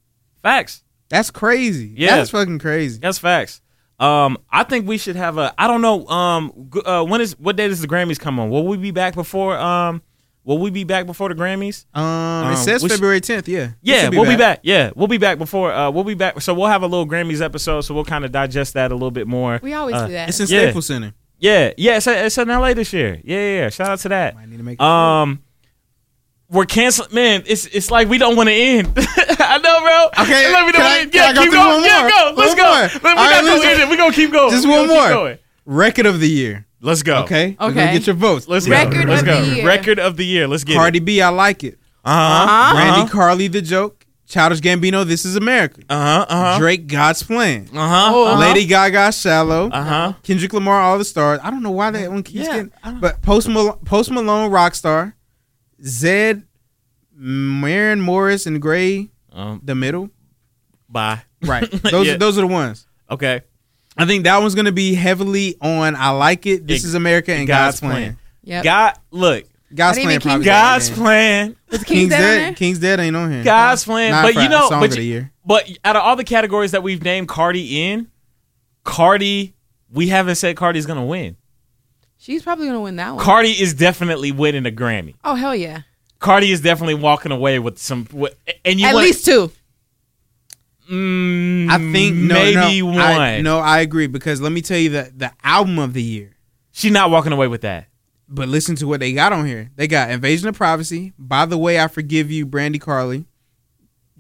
Speaker 1: facts.
Speaker 3: That's crazy.
Speaker 1: Yeah.
Speaker 3: that's fucking crazy.
Speaker 1: That's facts. Um, I think we should have a. I don't know. Um, g- uh, when is what day does the Grammys come on? Will we be back before? Um, will we be back before the Grammys?
Speaker 3: Um,
Speaker 1: Um,
Speaker 3: it says
Speaker 1: we should-
Speaker 3: February tenth. Yeah, It
Speaker 1: Yeah,
Speaker 3: should
Speaker 1: we'll be back. Yeah, we'll be back before. Uh, we'll be back. So we'll have a little Grammys episode. So we'll kind of digest that a little bit more.
Speaker 2: we always
Speaker 1: Uh,
Speaker 2: do that.
Speaker 3: It's in
Speaker 1: Yeah.
Speaker 3: Staples Center.
Speaker 1: Yeah, yeah. It's, it's in LA this year. Yeah, yeah. yeah. Shout out to that.
Speaker 3: Might need to make it
Speaker 1: Um, we're canceling. Man, it's it's like we don't want to end. I know, bro.
Speaker 3: Okay,
Speaker 1: It's like we don't
Speaker 3: can
Speaker 1: wanna
Speaker 3: I-
Speaker 1: end.
Speaker 3: can I
Speaker 1: yeah,
Speaker 3: go
Speaker 1: keep
Speaker 3: through
Speaker 1: going.
Speaker 3: one
Speaker 1: Yeah,
Speaker 3: more?
Speaker 1: go. Let's
Speaker 3: One
Speaker 1: go.
Speaker 3: more.
Speaker 1: We're
Speaker 3: All
Speaker 1: not
Speaker 3: right,
Speaker 1: gonna
Speaker 3: listen.
Speaker 1: end it. We're gonna keep going.
Speaker 3: Just
Speaker 1: We're
Speaker 3: one
Speaker 1: gonna keep
Speaker 3: more.
Speaker 1: going.
Speaker 3: record of the year.
Speaker 1: Let's go.
Speaker 3: Okay, We're gonna
Speaker 2: Okay.
Speaker 3: get your votes.
Speaker 1: Oh. Let's
Speaker 2: Record
Speaker 1: go. Let's
Speaker 2: of
Speaker 1: go.
Speaker 2: the year.
Speaker 1: Record of the year. Let's get
Speaker 3: Cardi
Speaker 1: it.
Speaker 3: B, I like it.
Speaker 1: Uh
Speaker 2: Uh-huh.
Speaker 3: Randy Carly, the joke. Childish Gambino, This Is America.
Speaker 1: Uh huh. Uh huh.
Speaker 3: Drake, God's Plan.
Speaker 1: Uh huh.
Speaker 3: Lady Gaga, Shallow.
Speaker 1: Uh huh.
Speaker 3: Kendrick Lamar, All the Stars. I don't know why that one keeps
Speaker 1: Yeah, I
Speaker 3: getting.
Speaker 1: don't-
Speaker 3: But Post Malone, Post Malone, Rockstar, Zed, Maren Morris, and Gray,
Speaker 1: Um.
Speaker 3: the middle.
Speaker 1: Bye.
Speaker 3: Right. Those
Speaker 1: Yeah.
Speaker 3: are those are the ones.
Speaker 1: Okay.
Speaker 3: I think that one's gonna be heavily on. I like it. This
Speaker 1: Yeah,
Speaker 3: is America and
Speaker 1: God's
Speaker 3: God's, plan.
Speaker 2: Yep.
Speaker 1: God. Look.
Speaker 3: God's
Speaker 2: But
Speaker 3: plan.
Speaker 2: even
Speaker 3: Probably
Speaker 1: God's
Speaker 3: ain't.
Speaker 1: plan.
Speaker 2: Was King's
Speaker 3: King's
Speaker 2: Dead on
Speaker 3: Dead.
Speaker 2: there?
Speaker 3: King's Dead ain't on here.
Speaker 1: God's plan.
Speaker 3: Not
Speaker 1: But
Speaker 3: for
Speaker 1: you know.
Speaker 3: song
Speaker 1: But
Speaker 3: of the
Speaker 1: you-
Speaker 3: year.
Speaker 1: But out of all the categories that we've named Cardi in, Cardi, we haven't said Cardi's gonna win.
Speaker 2: She's probably gonna win that one.
Speaker 1: Cardi is definitely winning a Grammy.
Speaker 2: oh hell yeah!
Speaker 1: Cardi is definitely walking away with some. With, and you
Speaker 2: At
Speaker 1: wanna-
Speaker 2: least two.
Speaker 1: Mm,
Speaker 3: I think no,
Speaker 1: maybe
Speaker 3: no,
Speaker 1: one.
Speaker 3: I, no, I agree because let me tell you that the album of the year.
Speaker 1: She's not walking away with that.
Speaker 3: But listen to what they got on here. They got Invasion of Privacy. By the way, I forgive you, Brandy Carly,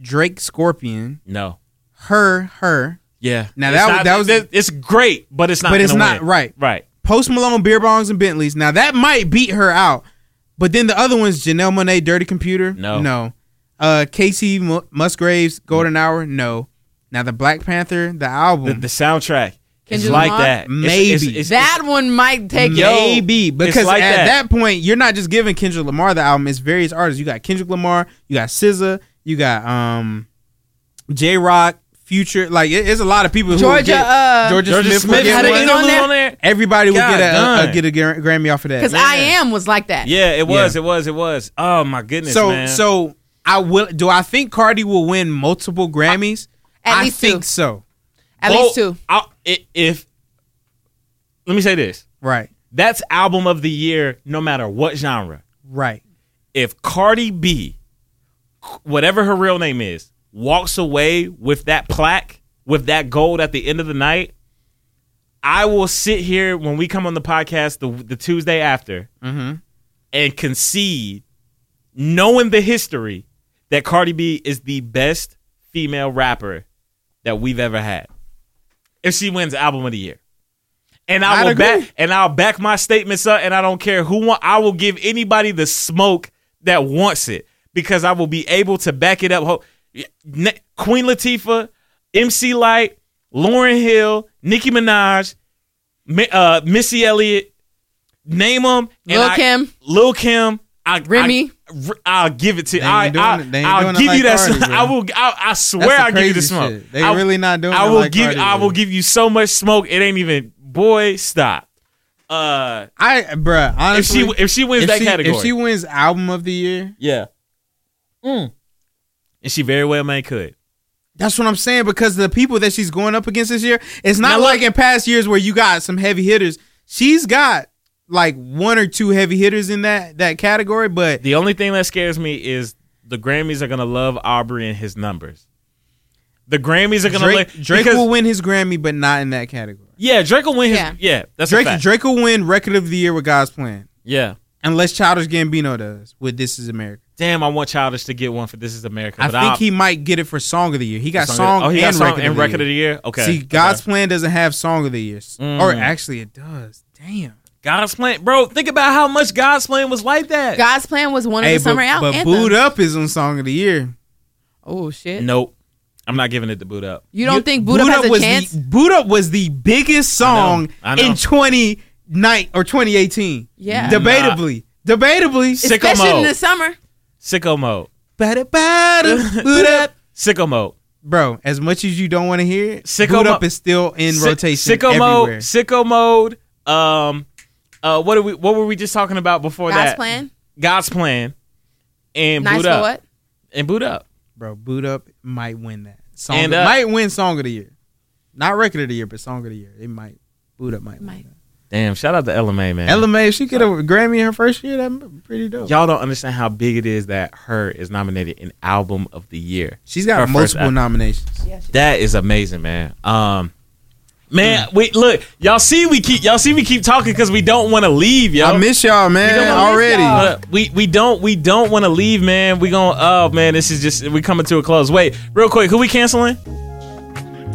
Speaker 3: Drake, Scorpion,
Speaker 1: No.
Speaker 3: her, her,
Speaker 1: Yeah.
Speaker 3: Now
Speaker 1: It's
Speaker 3: that-
Speaker 1: not-
Speaker 3: that was-
Speaker 1: it- it's great, but it's not.
Speaker 3: but it's
Speaker 1: gonna
Speaker 3: not
Speaker 1: win.
Speaker 3: right.
Speaker 1: Right.
Speaker 3: Post Malone, beer bongs, and Bentleys. Now that might beat her out. But then the other ones, Janelle Monet, Dirty Computer.
Speaker 1: No.
Speaker 3: No. Uh Casey Mu- Musgraves, Golden Hour. No. Now the Black Panther, the album.
Speaker 1: The, the soundtrack is
Speaker 2: Kendrick
Speaker 1: like
Speaker 2: Lamar?
Speaker 1: that. It's-
Speaker 3: Maybe.
Speaker 1: it's- it's-
Speaker 2: that one might take
Speaker 1: Yo,
Speaker 2: it.
Speaker 3: Maybe because
Speaker 1: like
Speaker 3: at
Speaker 1: that.
Speaker 3: that. point you're not just giving Kendrick Lamar the album. It's various artists. You got Kendrick Lamar, you got SZA, you got um, J Rock, Future. Like it- it's a lot of people. Who would
Speaker 2: Georgia,
Speaker 3: get-
Speaker 2: uh,
Speaker 3: Georgia,
Speaker 1: Georgia
Speaker 3: Smith,
Speaker 1: Smith
Speaker 3: would get
Speaker 2: had
Speaker 1: had
Speaker 2: an
Speaker 1: an
Speaker 3: one.
Speaker 2: on
Speaker 1: interlude
Speaker 2: there?
Speaker 1: on there.
Speaker 3: Everybody would
Speaker 1: God
Speaker 3: get a,
Speaker 1: done.
Speaker 3: a get a Gra- Grammy off of that.
Speaker 2: Because I am was like that.
Speaker 1: Yeah, it was.
Speaker 3: Yeah.
Speaker 1: It was. It was. Oh my goodness,
Speaker 3: so
Speaker 1: man.
Speaker 3: so I will. Do I think Cardi will win multiple Grammys?
Speaker 2: At
Speaker 3: I
Speaker 2: least
Speaker 3: think
Speaker 2: two.
Speaker 3: so.
Speaker 2: At
Speaker 1: Well,
Speaker 2: least two.
Speaker 1: I, i- if let me say this,
Speaker 3: Right,
Speaker 1: that's album of the year, no matter what genre.
Speaker 3: right.
Speaker 1: If Cardi B, whatever her real name is, walks away with that plaque, with that gold at the end of the night, I will sit here when we come on the podcast the the Tuesday after and concede, knowing the history, that Cardi B is the best female rapper that we've ever had. If she wins album of the year. And I
Speaker 3: I'd
Speaker 1: will
Speaker 3: agree.
Speaker 1: back and I'll back my statements up and I don't care who want I will give anybody the smoke that wants it because I will be able to back it up. Ho- Ne- Queen Latifah, MC Light, Lauren Hill, Nicki Minaj, Mi- uh, Missy Elliott, name them.
Speaker 2: Lil' Kim.
Speaker 1: Lil Kim. I,
Speaker 2: Remy.
Speaker 1: I, will give it to you.
Speaker 3: They ain't
Speaker 1: I,
Speaker 3: doing it- they ain't
Speaker 1: will
Speaker 3: doing it
Speaker 1: give
Speaker 3: like
Speaker 1: you that.
Speaker 3: Cardi,
Speaker 1: sm-
Speaker 3: bro.
Speaker 1: I will. I, I swear,
Speaker 3: That's the
Speaker 1: I give you the
Speaker 3: crazy
Speaker 1: smoke.
Speaker 3: shit. They
Speaker 1: I-
Speaker 3: really not doing
Speaker 1: I
Speaker 3: it
Speaker 1: will
Speaker 3: like
Speaker 1: give.
Speaker 3: Cardi
Speaker 1: I
Speaker 3: is.
Speaker 1: will give you so much smoke. It ain't even. Boy, stop. Uh,
Speaker 3: I bruh.
Speaker 1: if
Speaker 3: Honestly,
Speaker 1: she if she wins
Speaker 3: if
Speaker 1: that
Speaker 3: she-
Speaker 1: category,
Speaker 3: if she wins album of the year,
Speaker 1: yeah. And she very well may could.
Speaker 3: That's what I'm saying because the people that she's going up against this year, it's
Speaker 1: Now,
Speaker 3: not
Speaker 1: look-
Speaker 3: like in past years where you got some heavy hitters. She's got like one or two heavy hitters in that that category, but
Speaker 1: The only thing that scares me is the Grammys are gonna love Aubrey and his numbers. The Grammys are gonna
Speaker 3: Drake,
Speaker 1: li-
Speaker 3: Drake
Speaker 1: because-
Speaker 3: will win his Grammy, but not in that category.
Speaker 1: Yeah, Drake will win. His, yeah.
Speaker 2: Yeah.
Speaker 1: that's a
Speaker 3: Drake
Speaker 1: fact.
Speaker 3: Drake will win Record of the Year with God's Plan,
Speaker 1: Yeah.
Speaker 3: unless Childish Gambino does with This Is America.
Speaker 1: Damn, I want Childish to get one for This Is America.
Speaker 3: I
Speaker 1: but
Speaker 3: think
Speaker 1: I'll-
Speaker 3: he might get it for Song of the Year. He got
Speaker 1: Song of-
Speaker 3: Song,
Speaker 1: oh, he got
Speaker 3: and,
Speaker 1: song
Speaker 3: record,
Speaker 1: and
Speaker 3: of
Speaker 1: record of
Speaker 3: the
Speaker 1: the
Speaker 3: Year.
Speaker 1: year. Okay, Mm-hmm.
Speaker 3: See, God's Plan doesn't have Song of the Year, or actually it does. Damn.
Speaker 1: God's plan, bro. Think about how much God's plan was like that.
Speaker 2: God's plan was one of the
Speaker 3: but,
Speaker 2: summer out
Speaker 3: but
Speaker 2: anthems.
Speaker 3: Boot Up is on Song of the Year.
Speaker 2: Oh shit!
Speaker 1: Nope, I'm not giving it the boot up.
Speaker 2: you don't think Buddha,
Speaker 3: Boot
Speaker 2: has a
Speaker 3: was
Speaker 2: chance?
Speaker 3: The, Boot Up was the biggest song
Speaker 1: I know.
Speaker 3: in 2009 or 2018.
Speaker 2: Yeah.
Speaker 3: Debatably. Debatably.
Speaker 1: Sicko
Speaker 2: Especially in
Speaker 1: mode.
Speaker 2: the summer.
Speaker 1: Sicko mode,
Speaker 3: Bada, bada, boot up.
Speaker 1: sicko mode,
Speaker 3: Bro, as much as you don't want to hear it,
Speaker 1: Sicko
Speaker 3: Boot
Speaker 1: Mo-
Speaker 3: Up is still in
Speaker 1: Si-
Speaker 3: rotation
Speaker 1: sicko mode,
Speaker 3: everywhere.
Speaker 1: sicko mode. Um, uh, what are we? What were we just talking about before
Speaker 2: God's
Speaker 1: that?
Speaker 2: plan.
Speaker 1: God's plan, and
Speaker 2: Nice
Speaker 1: boot
Speaker 2: for
Speaker 1: up,
Speaker 2: what?
Speaker 1: and boot up.
Speaker 3: Bro, Boot Up might win that. Song
Speaker 1: And,
Speaker 3: of-
Speaker 1: uh,
Speaker 3: might win Song of the Year. Not Record of the Year, but Song of the Year. It might. Boot Up might.
Speaker 2: Might.
Speaker 3: might.
Speaker 1: Damn, shout out to LMA man.
Speaker 3: LMA, if she get a Grammy in her first year, that's pretty dope.
Speaker 1: Uh, Y'all don't understand how big it is that her is nominated in album of the year.
Speaker 3: She's
Speaker 1: Her
Speaker 3: got
Speaker 1: first
Speaker 3: multiple
Speaker 1: album.
Speaker 3: nominations.
Speaker 1: That is amazing, man. Um, man, we look. Y'all see, we keep y'all see, we keep talking because we don't want to leave, y'all.
Speaker 3: I miss y'all, man,
Speaker 1: don't wanna miss
Speaker 3: already.
Speaker 1: Uh, we we don't we don't want to leave, man. We going oh man, this is just we coming to a close. Wait, real quick, who we canceling?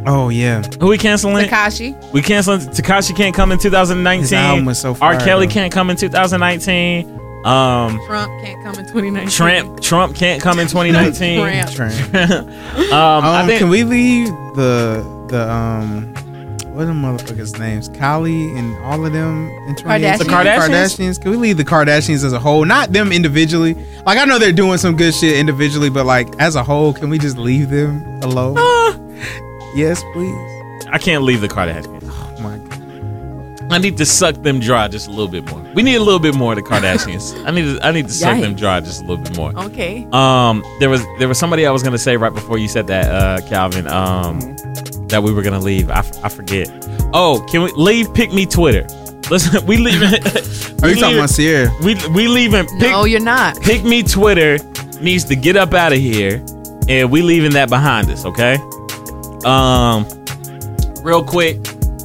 Speaker 3: Oh, yeah.
Speaker 1: Who we canceling?
Speaker 2: Takashi.
Speaker 1: we canceling. Takashi can't come in 2019.
Speaker 3: His album was so
Speaker 1: R.
Speaker 3: fire,
Speaker 1: Kelly
Speaker 3: though.
Speaker 1: can't come in 2019. Um,
Speaker 2: Trump can't come in 2019.
Speaker 1: Trump Trump can't come in 2019.
Speaker 2: Trump.
Speaker 3: Train.
Speaker 1: Um, I
Speaker 3: Um,
Speaker 1: think
Speaker 3: can we leave the the um what are the motherfuckers' names? Kylie and all of them in 2018?
Speaker 2: The
Speaker 1: Kardashians?
Speaker 3: Kardashians? Can we leave the Kardashians as a whole? Not them individually. Like I know they're doing some good shit individually, but like as a whole, can we just leave them alone? yes, please.
Speaker 1: I can't leave the Kardashians.
Speaker 3: Oh my god.
Speaker 1: I need to suck them dry just a little bit more. We need a little bit more of the Kardashians. I need to, I need to suck them
Speaker 2: Yikes.
Speaker 1: dry just a little bit more.
Speaker 2: Okay.
Speaker 1: Um, there was there was somebody I was gonna say right before you said that, uh, Calvin.
Speaker 2: Mm-hmm.
Speaker 1: Um, that we were gonna leave. I, f- I forget. Oh, can we leave? Pick me Twitter. Listen, we leaving.
Speaker 3: Are
Speaker 1: we
Speaker 3: you talking
Speaker 1: leaving-
Speaker 3: about Sierra?
Speaker 1: We we leaving. Pick,
Speaker 2: no, you're not.
Speaker 1: pick me Twitter needs to get up out of here, and we leaving that behind us. Okay. Um, real quick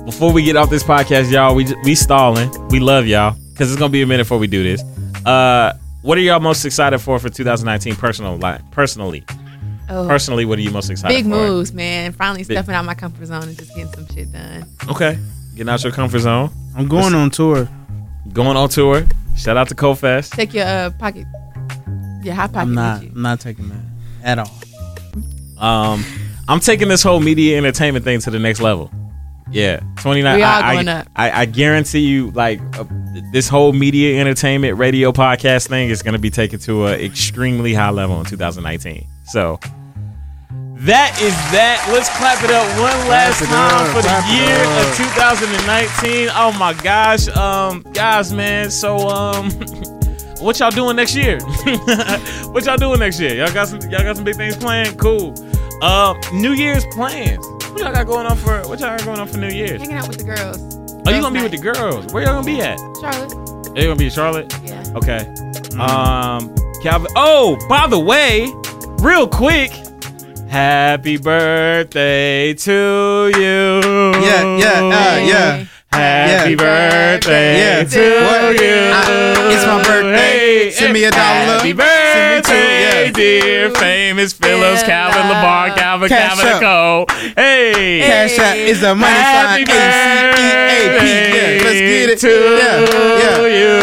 Speaker 1: before we get off this podcast, y'all, we we stalling. We love y'all because it's gonna be a minute before we do this. Uh, what are y'all most excited for for 2019? Personal li personally,
Speaker 2: Oh,
Speaker 1: personally, what are you most excited?
Speaker 2: big
Speaker 1: for?
Speaker 2: moves, man. Finally
Speaker 1: Big-
Speaker 2: stepping out my comfort zone and just getting some shit done.
Speaker 1: Okay, getting out your comfort zone,
Speaker 3: I'm going on tour.
Speaker 1: going on tour. Shout out to CoFest.
Speaker 2: Take your uh, pocket, your hot pocket
Speaker 3: I'm not.
Speaker 2: with
Speaker 3: I'm not taking that at all.
Speaker 1: Um, I'm taking this whole media entertainment thing to the next level. Yeah, 29.
Speaker 2: We
Speaker 1: I,
Speaker 2: are
Speaker 1: I-
Speaker 2: going up.
Speaker 1: I, I guarantee you, like uh, this whole media entertainment radio podcast thing is going to be taken to an extremely high level in 2019. So that is that. Let's clap it up one last
Speaker 3: it
Speaker 1: time
Speaker 3: up,
Speaker 1: for the
Speaker 3: clap it
Speaker 1: year
Speaker 3: up.
Speaker 1: of 2019. Oh my gosh, um, guys, man. So um. What y'all doing next year? what y'all doing next year? Y'all got some y'all got some big things planned? Cool. Uh, New Year's plans. What y'all got going on for what y'all got going on for New
Speaker 2: you.
Speaker 1: Year's?
Speaker 2: Hanging out with the girls.
Speaker 1: Are you gonna be with the girls? Where y'all gonna be at?
Speaker 2: Charlotte?
Speaker 1: Are you gonna be in Charlotte?
Speaker 2: Yeah.
Speaker 1: Okay.
Speaker 3: Mm-hmm.
Speaker 1: Um Calvin Oh, by the way, real quick. Happy birthday to you.
Speaker 3: Yeah, yeah, uh, yeah.
Speaker 1: Happy
Speaker 3: Yeah.
Speaker 1: birthday
Speaker 3: Yeah.
Speaker 1: to
Speaker 3: What?
Speaker 1: you.
Speaker 3: Uh, it's my birthday. Send me a dollar.
Speaker 1: Happy
Speaker 3: Send me two,
Speaker 1: birthday,
Speaker 3: yeah.
Speaker 1: dear famous Phillips, Calvin Lamar, Calvin,
Speaker 3: Cash
Speaker 1: Calvin,
Speaker 3: up.
Speaker 1: Co. Hey.
Speaker 3: Cash out is a money sign.
Speaker 1: Happy
Speaker 3: A C E A P. Yeah, let's
Speaker 1: birthday
Speaker 3: get it.
Speaker 1: to
Speaker 3: yeah, yeah,
Speaker 1: you.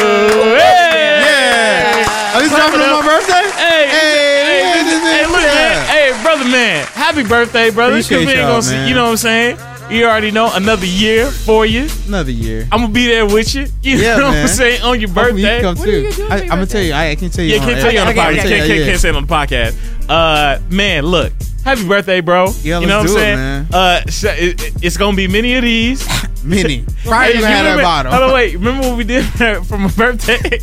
Speaker 1: Hey.
Speaker 3: yeah. Are you
Speaker 1: Clap
Speaker 3: dropping
Speaker 1: it
Speaker 3: on
Speaker 1: up.
Speaker 3: my birthday?
Speaker 1: Hey, hey,
Speaker 3: yeah,
Speaker 1: hey,
Speaker 3: this is-
Speaker 1: hey, look, man.
Speaker 3: yeah.
Speaker 1: Hey, brother, man. Happy birthday, brother. 'Cause
Speaker 3: Appreciate
Speaker 1: we ain't
Speaker 3: y'all,
Speaker 1: gonna see,
Speaker 3: man.
Speaker 1: you know what I'm saying? You already know another year for you.
Speaker 3: Another year.
Speaker 1: I'm gonna be there with you. You
Speaker 3: Yeah,
Speaker 1: know what I'm
Speaker 3: man.
Speaker 1: saying? On your
Speaker 3: Hopefully you
Speaker 1: birthday.
Speaker 3: come
Speaker 2: What are you
Speaker 3: too.
Speaker 2: doing for
Speaker 3: I, I'm
Speaker 2: your
Speaker 3: gonna tell you. I, I can tell you.
Speaker 1: yeah, can't tell you on the
Speaker 2: Okay,
Speaker 1: podcast.
Speaker 2: okay,
Speaker 1: Can't, can't, can't say it on the podcast. Uh, man, look. Happy birthday, bro.
Speaker 3: Yeah,
Speaker 1: you know what I'm
Speaker 3: let's do it,
Speaker 1: saying?
Speaker 3: man.
Speaker 1: Uh, sh- it- it- it's gonna be many of these.
Speaker 3: Mini.
Speaker 1: Hey,
Speaker 3: Probably
Speaker 1: you
Speaker 3: even had
Speaker 1: remember-
Speaker 3: that bottle.
Speaker 1: By the way, remember what we did for my birthday?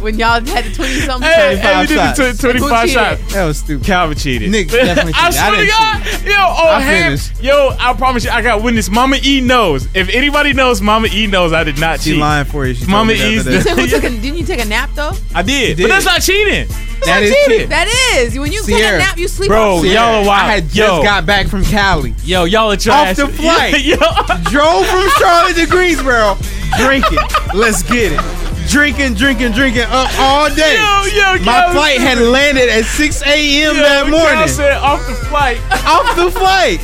Speaker 2: When y'all had the 20 something.
Speaker 1: hey, hey, we
Speaker 3: 25
Speaker 1: did the
Speaker 3: shots.
Speaker 1: tw- 25
Speaker 2: Who
Speaker 1: shots.
Speaker 2: cheated?
Speaker 3: That was stupid.
Speaker 1: Calvin cheated.
Speaker 3: Nick definitely
Speaker 1: I
Speaker 3: cheated.
Speaker 1: swear
Speaker 3: I
Speaker 1: to
Speaker 3: didn't
Speaker 1: God, yo, oh
Speaker 3: I
Speaker 1: ham,
Speaker 3: finished.
Speaker 1: yo, I promise you, I got witness. Mama E knows. If anybody knows, Mama E knows I did not
Speaker 3: She
Speaker 1: cheat.
Speaker 3: lying for you. She told
Speaker 1: Mama
Speaker 3: me the
Speaker 1: E's
Speaker 3: other day.
Speaker 2: So who took a, didn't you take a nap though?
Speaker 1: I did,
Speaker 3: You
Speaker 1: but
Speaker 3: did.
Speaker 1: that's not cheating.
Speaker 3: That is
Speaker 1: cheating.
Speaker 3: cheating.
Speaker 2: That is. When you take a
Speaker 3: Sierra.
Speaker 2: nap, you sleep
Speaker 1: Bro,
Speaker 2: on
Speaker 1: y'all
Speaker 2: shit.
Speaker 1: yeah. are wild.
Speaker 3: Oh, I had just
Speaker 1: Yo.
Speaker 3: got back from Cali.
Speaker 1: Yo, y'all are trash.
Speaker 3: the flight.
Speaker 1: yo,
Speaker 3: Drove from Charlotte to Greensboro. Drinking. Let's get it. Drinking, drinking, drinking up all day.
Speaker 1: yo, yo,
Speaker 3: My
Speaker 1: Calvin
Speaker 3: flight had landed at 6 a.m.
Speaker 1: yo,
Speaker 3: that
Speaker 1: Cal
Speaker 3: morning.
Speaker 1: said off the flight.
Speaker 3: Off the flight.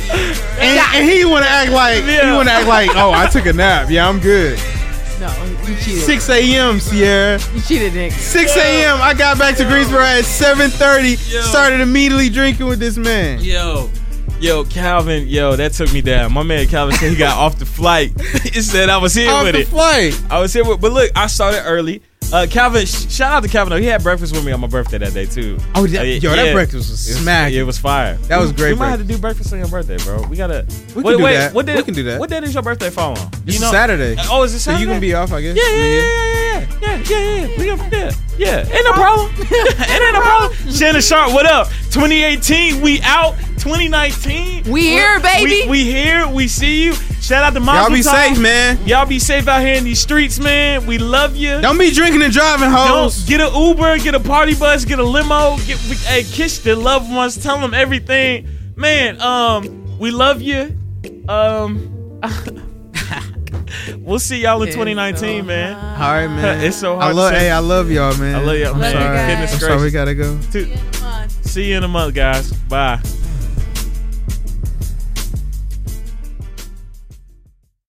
Speaker 3: And, and he wanna act like
Speaker 1: Yeah.
Speaker 3: he wanna act like, oh, I took a nap. Yeah, I'm good.
Speaker 2: No, you cheated.
Speaker 3: 6 a.m. Sierra.
Speaker 2: You cheated, Nick.
Speaker 3: 6 a.m. I got back to Greensboro at 7:30.
Speaker 1: Yo.
Speaker 3: Started immediately drinking with this man.
Speaker 1: Yo, yo, Calvin, yo, that took me down. My man Calvin said he got off the flight. He said I was here
Speaker 3: Off
Speaker 1: with
Speaker 3: the
Speaker 1: it.
Speaker 3: flight.
Speaker 1: I was here with, but look, I started early. Uh, Calvin, sh- shout out to Calvin. though. He had breakfast with me on my birthday that day too.
Speaker 3: Oh, that,
Speaker 1: Uh, yeah,
Speaker 3: yo, that
Speaker 1: yeah.
Speaker 3: breakfast was
Speaker 1: It was-
Speaker 3: smacking.
Speaker 1: It was fire.
Speaker 3: That was
Speaker 1: We-
Speaker 3: great
Speaker 1: We might have to do breakfast on your birthday, bro. We gotta.
Speaker 3: We can
Speaker 1: wait,
Speaker 3: do
Speaker 1: wait,
Speaker 3: that.
Speaker 1: What day,
Speaker 3: We can do that.
Speaker 1: What day does your birthday fall on?
Speaker 3: It's a Saturday.
Speaker 1: Oh, is it
Speaker 3: So
Speaker 1: Saturday?
Speaker 3: you gonna be off, I guess.
Speaker 1: Yeah, yeah, yeah, yeah, yeah, yeah, yeah, yeah. We gonna, yeah, yeah. Ain't no problem. it ain't no problem. Shannon Sharp, what up? 2018, we out. 2019,
Speaker 2: We here, baby.
Speaker 1: We, we here. We see you. Shout out to Mazel
Speaker 3: Y'all be
Speaker 1: Tov.
Speaker 3: safe, man.
Speaker 1: Y'all be safe out here in these streets, man. We love you.
Speaker 3: Don't be drinking and driving,
Speaker 1: Don't
Speaker 3: hoes.
Speaker 1: get an Uber, get a party bus, get a limo. Get, we, hey, kiss the loved ones, tell them everything, man. Um, we love you. Um, we'll see y'all in
Speaker 2: It's
Speaker 1: 2019,
Speaker 2: so
Speaker 1: man.
Speaker 3: All right, man.
Speaker 1: It's so
Speaker 3: I
Speaker 1: hard
Speaker 3: love.
Speaker 1: to say.
Speaker 3: Hey, I love y'all, man.
Speaker 1: I love y'all,
Speaker 3: I'm
Speaker 1: man.
Speaker 3: sorry.
Speaker 2: guys.
Speaker 1: Goodness
Speaker 3: I'm sorry, we
Speaker 1: gracious.
Speaker 3: gotta go.
Speaker 1: To-
Speaker 2: Come on.
Speaker 1: see you in a month, guys. Bye.